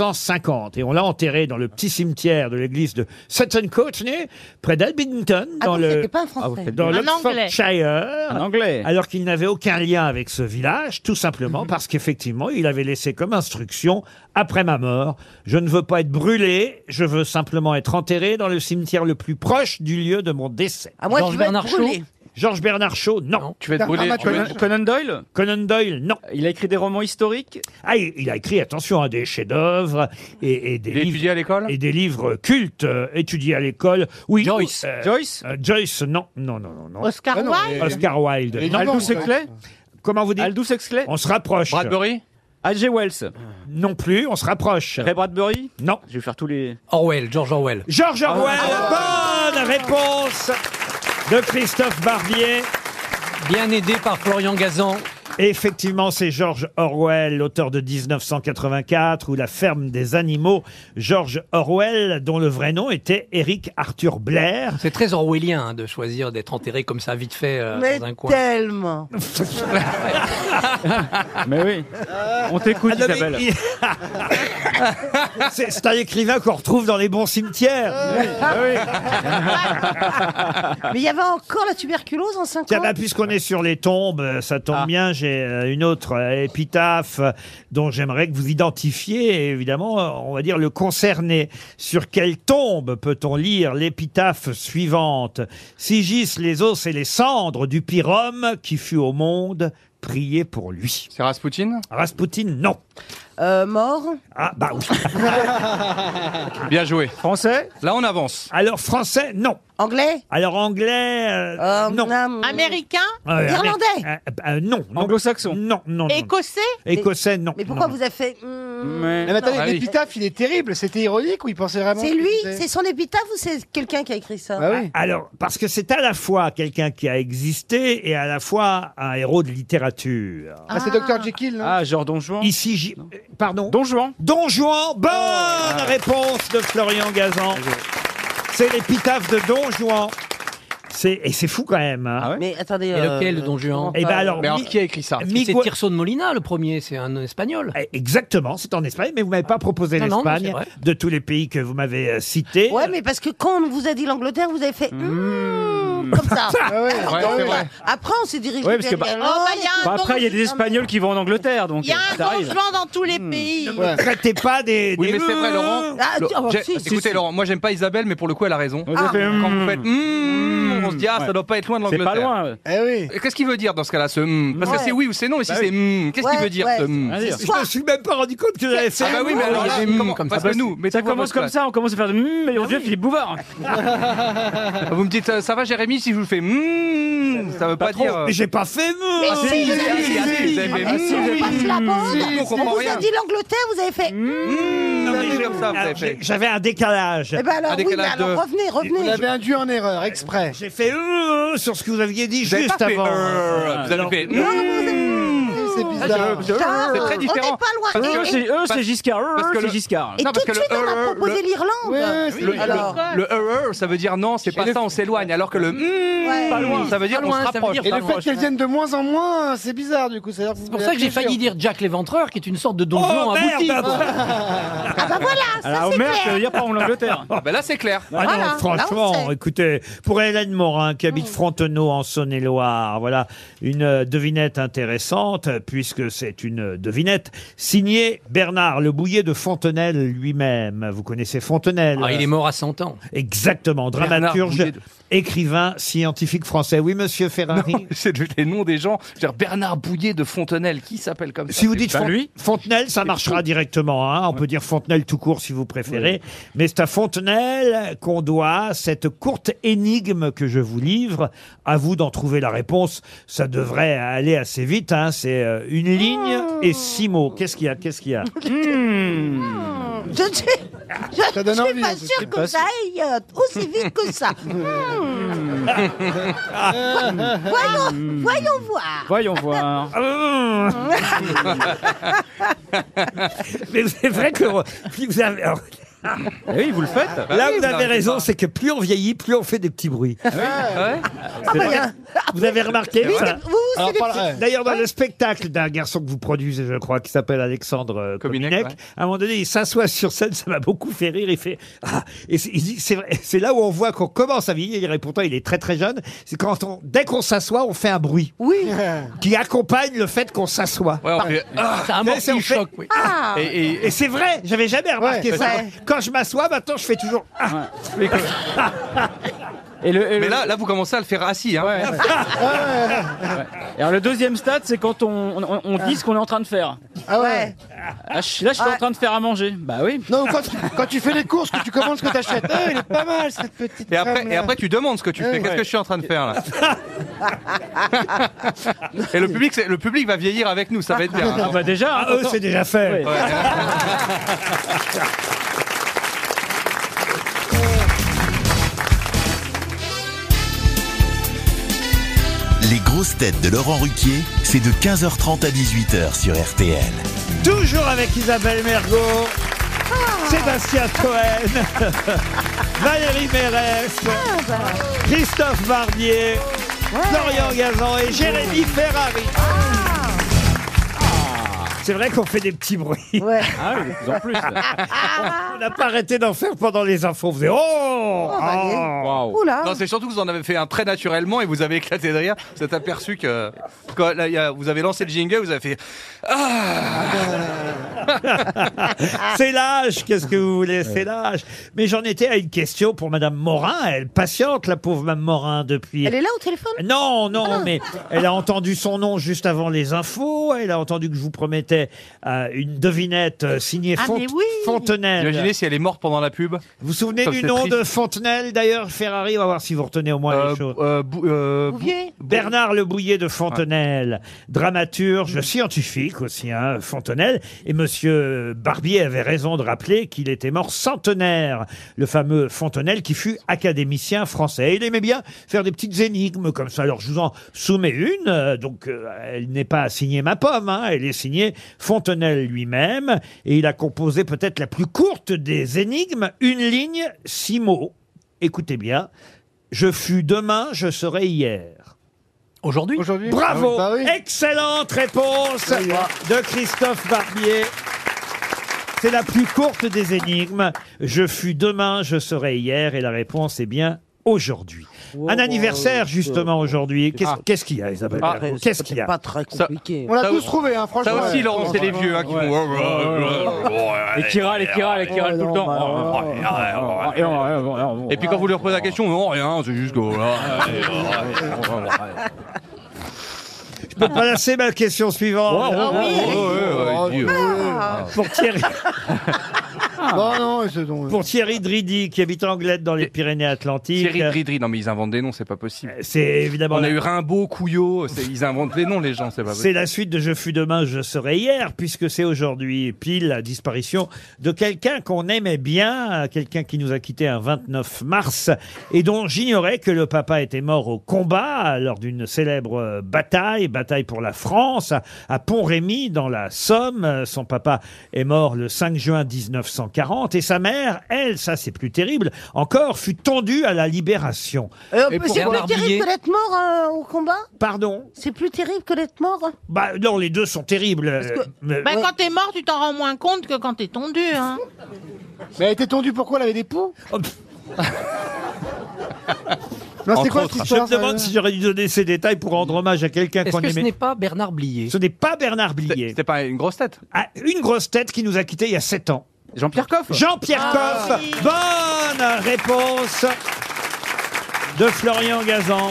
1950. Et on l'a enterré dans le petit cimetière de l'église de Sutton Courtenay, près d'Edmonton, dans le Ah, pas un Français. dans Un l'Oxfordshire. Un anglais. Alors qu'il n'avait aucun lien avec ce village, tout simplement parce qu'effectivement, il avait laissé comme instruction après ma mort, je ne veux pas être brûlé, je veux simplement être enterré dans le cimetière le plus proche du lieu de mon décès. Ah, moi, je Georges veux être Bernard Shaw brûlé. Ah, Georges Bernard Shaw, non. Tu vas être brûlé. Conan, Conan Doyle Conan Doyle, non. Il a écrit des romans historiques Ah, il il a écrit, attention, hein, des chefs-d'œuvre et, et des livres à l'école et des livres cultes euh, étudiés à l'école. Oui. Joyce. Joyce. Joyce, non, non, non, non, non. Oscar Ah non, Wilde mais- Oscar Wilde. Et non. Aldous Huxley Comment vous dites Aldous Huxley On se rapproche. Bradbury H.G. Wells Non plus, on se rapproche. Ray Bradbury Non. Je vais faire tous les... Ah, Orwell, George Orwell. George Orwell. bonne réponse de Christophe Barbier. Bien aidé par Florian Gazan. Effectivement, c'est George Orwell, l'auteur de 1984 ou La ferme des animaux. George Orwell, dont le vrai nom était Eric Arthur Blair. C'est très orwellien hein, de choisir d'être enterré comme ça vite fait euh, Mais dans un coin. tellement Mais oui. On t'écoute, Ah non, mais Isabelle. il- c'est c'est un écrivain qu'on retrouve dans les bons cimetières. Ah Mais il y avait encore la tuberculose en 50 Tiens, bah, puisqu'on est sur les tombes, euh, ça tombe bien, j'ai euh, une autre euh, épitaphe euh, dont j'aimerais que vous identifiez, et évidemment, euh, on va dire le concerné. Sur quelle tombe peut-on lire l'épitaphe suivante Si gissent les os et les cendres du pire homme qui fut au monde, priez pour lui. C'est Rasputin Rasputin, non. Euh, mort Ah, bah oui. Bien joué. Français Là on avance. Alors, français, non. Anglais Alors, anglais, euh, non. Américain Euh, Amé- Ah, Irlandais euh, euh, Non. non. Anglo-saxon Non, non, non. Écossais Écossais, non. Mais pourquoi non, non. vous avez fait hmm, Mais, attendez, Ah oui. l'épitaphe, il est terrible. C'était ironique ou il pensait vraiment C'est que lui c'était- C'est son épitaphe ou c'est quelqu'un qui a écrit Ah Bah ça Ah, Alors, parce que c'est à la fois quelqu'un qui a existé et à la fois un héros de littérature. Ah, c'est Dr. Jekyll, non Ah, genre Don Juan Ici, j'y- euh, pardon. Don Juan Ah. Don Juan, bonne réponse de Florian Gazan. C'est l'épitaphe de Don Juan. C'est, et c'est fou quand même. Ah hein. Mais attendez. euh, Et lequel, euh, Don Juan Eh ben alors, Mais alors, Mi- qui a écrit ça C'est Miguel- Eh, Tirso de Molina, le premier, c'est un espagnol. Exactement, c'est en Espagne, mais vous m'avez pas proposé Non, non, mais c'est l'Espagne vrai. de tous les pays que vous m'avez euh, cités. Mmh. Ouais, mais parce que quand on vous a dit l'Angleterre, vous avez fait. hmm, comme ça. Ah ouais, ouais, Donc, c'est vrai. Après, on s'est dirigé Oh, Ouais, vers parce que, bah, l'Irlande. Bah, après, il y a des Espagnols qui vont en Angleterre, donc Il y a euh, un ça arrive. changement dans tous les pays. Ouais. Traitez pas des. Oui, des- mais c'est vrai, Laurent. Ah, Lo- tu- oh, j'ai- si, si, Écoutez, si. Laurent, moi j'aime pas Isabelle, mais pour le coup, elle a raison. avez fait, Quand vous faites hmm, on se dit, ah, Ouais. ça doit pas être loin de C'est pas l'Angleterre. loin, ouais. Et Qu'est-ce qu'il veut dire dans ce cas-là, ce hmm Parce Ouais. que c'est oui ou c'est non, et si Bah c'est oui. hmm, qu'est-ce qu'il Ouais, veut dire, ouais. ce hmm Ah, C'est- dire. Je me suis même pas rendu compte que j'avais fait. Ah bah oui, mais alors, il y a des hmm, comme ça. Parce que nous, mettez-vous ça à votre commence comme place. ça, on commence à faire de hmm, mais on devient Philippe Bouvard. Vous me dites, euh, ça va, Jérémy, si je vous fais hmm, ça veut pas, dire. euh, Mais j'ai pas fait mou. hmm. Ah, si, si, si, si, vous avez fait, Ah, si, hmm. on passe la bande. Si, on on comprend vous rien. a dit l'Angleterre, vous avez fait. Hmm. Non, mais comme ça, vous alors, avez fait. j'ai- J'avais un décalage. Eh ben alors, oui, mais alors revenez, Vous revenez. l'avez induit en erreur, exprès. J'ai fait euh, sur ce que vous aviez dit Vous avez juste pas fait avant. Ah, euh, vous avez fait Non. C'est bizarre. C'est on Ah, très est différent. pas loin. Parce Et- que E, Eux, c'est- eux, c'est Giscard. parce Eux, que c'est le- Giscard. Et Non, tout parce de que suite, le on m'a euh, proposé le- Ah, l'Irlande. Le, le, Alors, le erreur, ça veut dire non, c'est pas ça, on s'éloigne. Alors que le hmm, Ouais. pas loin, ça veut dire Pas on loin, se ça veut rapproche. dire Et pas le fait proche, qu'elles ouais. viennent de moins en moins, c'est bizarre du coup. C'est C'est pour ça que j'ai failli dire Jack l'éventreur, qui est une sorte de donjon Oh, abouti. merde Ah bah voilà, ça Alors, c'est merde, clair. ça veut dire pas en Angleterre. Ah ben là, c'est clair. Ah Voilà, non, là, on franchement, sait. Mmh. écoutez, pour Hélène Morin, qui habite Frontenot en Saône-et-Loire, voilà une euh, devinette intéressante, euh, puisque c'est une euh, devinette signée Bernard Le Bouillet de Fontenelle lui-même. Vous connaissez Fontenelle Ah, il est mort à 100 ans. Exactement, Bernard dramaturge, Bouillet de- écrivain, scientifique français. Oui, monsieur Ferrari C'est le- les noms des gens. Je veux dire, Bernard Bouillet de Fontenelle, qui s'appelle comme ça Si vous C'est dites ben pas Fon- lui Fontenelle, ça marchera directement. hein. On peut dire Fontenelle tout court si vous préférez. Mais c'est à Fontenelle qu'on doit cette courte énigme que je vous livre. À vous d'en trouver la réponse. Ça devrait aller assez vite. hein. C'est euh, une ligne et six mots. Qu'est-ce qu'il y a Qu'est-ce qu'il y a Je ne suis, je Ça donne ne suis envie, pas ça sûr que ça aille euh, aussi vite que ça. Hmm. voyons, voyons voir. Voyons voir. Ah. Mais c'est vrai que vous avez- alors, Eh oui, vous le faites. là, vous avez raison. C'est que plus on vieillit, plus on fait des petits bruits. Ah bah, il y a- Vous avez remarqué oui, ça vous, Ah, vous, c'est des petits- D'ailleurs, dans le spectacle d'un garçon que vous produisez, je crois, qui s'appelle Alexandre euh, Kominek, Kominek, ouais. à un moment donné, il s'assoit sur scène, ça m'a beaucoup fait rire. Il fait ah, et c'est- il dit, c'est vrai, c'est là où on voit qu'on commence à vieillir et pourtant il est très très jeune. C'est quand on, dès qu'on s'assoit, on fait un bruit Oui. qui accompagne le fait qu'on s'assoit. Ah Ouais, on fait- C'est un Mais c'est morceau en fait- choc, oui. Ah. et, et- Et c'est vrai, j'avais jamais remarqué Ouais. ça. Ouais. Quand je m'assois, maintenant, je fais toujours. Ah, Et le, et mais le- là, là, vous commencez à le faire assis. Hein. Ouais. Et Alors, le deuxième stade, c'est quand on, on, on dit ce qu'on est en train de faire. Ah ouais. Ouais. Ah, je- là, je suis en train de faire à manger. Bah oui. Non, quand tu, quand tu fais les courses, que tu commandes ce que t'achètes. Eh, il est pas mal cette petite. Et Ah, après, crème-là. et après, tu demandes ce que tu fais. Qu'est-ce que je suis en train de faire là Et le public, c'est- le public va vieillir avec nous, ça va être bien. hein. Ah, bah déjà. Ah, eux, attends. c'est déjà fait. Ouais. Les grosses têtes de Laurent Ruquier, c'est de 15h30 à 18h sur RTL. Toujours avec Isabelle Mergot, Sébastien Cohen, Valérie Mérès, Christophe Barbier, Florian Gazan et Jérémy Ferrari. Ah. C'est vrai qu'on fait des petits bruits. Ouais. Ah oui, de plus en plus. On n'a pas arrêté d'en faire pendant les infos. On faisait Oh, bah, Valérie. oh. Waouh. Oula. Non, c'est surtout que vous en avez fait un très naturellement et vous avez éclaté de rire. Vous êtes aperçu que quand là, il y a- vous avez lancé le jingle, vous avez fait Ah. C'est l'âge, qu'est-ce que vous voulez, c'est l'âge. Mais j'en étais à une question pour Madame Morin. Elle patiente, la pauvre Madame Morin, depuis. Elle est là au téléphone Ah. Non, non, mais elle a entendu son nom juste avant les infos. Elle a entendu que je vous promettais euh, une devinette euh, signée Ah, Font- mais oui. Fontenelle. Imaginez si elle est morte pendant la pub. Vous vous souvenez Ça, du c'est nom triste. de Fontenelle d'ailleurs, Ferrari On va voir si vous retenez au moins Euh, les choses. euh, Bou- euh, Bou- Bouvier Bernard Le Bouillet de Fontenelle, dramaturge, scientifique aussi, hein, Fontenelle. Et Monsieur Barbier avait raison de rappeler qu'il était mort centenaire, le fameux Fontenelle qui fut académicien français. Et il aimait bien faire des petites énigmes comme ça. Alors je vous en soumets une. euh, Donc euh, elle n'est pas signée ma pomme, hein, elle est signée Fontenelle lui-même. Et il a composé peut-être la plus courte des énigmes, une ligne, six mots. Écoutez bien. Je fus demain, je serai hier. Aujourd'hui Aujourd'hui. Bravo Ah oui, bah oui. Excellente réponse Oui, oui. de Christophe Barbier. C'est la plus courte des énigmes. Je fus demain, je serai hier. Et la réponse est bien aujourd'hui. Un anniversaire, justement, aujourd'hui. Qu'est-ce qu'est-ce qu'il y a, Isabelle Ah, Mergo c'est Qu'est-ce qu'il y a pas très compliqué. On l'a tous trouvé, hein, franchement. Ça aussi, Laurent, c'est les vieux hein, qui vont. Et qui râle, et qui râle, et qui râle tout le Oh, bah, Oh, temps. Et puis quand vous leur posez la question, non, rien, c'est juste que. Ah, voilà. Ah. Je peux pas lancer ma question suivante. Ah oui. ah, Oh, Dieu. Pour Thierry. Ah. Bah Non, non, c'est donc. Pour Thierry Dridi, qui habite Anglette dans les Pyrénées-Atlantiques. Thierry Dridri, non mais ils inventent des noms, c'est pas possible. c'est évidemment On a la- eu Rimbaud, Couillot, c'est- ils inventent des noms, les gens, c'est pas C'est possible. la suite de Je fus demain, je serai hier, puisque c'est aujourd'hui pile la disparition de quelqu'un qu'on aimait bien, euh, quelqu'un qui nous a quitté un 29 mars et dont j'ignorais que le papa était mort au combat lors d'une célèbre euh, bataille, bataille pour la France, à- à Pont-Rémy dans la Somme. Euh, Son papa est mort le 5 juin 1940 et sa mère, elle, ça c'est plus terrible, encore fut tendue à la libération. C'est plus terrible que d'être mort euh, au combat Pardon C'est plus terrible que d'être mort Bah non, les deux sont terribles. euh, mais- Ben, quand t'es mort, tu t'en rends moins compte que quand t'es tondu. Hein. Mais elle était tendue, pourquoi Elle avait des poux Oh. Non, c'est quoi cette histoire, euh, Je me demande ça si j'aurais dû donner ces détails pour rendre hommage à quelqu'un Est-ce qu'on que ce aimait. n'est pas Bernard Blier Ce n'est pas Bernard Blier. C'était pas une grosse tête Une grosse tête qui nous a quittés il y a 7 ans. Jean-Pierre Coff Jean-Pierre Ah, Coff oui. Bonne réponse de Florian Gazan.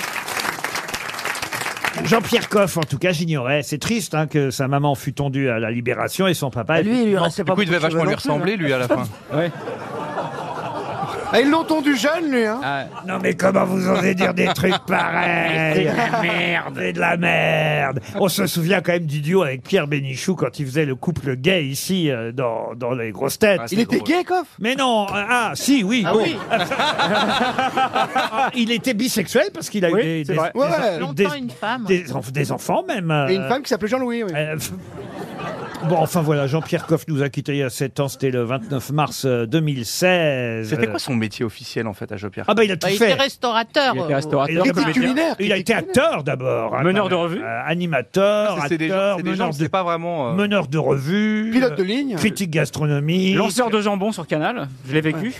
Jean-Pierre Coff, en tout cas, j'ignorais. C'est triste hein, que sa maman fut tendue à la libération et son papa. Bah, Lui, il lui effectivement- restait pas Du coup, il beaucoup devait de cheveux vachement lui non plus, ressembler, hein. lui, à la fin. Ouais. Ah, Ils l'ont tendu jeune, lui. Hein. Ah. Non mais comment vous osez dire des trucs pareils C'est de la merde C'est de la merde On se souvient quand même du duo avec Pierre Bénichou quand il faisait le couple gay ici euh, dans, dans les grosses têtes. Ah, Il était gay, Coff Mais non euh, Ah si, oui Ah bon. oui. Il était bisexuel parce qu'il a eu des, c'est des- vrai. des- Ouais. des- Longtemps une femme. des enf- des enfants même. Et une euh, femme qui s'appelait Jean-Louis, oui. Bon, enfin voilà, Jean-Pierre Coff nous a quittés il y a 7 ans, c'était le 29 mars euh, 2016. C'était quoi son métier officiel en fait à Jean-Pierre Ah bah il a tout Ben, il fait. était restaurateur. Il euh, a été- Il a été acteur d'abord. hein, Meneur de quand même. revue. Euh, animateur, Ah, c'est- c'est des gens- acteur, c'est des gens, meneur, c'est de, pas vraiment. euh, meneur de revue. Pilote de euh, ligne. Critique gastronomie. Lanceur de jambon sur Canal, je l'ai vécu.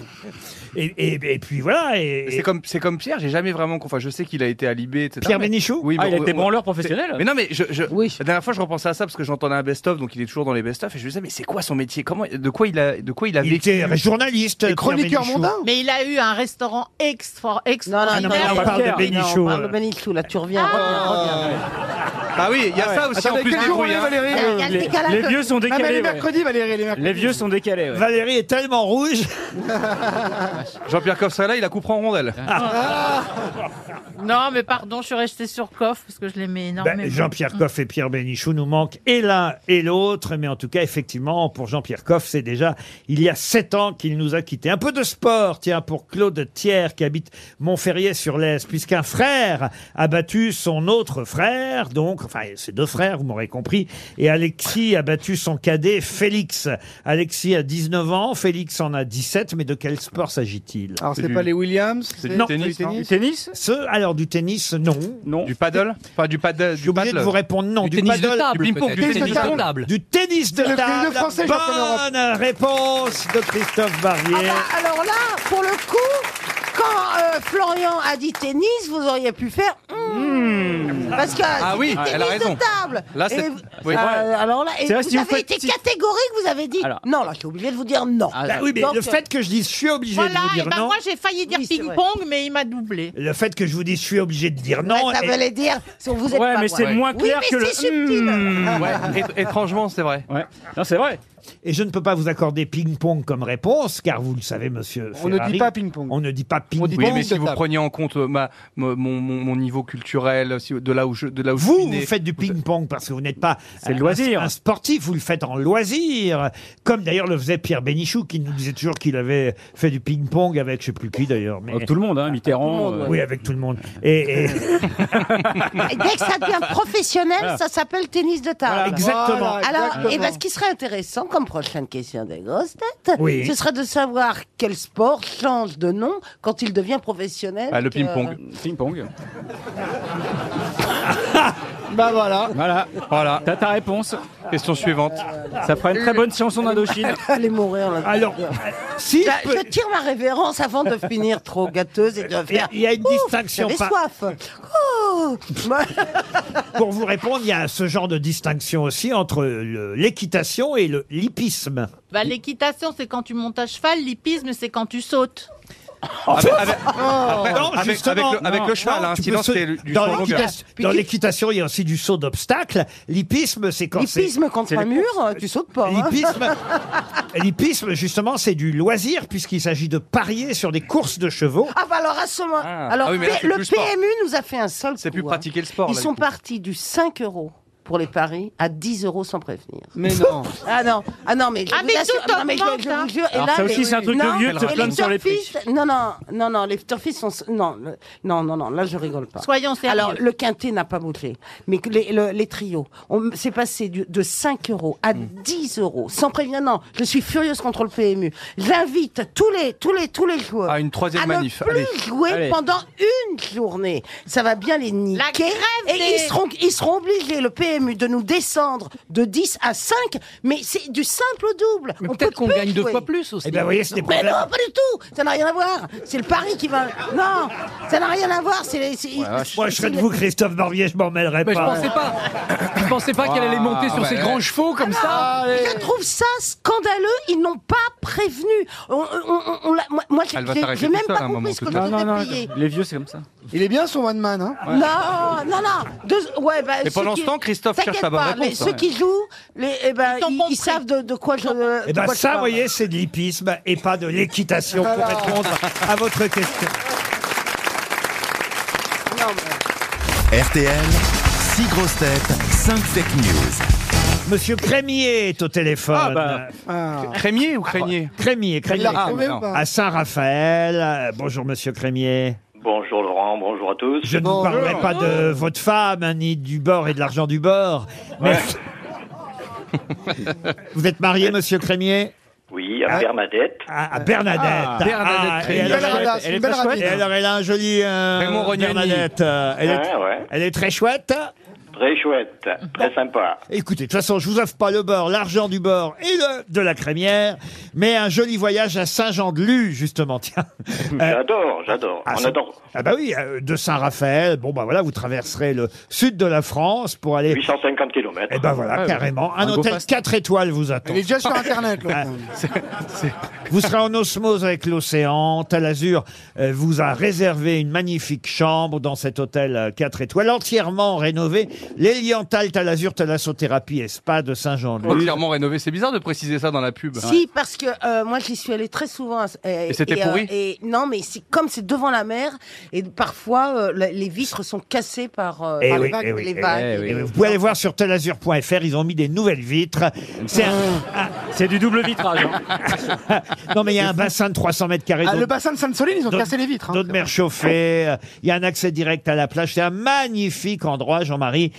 Et, et- et puis voilà. Et, C'est comme, c'est comme Pierre, j'ai jamais vraiment. Enfin, je sais qu'il a été à l'IB, etc. Pierre mais- Bénichou Oui, Ah, mais il a on- été on- branleur c'est- professionnel. Mais non, mais je, je- la dernière fois, je repensais à ça parce que j'entendais un best-of, donc il est toujours dans les best-of, et je me disais, mais c'est quoi son métier Comment, De quoi il a, de quoi il a Il vécu était journaliste, Pierre Bénichou. Mais il a eu un restaurant extra, Ah, extraordinaire. non, mais on parle de Bénichou, Non, on parle de euh. Bénichou, là, tu reviens, reviens, reviens. Ah, Ah oui, il y a ça aussi Attends, en plus quel du jour on bruit, est, hein. Valérie Il y a le Les- décalage. les vieux sont Ah, mais décalés, les ouais. mercredis, Valérie, les mercredis. Les vieux sont décalés. ouais. Valérie est tellement rouge. Jean-Pierre Coff serait là, il la coupera en rondelle. Ah. Ah, Non, mais pardon, je suis restée sur Coff parce que je l'aimais Ben, énormément. Jean-Pierre Coff et Pierre Bénichou nous manquent et l'un et l'autre, mais en tout cas, effectivement, pour Jean-Pierre Coff, c'est déjà il y a sept ans qu'il nous a quittés. Un peu de sport, tiens, pour Claude Thiers qui habite Montferrier sur l'Est, puisqu'un frère a battu son autre frère, donc, enfin, c'est deux frères, vous m'aurez compris, et Alexis a battu son cadet Félix. Alexis a 19 ans, Félix en a 17, mais de quel sport s'agit-il Alors, c'est pas les Williams C'est Non. du tennis Ce, alors du tennis, non. Non. Du paddle Enfin, du paddle. Du obligé paddle. de vous répondre non. Du, paddle, du ping-pong, du tennis de table. Du tennis de Le tennis de table. français, champion d'Europe. Bonne réponse de Christophe Barrier. Ah bah, alors là, pour le coup, quand euh, Florian a dit tennis, vous auriez pu faire. hmm. Parce que Ah c'est oui, du tennis elle a raison. de table. Là, c'est- Et- oui. euh, alors là, et C'est vrai, vous si vous avez faites- été si- catégorique, vous avez dit Alors- non. Là, je suis obligé de vous dire non. Bah oui, mais Donc, le fait que je dise je suis obligé Voilà, de vous et dire ben non. moi j'ai failli dire c'est vrai. ping-pong, mais il m'a doublé. Le fait que je vous dise je suis obligé de dire euh, non. ça et- voulait dire si on vous êtes Ouais, pas mais moi. c'est moins Oui, clair mais que le. c'est hum. subtil. Hmm, ouais. Ouais, é- étrangement, c'est vrai. Ouais. Non, c'est vrai. Et je ne peux pas vous accorder ping-pong comme réponse, car vous le savez, monsieur. On ne dit Ferrari, pas ping-pong. On ne dit pas ping-pong. Oui, mais si vous preniez en compte euh, ma, mon, mon, mon niveau culturel, si- de là où je, de là où je suis Vous, né. vous faites du ping-pong parce que vous n'êtes pas C'est le un- loisir. Un, sportif, vous le faites en loisir. Comme d'ailleurs le faisait Pierre Bénichou, qui nous disait toujours qu'il avait fait du ping-pong avec je sais plus qui d'ailleurs. Mais... Avec tout le monde, hein, Mitterrand. euh, Oui, avec tout le monde. Et, et- Et dès que ça devient professionnel, ça s'appelle tennis de table. Ah. Voilà, exactement. Voilà, Alors, exactement. et ben, ce qui serait intéressant comme prochaine question des grosses têtes, Oui. ce serait de savoir quel sport change de nom quand Ah, euh, il devient professionnel. Ah, le que- ping-pong. Ping-pong. Bah voilà. Voilà. Voilà. T'as ta réponse. Question suivante. Ça fera une très bonne chanson d'Indochine. Allez mourir là. Alors, si je, je tire ma révérence avant de finir trop gâteuse et de faire. Il y a une Ouf, distinction J'avais par- soif. Oh Pour vous répondre, il y a ce genre de distinction aussi entre le- l'équitation et le l'hippisme. Bah, l'équitation, c'est quand tu montes à cheval. L'hippisme, c'est quand tu sautes. Ah, Avec- avec- oh. après, Non, avec- justement, avec le- avec non, le cheval, non, hein, tu sinon peux se- c'est du- du dans saut en longueur. l'équitation- Puis Dans qui- l'équitation, il y a aussi du saut d'obstacle. L'hippisme, c'est quand c'est- L'hippisme contre c'est un le- mur, tu sautes pas. hein. L'hippisme, l'hippisme, justement, c'est du loisir puisqu'il s'agit de parier sur des courses de chevaux. Ah bah alors à ce moment, Ah. alors Ah oui, mais là, P- c'est le plus sport. PMU nous a fait un seul C'est coup, plus hein. pratiquer le sport, Ils là, sont du coup. partis du 5 euros pour les paris à 10 euros sans prévenir. Mais non. ah non, ah non mais je Ah, vous mais assure- tout non, mais je- augmente, je vous hein. jure, et Alors là, ça aussi, mais- c'est un truc de Non, vieux de se et les plaindre sur les prix. turfistes- Non non non non les turfistes sont non le- non non non là je rigole pas. Soyons sérieux. Alors le quintet n'a pas bougé, mais que les, le- les trios, on c'est passé du- de 5 euros à Mm. 10 euros sans prévenir. Non, je suis furieuse contre le PMU. J'invite tous les tous les tous les joueurs Ah, une troisième à manif. Ne plus Allez. jouer Allez. pendant une journée. Ça va bien les niquer. grève et des- ils seront, ils seront obligés, le PMU, de nous descendre de 10 à 5, mais c'est du simple au double. on peut peut-être qu'on plus gagne deux jouer. fois plus aussi. Eh ben, vous voyez, ce n'est pas Mais grave. non, pas du tout Ça n'a rien à voir C'est le pari qui va... Non Ça n'a rien à voir, c'est... les- c'est- Moi, je serais de vous, Christophe Barbier, je m'en mêlerais Mais je pas. pensais pas, je pensais pas qu'elle allait monter sur Ah, ses ouais. grands chevaux comme ça. Ah Je trouve ça scandaleux, ils n'ont pas prévenu. On- on- on- on l'a- moi, moi, j'ai Elle va j'ai- t'arrêter j'ai toute même seule à pas un moment, compris ce toute qu'on seule. devait Non, non, non, payer. Les vieux, c'est comme ça. Il est bien son one man, hein Ouais. Non, non, non. Deux- ouais, bah, Mais ceux pendant qui- ce temps, Christophe cherche t'inquiète la bonne pas, réponse, les- ceux ouais. qui jouent, les, eh ben, ils, ils savent de, de quoi je. de Eh ben quoi je ça, vous parle. voyez, c'est de l'hippisme et pas de l'équitation pour Voilà. répondre à votre question. RTL, 6 grosses têtes, 5 fake news. Monsieur Crémier est au téléphone. Ah, Ah bah. Crémier ou craignier Crémier, Crémier. Il l'a retrouvé Ah, ou pas à Saint-Raphaël. Euh, Bonjour, monsieur Crémier. Bonjour Laurent, bonjour à tous. Je ne vous parlerai pas de votre femme, hein, ni du bord et de l'argent du bord. Mais vous êtes marié, monsieur Crémier Oui, à Bernadette. Ah. à, à Bernadette. Ah, Bernadette et Crémier. elle, Une belle radasse, elle une est belle très chouette. radine. Et hein. alors, elle a un joli euh, Raymond Rognoni. Bernadette. euh, elle, est, Ouais, Ah, ouais. elle est très chouette. Très chouette, très sympa. Écoutez, de toute façon, je vous offre pas le beurre, l'argent du beurre et le, de la crémière, mais un joli voyage à Saint-Jean-de-Luz, justement, tiens. Euh, J'adore, j'adore, ah, on ça- adore. Ah bah oui, euh, de Saint-Raphaël, bon bah voilà, vous traverserez le sud de la France pour aller... 850 km. Eh ben voilà, carrément, un, hôtel 4 étoiles vous attend. Ah, Il est déjà sur Internet, là. Vous serez en osmose avec l'océan. Talazur euh, vous a réservé une magnifique chambre dans cet hôtel euh, 4 étoiles, entièrement rénové. L'Eliantal Talazur Thalassothérapie et Spa de Saint-Jean-de-Luz. Clairement rénové. C'est bizarre de préciser ça dans la pub. Si, parce que euh, moi j'y suis allée très souvent. euh, Et c'était pourri et- Non, mais c'est comme c'est devant la mer, et parfois euh, la- les vitres sont cassées par, euh, Eh par les oui, vagues. eh oui, les eh vagues. oui, eh oui. Vous pouvez aller voir sur telazur.fr, ils ont mis des nouvelles vitres. C'est un- Ah. un- C'est du double vitrage. hein. non mais il y a un bassin de 300 mètres carrés. Ah, d'eau- le bassin de Sainte-Soline, ils ont d'eau- cassé les vitres. hein. D'eau de mer chauffée. euh, Il y a un accès direct à la plage. C'est un magnifique endroit, Jean-Marie.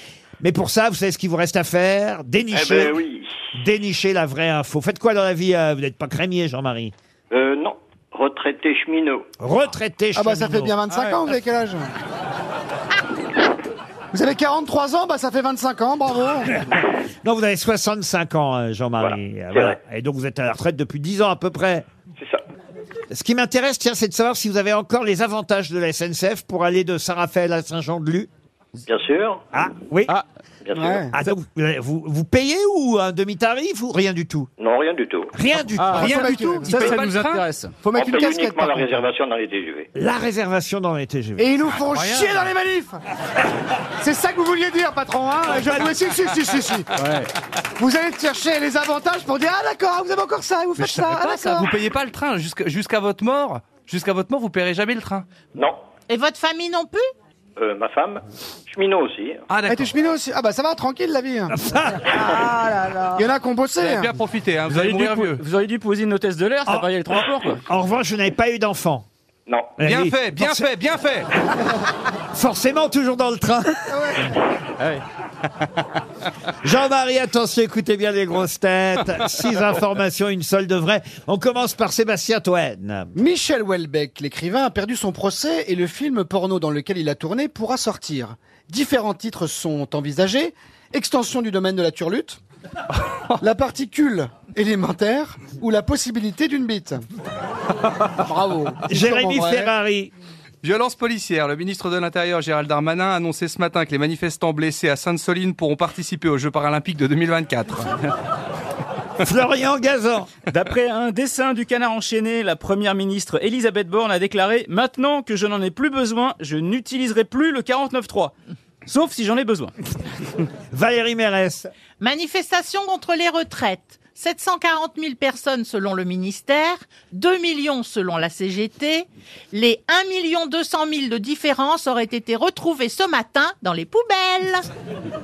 Mais pour ça, vous savez ce qu'il vous reste à faire Dénicher. Eh ben oui. Dénicher la vraie info. Faites quoi dans la vie euh, Vous n'êtes pas crémier, Jean-Marie. Euh, non, retraité cheminot. Retraité. Ah bah ça cheminot. fait bien 25 Ah ouais. ans, vous avez quel âge Vous avez 43 ans, bah ça fait 25 ans, bravo Non, vous avez 65 ans, euh, Jean-Marie. Euh, voilà. Et donc vous êtes à la retraite depuis 10 ans à peu près. C'est ça. Ce qui m'intéresse, tiens, c'est de savoir si vous avez encore les avantages de la SNCF pour aller de Saint-Raphaël à Saint-Jean-de-Luz. Bien sûr. Ah, oui. Ah, Bien sûr. donc, vous, vous, vous payez ou un demi-tarif ou rien du tout Non, rien du tout. Rien du Ah, tout. Rien du tout. Ça, ça nous intéresse. Faut On mettre une paye casquette. uniquement par la contre. réservation dans les TGV. La réservation dans les TGV. Et ils nous font chier dans les manifs C'est ça que vous vouliez dire, patron, hein Ah, Je oui, si, si, si, si, si. Vous allez chercher les avantages pour dire « Ah d'accord, vous avez encore ça, vous faites Mais je ça, savais ah, pas ça. d'accord Vous payez pas le train jusqu'à jusqu'à votre mort. Jusqu'à votre mort, vous paierez jamais le train. Non, Et votre famille non plus euh, ma femme, cheminot aussi. hein. Ah Ah, t'es cheminot aussi Ah bah ça va, tranquille la vie hein. Ah là là Il y en a qui ont bossé Vous avez hein. bien profité, hein, vous, Vous allez auriez, dû, mourir po- vieux. vous auriez dû poser une hôtesse de l'air, ça variait le transport. quoi. En revanche, je n'avais pas eu d'enfant. Non. Eh Bien oui. fait, bien Forcé- fait, bien fait. Forcément, toujours dans le train. Jean-Marie, attention, écoutez bien les grosses têtes. Six informations, une seule de vraie. On commence par Sébastien Toen. Michel Houellebecq, l'écrivain, a perdu son procès et le film porno dans lequel il a tourné pourra sortir. Différents titres sont envisagés. Extension du domaine de la turlute, la particule élémentaire ou la possibilité d'une bite. Bravo. Ah, Jérémy Sûrement vrai. Ferrari. Violence policière. Le ministre de l'Intérieur, Gérald Darmanin, a annoncé ce matin que les manifestants blessés à Sainte-Soline pourront participer aux Jeux paralympiques de 2024. Florian Gazan. D'après un dessin du canard enchaîné, la première ministre Elisabeth Borne a déclaré Maintenant que je n'en ai plus besoin, je n'utiliserai plus le 49.3. Sauf si j'en ai besoin. Valérie Mérès. Manifestation contre les retraites. 740 000 personnes selon le ministère, 2 millions selon la CGT. Les 1 200 000 de différence auraient été retrouvés ce matin dans les poubelles.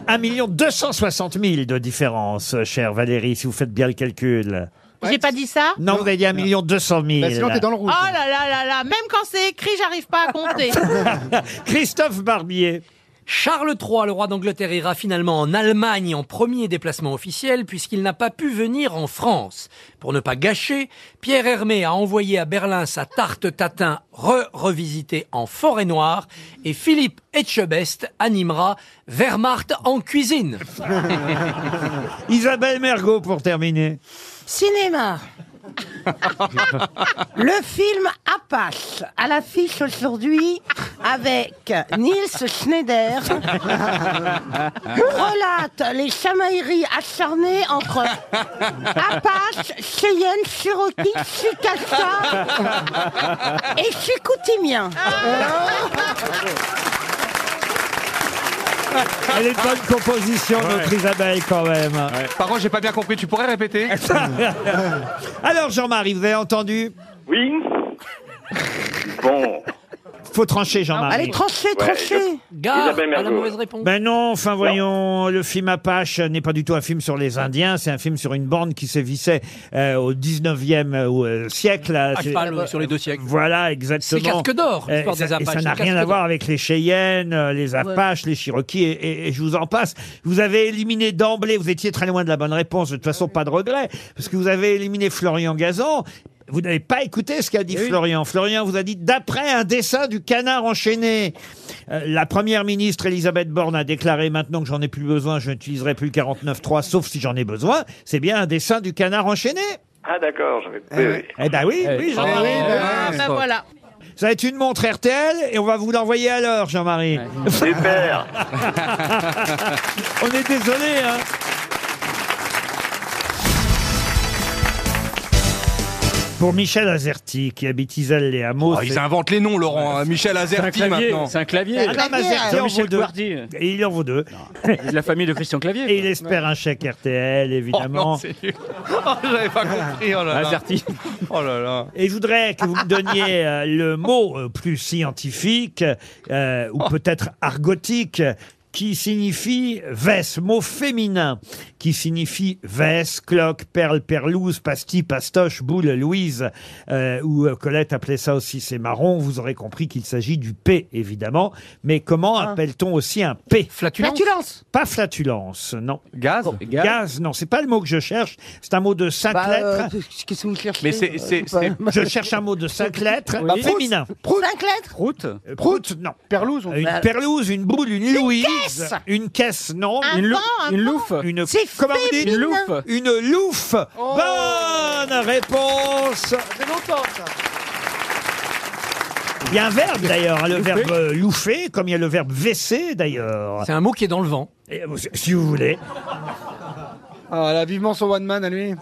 1 260 000 de différence, chère Valérie, si vous faites bien le calcul. J'ai pas dit ça Non, vous avez dit 1 200 000. Oh là là là là, même quand c'est écrit, j'arrive pas à compter. Christophe Barbier. Charles III, le roi d'Angleterre, ira finalement en Allemagne en premier déplacement officiel puisqu'il n'a pas pu venir en France. Pour ne pas gâcher, Pierre Hermé a envoyé à Berlin sa tarte tatin re-revisitée en forêt noire et Philippe Etchebest animera Wehrmacht en cuisine. Isabelle Mergot pour terminer. Cinéma. Le film Apache à l'affiche aujourd'hui avec Niels Schneider relate les chamailleries acharnées entre Apache, Cheyenne, Cherokee, Chickasaw et Chicoutimiens. Ah. Elle est de bonne composition, notre Isabelle, quand même. Par contre, j'ai pas bien compris. Tu pourrais répéter Alors, Jean-Marie, vous avez entendu Oui. Bon. Faut trancher, Jean-Marie. Allez, tranchez, tranchez. Ben non, enfin voyons, le film Apache n'est pas du tout un film sur les Indiens, c'est un film sur une bande qui sévissait euh, au 19e euh, siècle. là. À C'est- cheval, oui, Ah, sur les deux siècles. Voilà, exactement. C'est casque d'or, Euh, l'histoire ça- des et Apaches, ça n'a c'est rien casque à d'or. voir avec les Cheyennes, euh, les Apaches, les Cherokees, et, et- et je vous en passe. Vous avez éliminé d'emblée, vous étiez très loin de la bonne réponse, de toute façon pas de regret, parce que vous avez éliminé Florian Gazan. Vous n'avez pas écouté ce qu'a dit Florian. Florian vous a dit d'après un dessin du canard enchaîné. Euh, la première ministre Elisabeth Borne a déclaré maintenant que j'en ai plus besoin, je n'utiliserai plus le 49.3 sauf si j'en ai besoin. C'est bien un dessin du canard enchaîné. Ah d'accord, je vais. oui, oui. Eh ben oui, oui, j'en ai Ah, oui. ben voilà. Ça va être une montre RTL et on va vous l'envoyer à l'heure, Jean-Marie. Super. on est désolé, hein. Pour Michel Azerty, qui habite Iselle-les-Hameaux. Oh, Ils inventent les noms, Laurent. hein. Michel Azerty Adam maintenant. Ah, Azerty en vaut deux. Et il en vaut deux. La famille de Christian Clavier. Et il espère un chèque RTL, évidemment. Oh, J'avais pas compris. Oh là là. Azerty. Oh là là. Et je voudrais que vous me donniez euh, le mot euh, plus scientifique, euh, ou peut-être argotique, qui signifie veste, mot féminin, qui signifie veste, cloque, perle, perlouse, pastille, pastoche, boule, Louise, euh, ou euh, Colette appelait ça aussi ses marrons. Vous aurez compris qu'il s'agit du P, évidemment. Mais comment Ah. appelle-t-on aussi un P Flatulence. Pas flatulence, non. Gaz Gaz, non, c'est pas le mot que je cherche. C'est un mot de cinq Bah, euh, lettres. Qu'est-ce que vous cherchez Mais c'est- c'est- c'est- Je cherche un mot de cinq lettres, Bah, Proust. féminin. Cinq lettres Prout Prout, non. Euh, Perlouse, Une Bah, perlouse, une boule, une louise. caisse Une caisse, non. Un Une lou- vent, un une louffe. Une, comment vous dites féminin. Une louffe. Bonne réponse. longtemps, ça. Il y a un verbe d'ailleurs, hein, le Louffer. verbe euh, louffer, comme il y a le verbe vesser d'ailleurs. C'est un mot qui est dans le vent. Et, euh, Si vous voulez. Ah, là, vivement son one man à lui.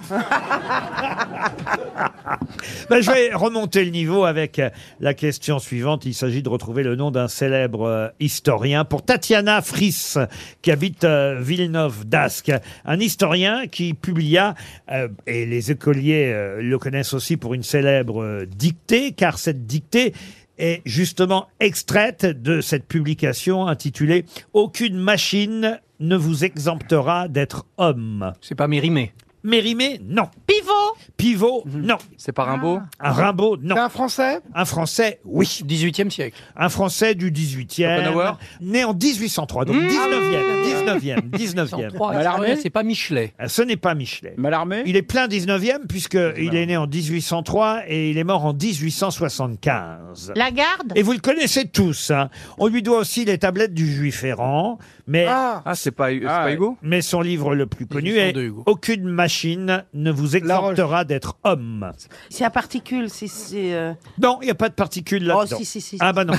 Ben, je vais remonter le niveau avec euh, la question suivante. Il s'agit de retrouver le nom d'un célèbre euh, historien pour Tatiana Friss, qui habite euh, Villeneuve d'Ascq. Un historien qui publia, euh, et les écoliers euh, le connaissent aussi pour une célèbre euh, dictée, car cette dictée est justement extraite de cette publication intitulée Aucune machine ne vous exemptera d'être homme. C'est pas Mérimée. Mérimée, non. Pivot Pivot, non. Ah. C'est pas Rimbaud Un Rimbaud, non. un Français Un Français, oui. 18e siècle. Un Français du 18e. Schopenhauer Né en 1803, donc 19e. 19e, 19e. 1903, Mallarmé, c'est pas Michelet. Ah, Ce n'est pas Michelet. Malarmé Il est plein 19e puisqu'il est né en 1803 et il est mort en 1875. Lagarde Et vous le connaissez tous. hein. On lui doit aussi les tablettes du Juif errant. Mais Ah. Ah, c'est pas- c'est pas Ah, Hugo Mais son livre le plus connu est 1802, Hugo. Aucune machine ne vous exemptera d'être homme. C'est à particules, c'est. c'est, euh, Non, il n'y a pas de particules Oh, là-dedans. si, si, si, si. Ah bah non.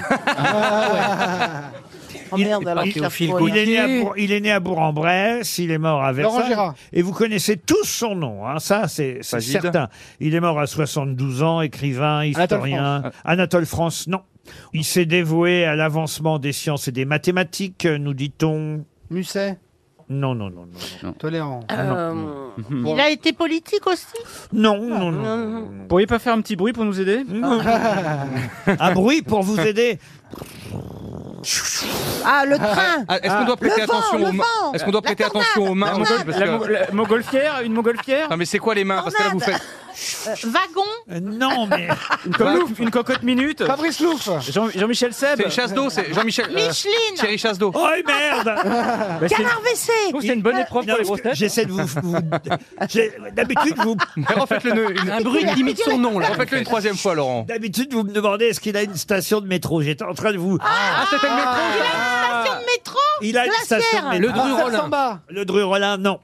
Oh merde, alors. il, je cherche il- trop, là. il est né à Bourg- il est né à Bourg-en-Bresse, il est mort à Laurent Versailles. Gérard. Et vous connaissez tous son nom, hein, ça c'est c'est Fagide. certain. Il est mort à 72 ans, écrivain, historien. France. Anatole France, non. Il s'est dévoué à l'avancement des sciences et des mathématiques, nous dit-on. Musset non, non, non, non, non. Ah, Tolérant. Euh. Non. Il a été politique aussi Ah. Non, non, non. Vous pourriez pas faire un petit bruit pour nous aider Un bruit pour vous aider Ah, le train Ah, est-ce qu'on doit prêter Le vent, attention le aux mains vent Est-ce qu'on doit La prêter tornade, attention aux mains la en Mongol- tornade. la mo- la montgolfière Une montgolfière Non, mais c'est quoi les mains Parce que là, vous faites. Wagon Non, mais. Une cocotte, Euh, une cocotte minute Fabrice Louf Jean- Jean-Michel Seb C'est une chasse d'eau, c'est Jean-Michel. euh, Micheline Thierry Chasse d'eau. Oh, et merde Bah, c'est- Canard WC Je trouve que c'est une bonne épreuve Non, pour parce les grosses que têtes. J'essaie de vous. vous- j'ai- D'habitude, vous. Refaites-le une- Un bruit qui imite son nom, là. Refaites-le une troisième fois, Laurent. D'habitude, vous me demandez est-ce qu'il a une station de métro. J'étais en train de vous. Ah, c'était le métro Station de métro Ah. Il a une Glacière. station de métro. Le Dru-Rollin, non.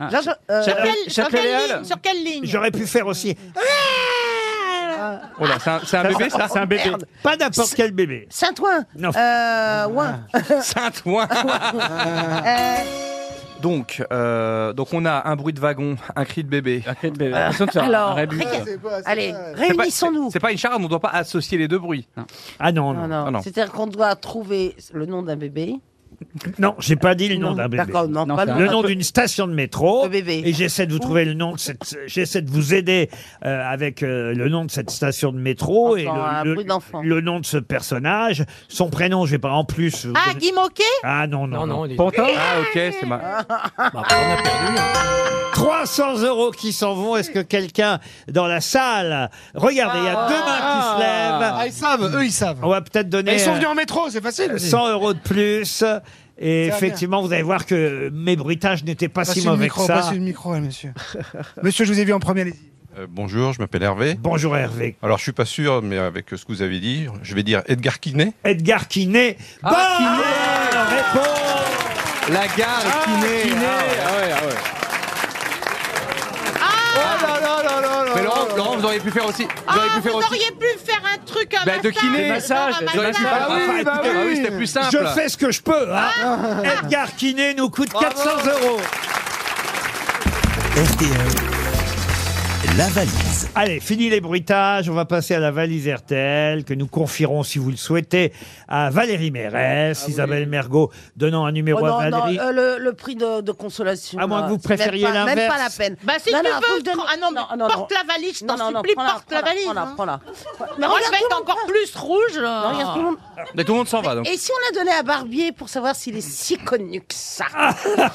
Ah. Jean- Jean- euh, Sur quelle- Sur sur quelle quelle ligne ligne Sur quelle ligne J'aurais pu faire aussi. Ah Oh là, c'est un- c'est un bébé, ça C'est un bébé. Merde. Pas n'importe quel bébé. Saint-Ouen Non. Euh, Ouin. Saint-Ouen Ah, Euh, Donc, euh, donc on a un bruit de wagon, un cri de bébé. Ah. Un cri de bébé. Alors, regarde. allez, réunissons-nous. C'est pas une charade, on ne doit pas associer les deux bruits. Ah non, Non, non. non. Ah non. C'est-à-dire qu'on doit trouver le nom d'un bébé. Non, j'ai pas dit le nom Non, d'un bébé. d'accord, non, Non, pas c'est le le nom. nom d'une station de métro. Et j'essaie de vous trouver le nom de cette. J'essaie de vous aider euh, avec euh, le nom de cette station de métro et Enfant, un le, bruit d'enfant. le, le nom de ce personnage. Son prénom, j'ai pas en plus. vous Ah, donner- Guy Moquet Ah non, non. Non, non, non, il est- Pantin Ah ok, c'est ma... 300 euros qui s'en vont. Est-ce que quelqu'un dans la salle. Regardez, il y a deux mains qui se lèvent. Ah, ils savent, eux, ils savent. On va peut-être donner. ils sont euh, venus en métro, c'est facile. 100 euros de plus. Et Ça va effectivement, vous allez voir que mes bruitages n'étaient pas Passez si le mauvais micro, que ça. passez le micro, hein, monsieur. monsieur, je vous ai vu en premier, allez-y. Euh, bonjour, je m'appelle Hervé. Bonjour Hervé. Alors je suis pas sûr, mais avec ce que vous avez dit, je vais dire Edgar Quinet. Edgar Quinet. Bonne réponse La gare Ah Quinet. Ah Mais Laurent, Laurent, vous auriez pu faire aussi. Vous auriez pu faire Ah, Vous aussi. auriez pu faire un truc, un Bah, de Quinet. massage. un Vous auriez pu massage. faire- oui, bah écoutez, oui. c'était plus simple. Je fais ce que je peux. hein. Edgar Quinet nous coûte 400 euros. La valise. Allez, fini les bruitages, on va passer à la valise RTL que nous confierons, si vous le souhaitez, à Valérie Mérès, Isabelle Mergot, donnant un numéro Oh non, à non, Valérie. euh, le, le prix de, de consolation. À moins là, que Ah, vous c'est même préfériez pas- Même pas la l'inverse. peine. Bah, si Non, tu non, veux, vous donnez- prends- ah non, mais Non, non, non. porte la valise, je t'en Non, non, non, supplie, prends-la, porte la prends-la, valise. prends-la, hein. prends-la. Mais Moi, je regarde vais tout être le monde- encore plus rouge. là. Non, regarde tout le monde. Mais tout le monde s'en va Ah, donc. Et si on l'a donné à Barbier pour savoir s'il est si connu que ça euh,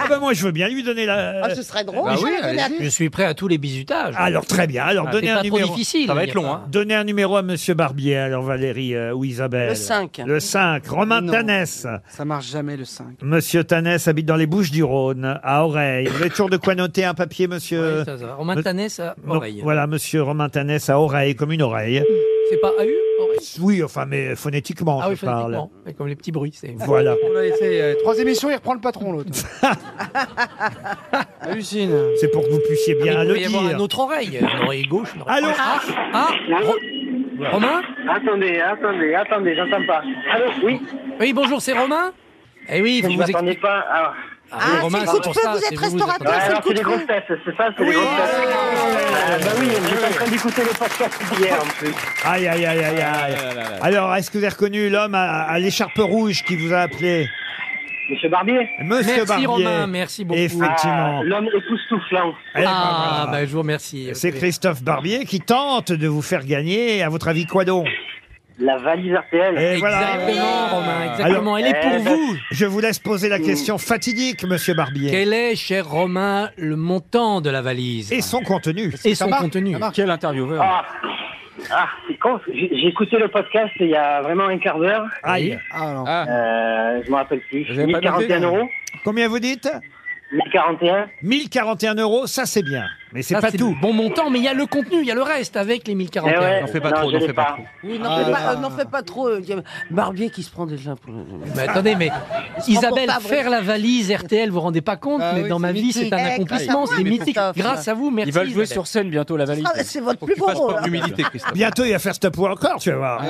Ah bah moi, je veux bien lui donner la. Ah, Ce serait drôle. Bah je oui, vais le donner à- allez-y. Je suis prêt à tous les bisutages. Alors très bien. Alors Ah, donnez c'est un pas trop numéro. difficile, Ça va il y être a long, pas- hein. Donnez un numéro à Monsieur Barbier. Alors Valérie euh, ou Isabelle. Le cinq. Le 5. Romain Non. Tanès. Ça marche jamais, le 5. Monsieur Tanès habite dans les Bouches du Rhône, à Oreille. Vous avez toujours de quoi noter un papier, Monsieur. Ouais, ça, ça. Romain Me- Tanès à Non, Oreille. Voilà, Monsieur Romain Tanès à Oreille, comme une oreille. C'est pas AU Oreille Oui, enfin, mais phonétiquement, Ah oui, je parle. phonétiquement. Mais Comme les petits bruits. c'est- Voilà. On a laissé euh, trois émissions, il reprend le patron, l'autre. Hallucine. C'est pour que vous puissiez bien Ah, mais il le pourrait y avoir dire. une autre oreille. Une oreille gauche. une oreille- Allô Ah, ah, Ro- Romain Attendez, attendez, attendez, j'entends pas. Allô, oui Oui, bonjour, c'est Romain Eh oui, Vous vous m'attendez expliquez. pas alors. Ah, oui, Romain, c'est pour ça, c'est vous, vous Ouais, attendez. alors, c'est les grosses têtes, c'est ça, c'est les grosses têtes. Ah, bah oui, j'étais en train d'écouter les podcasts hier en plus. Aïe, aïe, aïe, aïe, aïe. Euh. Alors, est-ce que vous avez reconnu l'homme à, à l'écharpe rouge qui vous a appelé Monsieur Barbier Monsieur Merci, Barbier. Romain, merci beaucoup. Effectivement. Ah, L'homme époustouflant. Eh ben, Ah, voilà. bah, je vous remercie. C'est Écoutez. Christophe Barbier qui tente de vous faire gagner. À votre avis, quoi donc La valise RTL. Et voilà. Alors, euh, Eh ben, Je vous laisse poser la question fatidique, monsieur Barbier. Quel est, cher Romain, le montant de la valise Et son contenu. Et son contenu. Quel intervieweur Ah, ah, c'est con. J'ai j'ai écouté le podcast il y a vraiment un quart d'heure. Ah. Aïe. Ah, Euh, je me rappelle plus. avez Ah. pas noté, 1041 non euros. Combien vous dites 1041. 1041 euros, ça c'est bien. Mais c'est Ça, pas tout. le Bon montant, mais il y a le contenu, il y a le reste avec les 1041. Eh ouais, N'en fais pas non, trop, je n'en l'ai fais pas pas. trop. Oui, n'en Ah fais, là pas- là. euh, n'en fais pas trop. euh, y a Barbier qui se prend déjà pour. Mais attendez, mais Isabelle, faire la la valise RTL, vous vous rendez pas compte, Ah mais oui, dans ma c'est vie, c'est mythique. un Eh, accomplissement, grâce à c'est vous, mythique. Christophe. Grâce à vous, merci. Ils veulent jouer Isabelle. sur scène bientôt, la valise. Ah, c'est votre plus beau Oh, rôle. Christophe. Bientôt, il va faire stop ou encore, tu vas voir.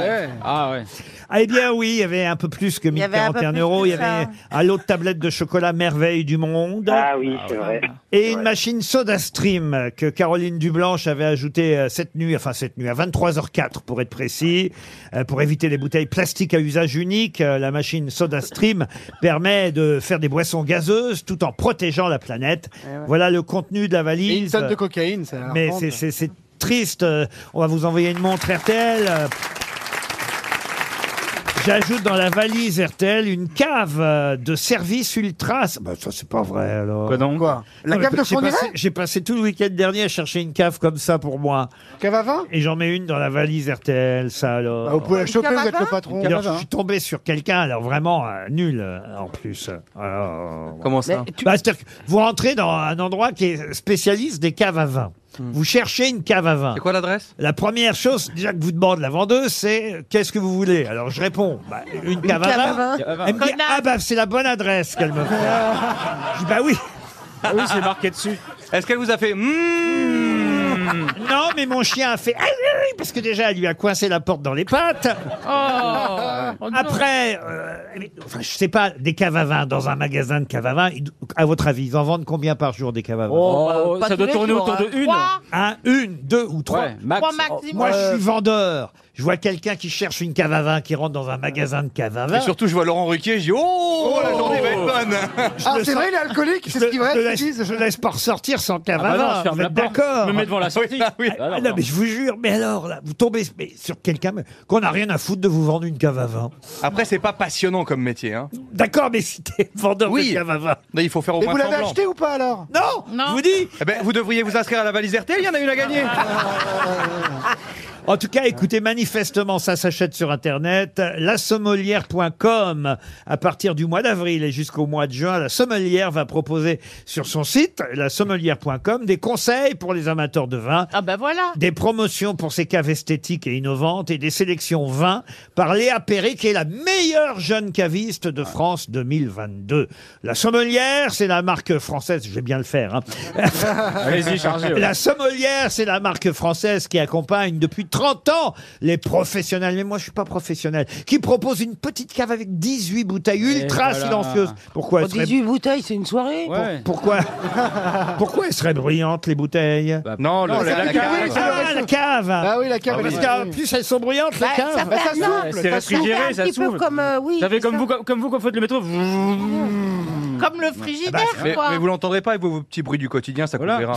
Ah ouais. Ah, eh bien, oui, il y avait un peu plus que y avait un peu 1041 plus euros. que Il y avait ça. un lot de tablettes de chocolat merveille du monde. Ah oui, c'est vrai. Et une machine SodaStream euh, que Caroline Dublanche avait ajoutée euh, cette nuit, enfin cette nuit, à 23h04 pour être précis, euh, pour éviter les bouteilles plastiques à usage unique. euh, La machine SodaStream permet de faire des boissons gazeuses tout en protégeant la planète. Eh Voilà le contenu de la valise. Et une tonne de cocaïne, ça. la Mais revente. c'est- c'est c'est triste. euh, On va vous envoyer une montre RTL. euh. J'ajoute dans la valise RTL une cave euh, de service ultra. Bah, ça, c'est pas vrai, alors. Quoi La Non, mais cave de j'ai Fonderay passé- J'ai passé tout le week-end dernier à chercher une cave comme ça pour moi. Cave à vin Et j'en mets une dans la valise RTL, ça, alors. Bah, vous pouvez la Une choper, cave à vous êtes le vin patron. Une cave à Alors, je vin. suis tombé sur quelqu'un, alors vraiment euh, nul, euh, en plus. Alors, Comment ça Mais tu- Bah, c'est-à-dire que Vous rentrez dans un endroit qui est spécialiste des caves à vin. Vous cherchez une cave à vin. Hmm. C'est quoi l'adresse La première chose déjà que vous demande la vendeuse, c'est euh, qu'est-ce que vous voulez Alors je réponds, bah, une, cave cave à à vin. vin. Cave à vin. Elle me dit, ah bah c'est la bonne adresse qu'elle me fait. je dis, bah oui. oui, c'est marqué dessus. Est-ce qu'elle vous a fait hmm, Non, mais mon chien a fait aïe, aïe, aïe parce que déjà, elle lui a coincé la porte dans les pattes. Oh. Après, euh, enfin, je sais pas, des caves à vin dans un magasin de caves à vin, ils- à votre avis, ils en vendent combien par jour des caves à vin Oh, bah, Oh, pas ça tous doit les tourner jours, autour hein. de une. Trois. Un, une, deux ou trois. Oh, Ouais, max. Trois maximum. Moi, je Euh, suis vendeur. Je vois quelqu'un qui cherche une cave à vin, qui rentre dans un magasin de caves à vin. Et surtout, je vois Laurent Ruquier, je dis Oh, la journée va être bonne Ah, c'est vrai, il est alcoolique, c'est ce qu'il va je être, laisse, ils disent. je laisse pas ressortir sans cave Ah bah à non, vin, je ferme vous la êtes porte, d'accord je me mets devant la Bah sortie. Oui. Ah non, Ah non. non, mais je vous jure, mais alors, là, vous tombez mais sur quelqu'un mais- qu'on n'a rien à foutre de vous vendre une cave à vin. Après, c'est pas passionnant comme métier. Hein. D'accord, mais si t'es vendeur Oui. de cave à vin. Non, il faut faire au Mais moins vous l'avez semblant. acheté ou pas alors Non, je vous dis. Eh ben, vous devriez vous inscrire à la valise RTL, il y en a une à gagner En tout cas, écoutez, manifestement, ça s'achète sur Internet. Lasommelière.com. À partir du mois d'avril et jusqu'au mois de juin, la sommelière va proposer sur son site, lasommelière.com, des conseils pour les amateurs de vin. Ah ben voilà. Des promotions pour ses caves esthétiques et innovantes et des sélections vins par Léa Perret, qui est la meilleure jeune caviste de France 2022. La Sommelière, c'est la marque française, je vais bien le faire. hein. Allez-y, chargez, ouais. La Sommelière, c'est la marque française qui accompagne depuis 30 ans les professionnels, mais moi je suis pas professionnel, qui propose une petite cave avec 18 bouteilles ultra voilà. silencieuses. Pourquoi Oh, elle serait- 18 bouteilles, c'est une soirée. pour- pourquoi, pourquoi elles seraient bruyantes, les bouteilles Bah, Non, le- la- la cave. Ah, la cave Bah oui, la cave, Parce elle est qu'en brillante. plus, elles sont bruyantes, les Bah, caves ça fait Bah, ça un souffle, souffle, C'est ça souffle. réfrigéré, ça souffle. euh, ça fait comme vous, comme comme vous, quand vous faites le métro. Comme le frigidaire, Bah, Ah, mais, quoi. mais vous l'entendrez pas avec vos, vos petits bruits du quotidien, ça couvrira.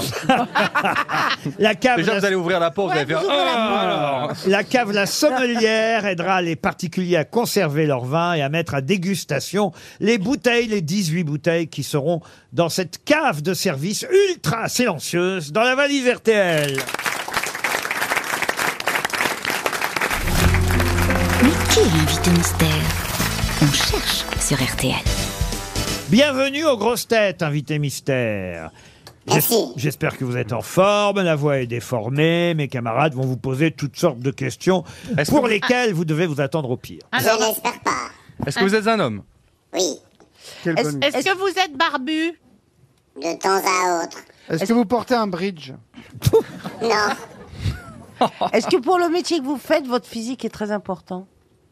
La cave. Déjà, vous allez ouvrir la porte, vous allez faire. Ah, alors. La cave La Sommelière aidera les particuliers à conserver leur vin et à mettre à dégustation les bouteilles, les 18 bouteilles qui seront dans cette cave de service ultra silencieuse dans la valise RTL. Mais qui est l'invité mystère On cherche sur RTL. Bienvenue aux grosses têtes, invité mystère. J'es- J'espère que vous êtes en forme, la voix est déformée, mes camarades vont vous poser toutes sortes de questions pour lesquelles vous devez vous attendre au pire. Je n'espère pas. Est-ce que vous êtes un homme Oui. Quelle Est-ce bonne- est-ce que vous êtes barbu De temps à autre. Est-ce que vous portez un bridge Non, Est-ce que pour le métier que vous faites, votre physique est très important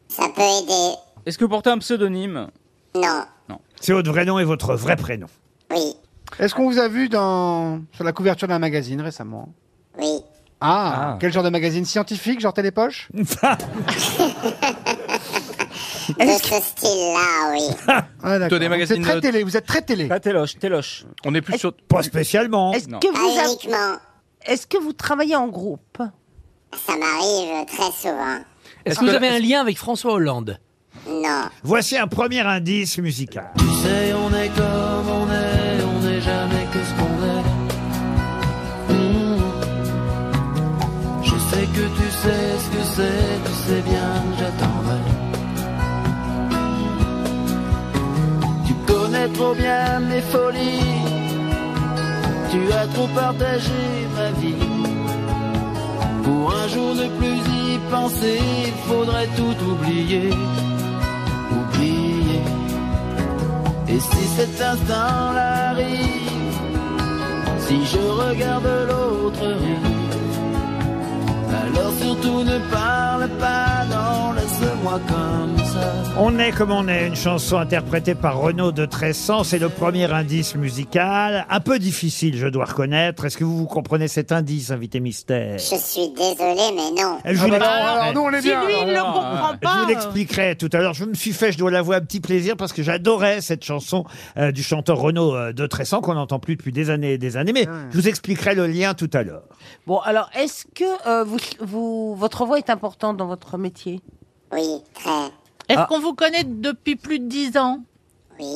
ça peut aider. Est-ce que vous portez un pseudonyme Non, C'est votre vrai nom et votre vrai prénom. oui, Est-ce qu'on vous a vu dans... sur la couverture d'un magazine récemment oui. ah, Ah. quel genre de magazine scientifique, genre Télépoche De ce style-là, oui. Ah, d'accord. Plutôt des Donc, magazines C'est très de- télé, vous êtes très télé. Ah, téloche, téloche. On est plus sur. Pas spécialement. Est-ce Non. que vous Pas avez- uniquement. Est-ce que vous travaillez en groupe Ça m'arrive très souvent. Est-ce que vous avez un lien avec François Hollande Non. Voici un premier indice musical. Tu sais, on est comme on est, on n'est jamais que ce qu'on est. Mm. Je sais que tu sais ce que c'est, tu sais bien que j'attendrai. Tu connais trop bien mes folies, tu as trop partagé ma vie. Pour un jour de plus y penser, il faudrait tout oublier, oublier. Et si cet instant-là arrive, si je regarde l'autre rive, alors surtout ne parle pas, non, laisse-moi comme ça. On est comme on est, une chanson interprétée par Renaud de Tressan. C'est le premier indice musical. Un peu difficile, je dois reconnaître. Est-ce que vous, vous comprenez cet indice, invité mystère Je suis désolé, mais non. Je vous l'explique- Je vous l'explique. l'expliquerai tout à l'heure. Je me suis fait, je dois l'avouer, un petit plaisir parce que j'adorais cette chanson euh, du chanteur Renaud euh, de Tressan qu'on n'entend plus depuis des années et des années. Mais je vous expliquerai le lien tout à l'heure. Bon, alors, est-ce que euh, vous, vous- votre voix est importante dans votre métier Ah. Oui, très. Est-ce qu'on vous connaît depuis plus de 10 ans Oui.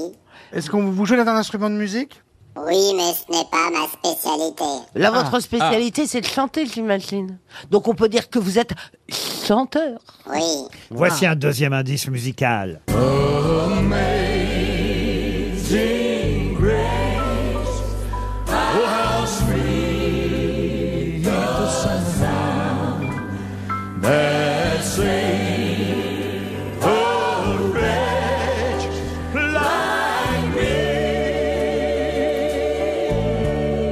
Est-ce qu'on vous jouez d'un instrument de musique Oui, mais ce n'est pas ma spécialité. Là, Ah. Ah. votre spécialité, c'est de chanter, j'imagine. Donc, on peut dire que vous êtes chanteur. Oui. Voici un deuxième indice musical. Amazing grace, oh how sweet the sound that saved a wretch like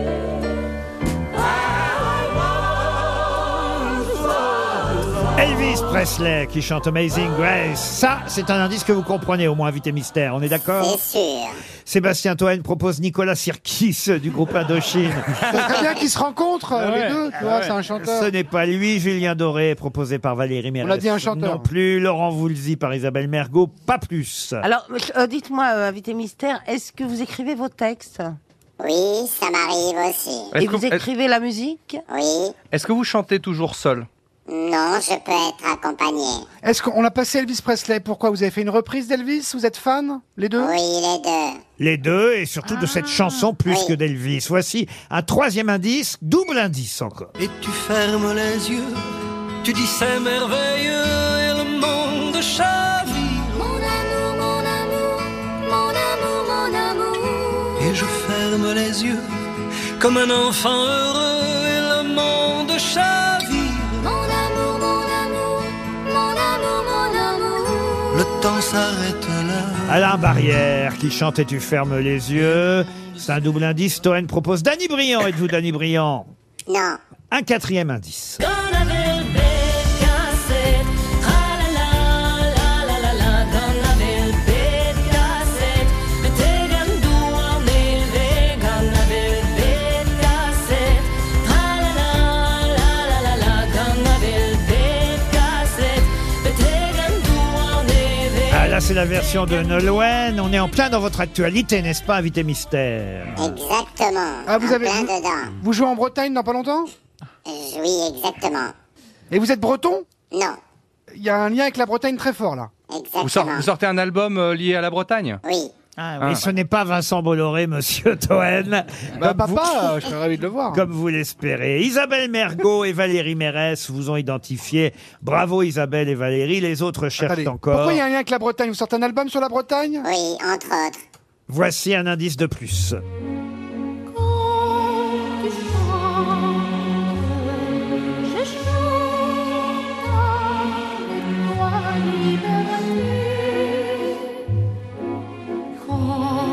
me. I once was Elvis Presley qui chante Amazing Grace. Ça, c'est un indice que vous comprenez au moins, invité mystère. On est d'accord Ah. C'est sûr. Sébastien Toen propose Nicolas Sirkis euh, du groupe Indochine. Ça serait bien qu'ils se rencontrent, euh, Ah Ouais. les deux, tu vois, c'est un chanteur. Ce n'est pas lui, Julien Doré, proposé par Valérie Mérès. dit un chanteur. Non plus, Laurent Voulzy par Isabelle Mergot, pas plus. Alors, euh, dites-moi, euh, invité mystère, est-ce que vous écrivez vos textes Oui, ça m'arrive aussi. Et Est-ce que vous vous- est-ce- écrivez la musique Oui. Est-ce que vous chantez toujours seul Non, je peux être accompagné. Est-ce qu'on a passé Elvis Presley Pourquoi Vous avez fait une reprise d'Elvis Vous êtes fan, les deux Oui, les deux. Les deux, et surtout de Ah. cette chanson plus que d'Elvis. Voici un troisième indice, double indice encore. Et tu fermes les yeux, tu dis c'est merveilleux et le monde chavire. Mon amour, mon amour, mon amour, mon amour. Et je ferme les yeux comme un enfant heureux et le monde chavire. Mon amour, mon amour, mon amour, mon amour. Le temps s'arrête là. Alain Barrière qui chante et tu fermes les yeux. C'est un double indice. Toen propose Danny Briand. Êtes-vous Danny Briand Non. Un quatrième indice. Dans la belle belle cassette, tralala, la la la la, dans la belle belle cassette, med tegendoan i vegan, la belle belle cassette, tralala, la la la la, dans la belle belle cassette, med tegendoan i Ah, vegan. là, c'est la version de Nolwenn. On est en plein dans votre actualité, n'est-ce pas, invité mystère Exactement. Ah, vous En avez- plein vous- dedans. Vous jouez en Bretagne dans pas longtemps Oui, exactement. Et vous êtes breton Non. Il y a un lien avec la Bretagne très fort, là. Exactement. vous, sort- vous sortez un album euh, lié à la Bretagne Oui. Et Ah ce n'est pas Vincent Bolloré, monsieur Toen. Bah, Comme vous- papa, euh, je serais ravi de le voir. Comme vous l'espérez. Isabelle Mergot et Valérie Mérès vous ont identifié. Bravo Isabelle et Valérie. Les autres cherchent Attendez, encore. Pourquoi il y a un lien avec la Bretagne Vous sortez un album sur la Bretagne Oui, entre autres. Voici un indice de plus. Quand tu chantes, je chante avec toi, libère-tu. Quand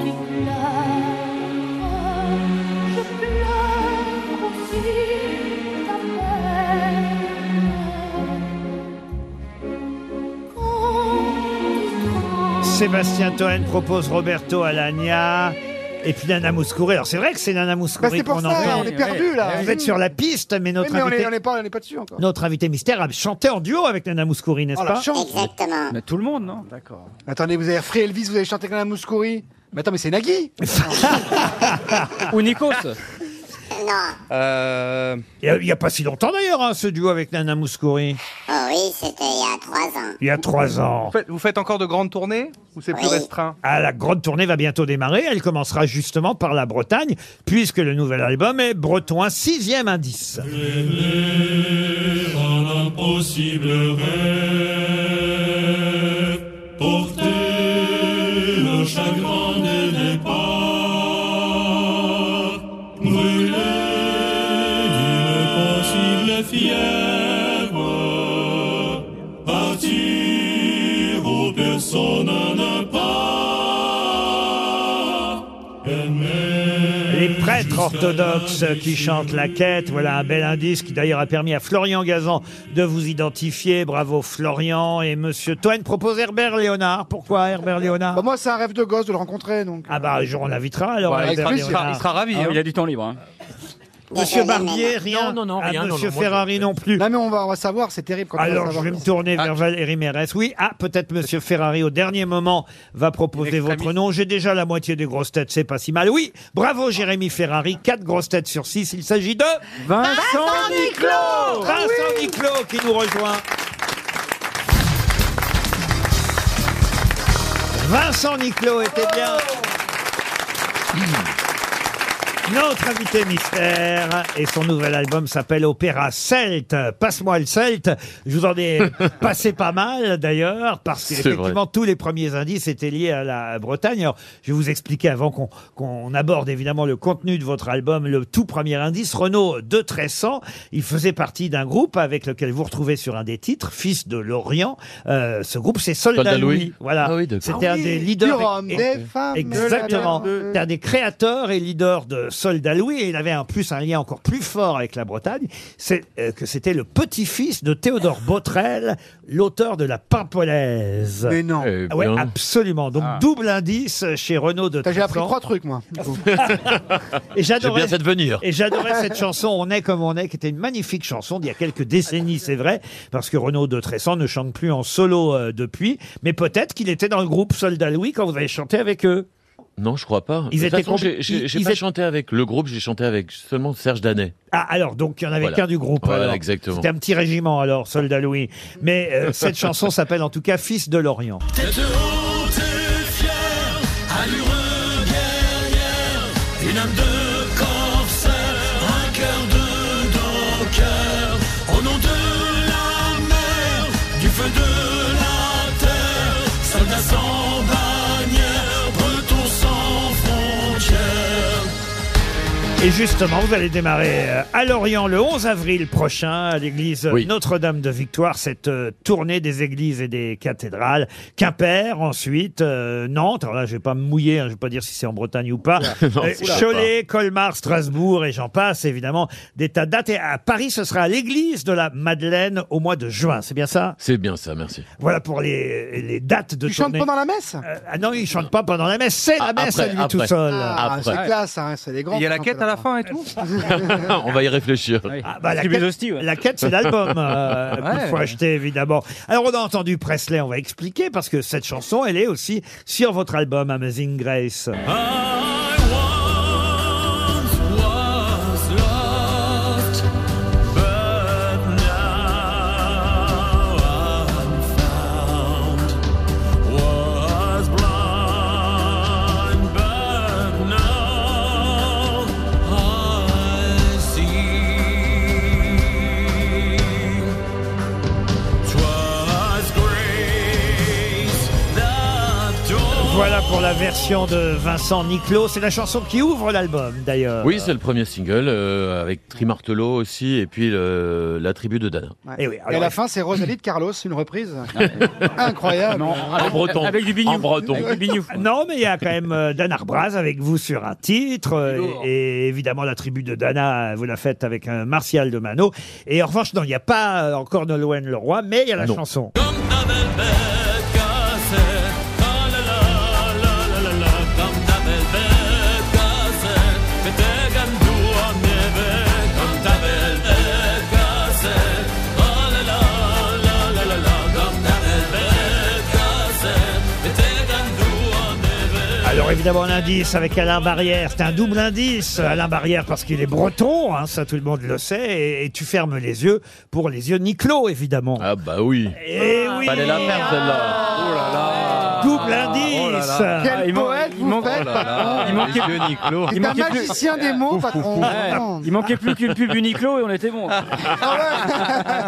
tu pleures, je pleure aussi ta peine. Quand tu Sébastien Toen propose Roberto Alagna. Et puis Nana Mouskouré. Alors c'est vrai que c'est Nana Mouskouré Bah, c'est pour qu'on ça, entend. on est perdu, là. Vous êtes sur la piste, mais Oui, notre mais on invité... n'est pas, on est pas dessus encore. Notre invité mystère a chanté en duo avec Nana Mouskouri, n'est-ce Oh, la pas chance. Exactement. Mais tout le monde, non D'accord. Attendez, vous avez refait Elvis, vous avez chanté Ah. comme la Mouskouri. Mais attends, mais c'est Nagui Ou Nikos non. Euh... Il n'y a, pas si longtemps d'ailleurs, hein, ce duo avec Nana Mouskouri. Oh oui, c'était il y a trois ans. Il y a trois ans. Vous faites, vous faites encore de grandes tournées ou c'est plus Oui. restreint Ah, la grande tournée va bientôt démarrer. Elle commencera justement par la Bretagne, puisque le nouvel album est Breton, un sixième indice. Aimé dans l'impossible rêve, porter le chagrin des départs, brûler d'une possible fièvre, partir où personne ne part, aimer. Les prêtres orthodoxes qui chantent la quête, voilà un bel indice qui d'ailleurs a permis à Florian Gazan de vous identifier. Bravo Florian et Monsieur Toine propose Herbert Léonard. Pourquoi Herbert Léonard Bah, Moi, c'est un rêve de gosse de le rencontrer, donc. Ah bah un jour on l'invitera alors. Ouais, il, Herbert sera, il sera- Léonard. il sera ravi. Ah hein. oui. Il a du temps libre. hein. Monsieur Barbier, rien. Non, non, non, Ah, rien, non, Monsieur non, moi, je- Ferrari non plus. Non, mais on va, on va savoir, c'est Ah. terrible quand on va Alors, je savoir. vais me tourner vers Valérie Mérès. Oui, ah, peut-être Monsieur Ferrari, au dernier moment, va proposer votre nom. J'ai déjà la moitié des grosses têtes, c'est pas si mal. Oui, bravo Jérémy Ferrari, Quatre grosses têtes sur six. Il s'agit de... Vincent Niclot Ah Niclot Vincent Niclot qui nous rejoint Vincent Niclot était bien Oh. Mmh. notre invité mystère et son nouvel album s'appelle Opéra Celte. Passe-moi le Celte. Je vous en ai passé pas mal d'ailleurs parce C'est qu'effectivement tous les premiers indices étaient liés à la Bretagne. Alors je vais vous expliquer avant qu'on qu'on aborde évidemment le contenu de votre album, le tout premier indice, Renaud de Tressan. Il faisait partie d'un groupe avec lequel vous retrouvez sur un des titres, Fils de l'Orient. Euh, ce groupe c'est Soldat, Soldat Louis. Louis. Voilà. Ah oui, d'accord. C'était Ah un oui, des du leaders. rhum, et- des femmes, de la exactement. mer, de- C'était un des créateurs et leaders de Soldat Louis, et il avait en plus un lien encore plus fort avec la Bretagne, c'est euh, que c'était le petit-fils de Théodore Botrel, l'auteur de La Pimpolaise. Mais non. Ah Eh ouais, bien. absolument. Donc Ah. double indice chez Renaud de T'as- J'ai appris Tressan. trois trucs, moi. du coup. Et j'adorais- J'ai bien fait de venir. Et j'adorais cette chanson On est comme on est, qui était une magnifique chanson d'il y a quelques décennies, c'est vrai, parce que Renaud de Tressan ne chante plus en solo euh, depuis, mais peut-être qu'il était dans le groupe Soldat Louis quand vous avez chanté avec eux. Non, je crois pas. Ils De toute étaient façon, compl- j'ai- J'ai ils- j'ai ils pas étaient- chanté avec le groupe, j'ai chanté avec seulement Serge Danet. Ah, alors, donc, il y en avait Voilà. qu'un du groupe. Voilà, alors. exactement. C'était un petit régiment, alors, soldat Louis. Mais euh, cette chanson s'appelle en tout cas Fils de l'Orient. Tête haute et fière, allure guerrière, une âme de corsaire, un cœur de docker. Au nom de la mer, du feu de la terre, soldats sans bannière, bretons sans frontières. Et justement, vous allez démarrer euh, à Lorient le 11 avril prochain à l'église Notre-Dame de Victoire, cette euh, tournée des églises et des cathédrales. Quimper, ensuite, euh, Nantes. Alors là, je vais pas me mouiller, hein, je vais pas dire si c'est en Bretagne ou pas. Non, Euh, c'est pas. Cholet, Colmar, Strasbourg et j'en passe, évidemment, des tas de dates. Et à Paris, ce sera à l'église de la Madeleine au mois de juin. C'est bien ça C'est bien ça, merci. Voilà pour les, les dates de Tu chantes tournée. pendant la messe Ah non, il chante pas pendant la messe, c'est la Ah, messe à après, lui après. tout seul. Ah, c'est Après. classe, hein, c'est des grands. Il y a la qui quête chantent à la fin et tout On va y réfléchir. bah, la, quête, la quête, c'est l'album euh, Ouais. qu'il faut acheter, évidemment. Alors, on a entendu Presley, on va expliquer, parce que cette chanson, elle est aussi sur votre album Amazing Grace. was lost, but now I'm found. Was blind, but now I see. 'Twas grace that dawned. Voilà pour la version de Vincent Niclot. C'est la chanson qui ouvre l'album, d'ailleurs. Oui, c'est le premier single, euh, avec Trimartelo aussi, et puis le- la tribu de Dana. Ouais. Et, oui, à alors- la fin, c'est Rosalie de Carlos, une reprise. Incroyable. en breton. Avec du bignou. En breton. Non, mais il y a quand même euh, Dan Arbraz avec vous sur un titre. euh, et, et évidemment, la tribu de Dana, euh, vous la faites avec un Martial de Mano. Et en revanche, non, il n'y a pas euh, encore Nolwenn Leroy, mais il y a la chanson. Oh Alors évidemment, évidemment l'indice avec Alain Barrière. C'est un double indice, Alain Barrière, parce qu'il est breton, hein, ça tout le monde le sait. Et, et tu fermes les yeux pour les yeux de Niclot, évidemment. Ah bah oui. Et oui. Fallait la faire, celle-là. Oh là là. Double indice. Quel Ah, il man- poète il vous manque- faites Oh là là. Il manquait- C'est Uniqlo. Il un manquait plus- magicien des mots, patron. Ouais. Il manquait plus qu'une pub Uniqlo et on était bon.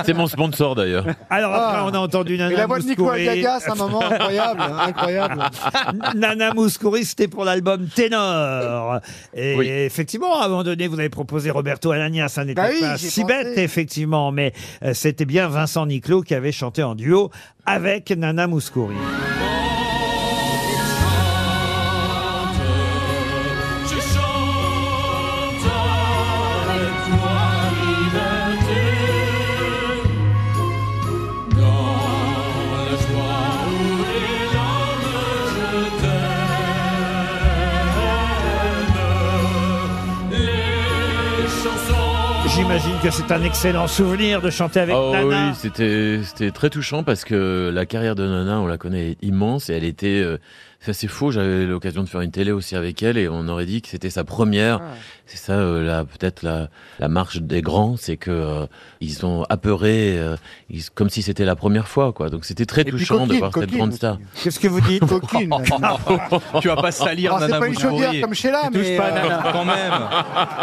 C'est mon sponsor d'ailleurs. Alors après, Ah. on a entendu Nana Et la voix de Nicolas Mouskouri. Gaga, c'est un moment incroyable, hein, incroyable. Nana Mouskouri, c'était pour l'album Ténor. Et effectivement, à un moment donné, vous avez proposé Roberto Alagna, ça n'était Bah oui, pas j'y ai si pensé. bête, effectivement, mais euh, c'était bien Vincent Niclot qui avait chanté en duo avec Nana Mouskouri. Je chante avec toi, liberté. Dans la joie où les larmes je t'aime. Les chansons. J'imagine que c'est un excellent souvenir de chanter avec Oh Nana. oui, c'était c'était très touchant parce que la carrière de Nana, on la connaît immense et elle était. euh, ça c'est faux. J'avais l'occasion de faire une télé aussi avec elle et on aurait dit que c'était sa première. C'est ça, euh, la- peut-être la, la marche des grands, c'est que euh, ils sont apeurés, euh, ils- comme si c'était la première fois, quoi. Donc c'était très puis touchant coquine, de voir cette coquine grande aussi. star. Qu'est-ce que vous dites Coquine. tu vas pas salir Alors, Ah, c'est Nana pas une chaudière Mouskouri. comme chez là, Tu mais. touches pas euh, Nana, quand même.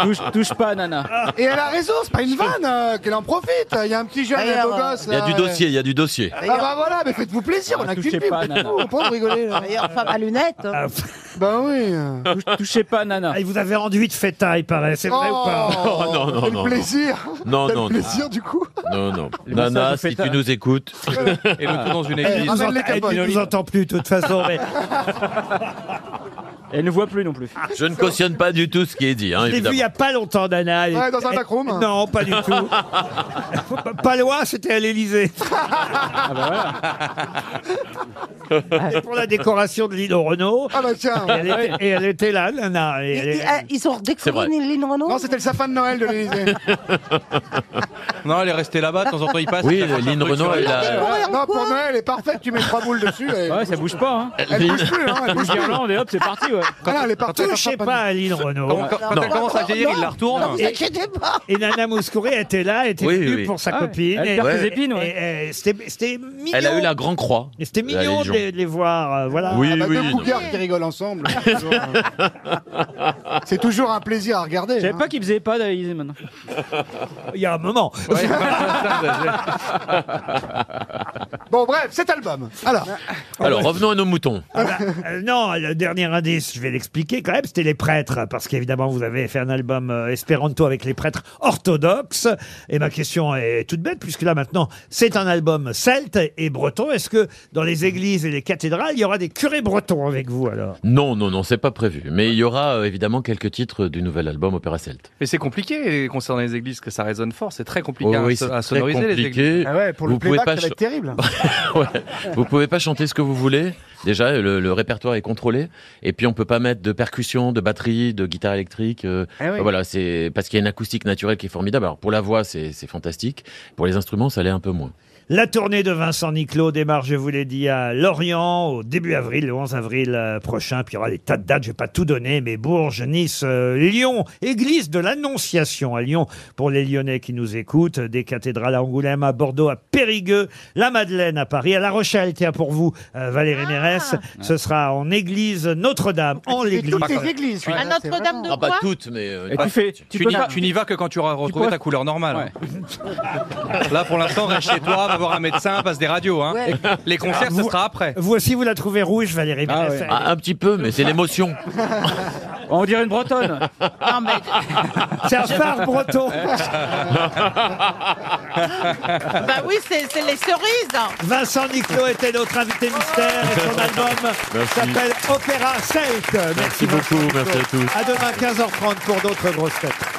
touche, touche pas Nana. Et elle a raison, c'est pas une vanne, euh, qu'elle en profite. Il y a un petit jeune, un D'ailleurs, beau gosse. Il y a là, du euh, dossier, il y a du dossier. Ah bah voilà, mais faites-vous plaisir, on a touchez qu'une pipe, pas, c'est nana. tout, on peut en rigoler. Là. D'ailleurs, femme à lunettes. hein. Bah oui. Ah, Touche- Touchez pas Nana. Ah, il vous avait enduite feta, il paraît, c'est vrai ou pas Oh, non, non, quel non. plaisir. Non, quel non, non. plaisir du coup. Non, non. Les Nana, messages de si fêta. tu nous écoutes. Eh, Et le tout dans une Elle église. nous, Ramène les entend, elle capotes. nous entend plus, de toute façon. mais Elle ne voit plus non plus. Je ne cautionne pas du tout ce qui est dit, hein, je l'ai vu il évidemment. n'y a pas longtemps, Nana. Elle- Ouais, dans un elle- backroom, hein. Non, pas du Ah, bah tout. pas loin, c'était à l'Elysée. Ah, bah C'était pour la décoration de l'île au Renault. Ah bah tiens. eh, Et elle, était, et elle était là, Nana. et Et- elle- et- ah, Ils ont redécouvert vrai. Lynn Renault Non, c'était le sapin de Noël de l'Élysée. Non, elle est restée là-bas, de temps en temps il passe. Oui, elle cherche un Lynn truc Renault, sur elle la- a. non, pour Noël, elle est parfaite, tu mets trois boules dessus. Elle, Ouais, ça bouge pas. Hein. elle bouge plus, hein, elle bouge plus. Guirlande et hop, c'est parti. Ouais. Ah non, elle est partout. Touchez pas à l'île Renault. Quand, quand- quand elle commence à vieillir, il la retourne. Vous inquiétez pas. Et Nana Mouskouri était là, était Oui, oui, venue oui. pour sa Ah ouais. copine. Elle et- perd Ouais. ses épines. ouais. et- et c'était- C'était mignon. Elle a eu la grand croix. Et c'était La mignon de Légion. les, de les voir, euh, voilà. Oui, Ah bah, oui. deux non. cougards qui rigolent ensemble. c'est toujours, euh, C'est toujours un plaisir à regarder. Je savais hein. pas qu'ils faisaient pas à l'Élysée maintenant. Il y a un moment. Bon, bref, cet album. Alors, Alors, revenons à nos moutons. Euh, non, le dernier indice, je vais l'expliquer quand même, c'était les prêtres, parce qu'évidemment, vous avez fait un album euh, Esperanto avec les prêtres orthodoxes. Et ma question est toute bête, puisque là maintenant, c'est un album celte et breton. Est-ce que dans les églises et les cathédrales, il y aura des curés bretons avec vous alors Non, non, non, c'est pas prévu. Mais il y aura euh, évidemment quelques titres du nouvel album Opéra Celte. Mais c'est compliqué concernant les églises, que ça résonne fort. C'est très compliqué Oh à oui, so- c'est à, très sonoriser les églises. compliqué. ah ouais, pour le vous pouvez playback, pas ça va être terrible. ch- Bah, Ouais. Vous pouvez pas chanter ce que vous voulez. Déjà, le, le répertoire est contrôlé. Et puis, on peut pas mettre de percussion, de batterie, de guitare électrique. euh, Ah oui. Voilà, c'est parce qu'il y a une acoustique naturelle qui est formidable. Alors, pour la voix, c'est c'est fantastique. Pour les instruments, ça l'est un peu moins. La tournée de Vincent Niclot démarre, je vous l'ai dit, à Lorient au début avril, le 11 avril euh, prochain. Puis il y aura des tas de dates, je vais pas tout donner, mais Bourges, Nice, euh, Lyon, église de l'Annonciation à Lyon pour les Lyonnais qui nous écoutent, des cathédrales à Angoulême, à Bordeaux, à Périgueux, la Madeleine à Paris, à La Rochelle, tiens pour vous, euh, Ah. Valérie Mérès. Ce sera en église Notre-Dame, en Et l'église. toutes les églises. À voilà, c'est Notre-Dame vraiment- de Ah, bah pas quoi hein. toutes, mais. euh, Et tu fais. Tu Tu peux n'y, pas. tu n'y vas que quand tu auras retrouvé peux- ta couleur normale. hein. Là, pour l'instant, reste chez toi, va voir un médecin, passe des radios. hein. Ouais. Les concerts, ce sera après. Vous aussi, Ah, vous la trouvez rouge, Valérie Ah Mérès. ouais. ah, un petit peu, mais c'est l'émotion. On dirait une bretonne. Non, mais C'est un phare breton. bah oui, c'est c'est les cerises. Vincent Niclot était notre invité mystère et son album Merci. s'appelle Opéra Celte. Merci Vincent beaucoup, Niclot. merci à tous. À demain 15h30 pour d'autres grosses têtes.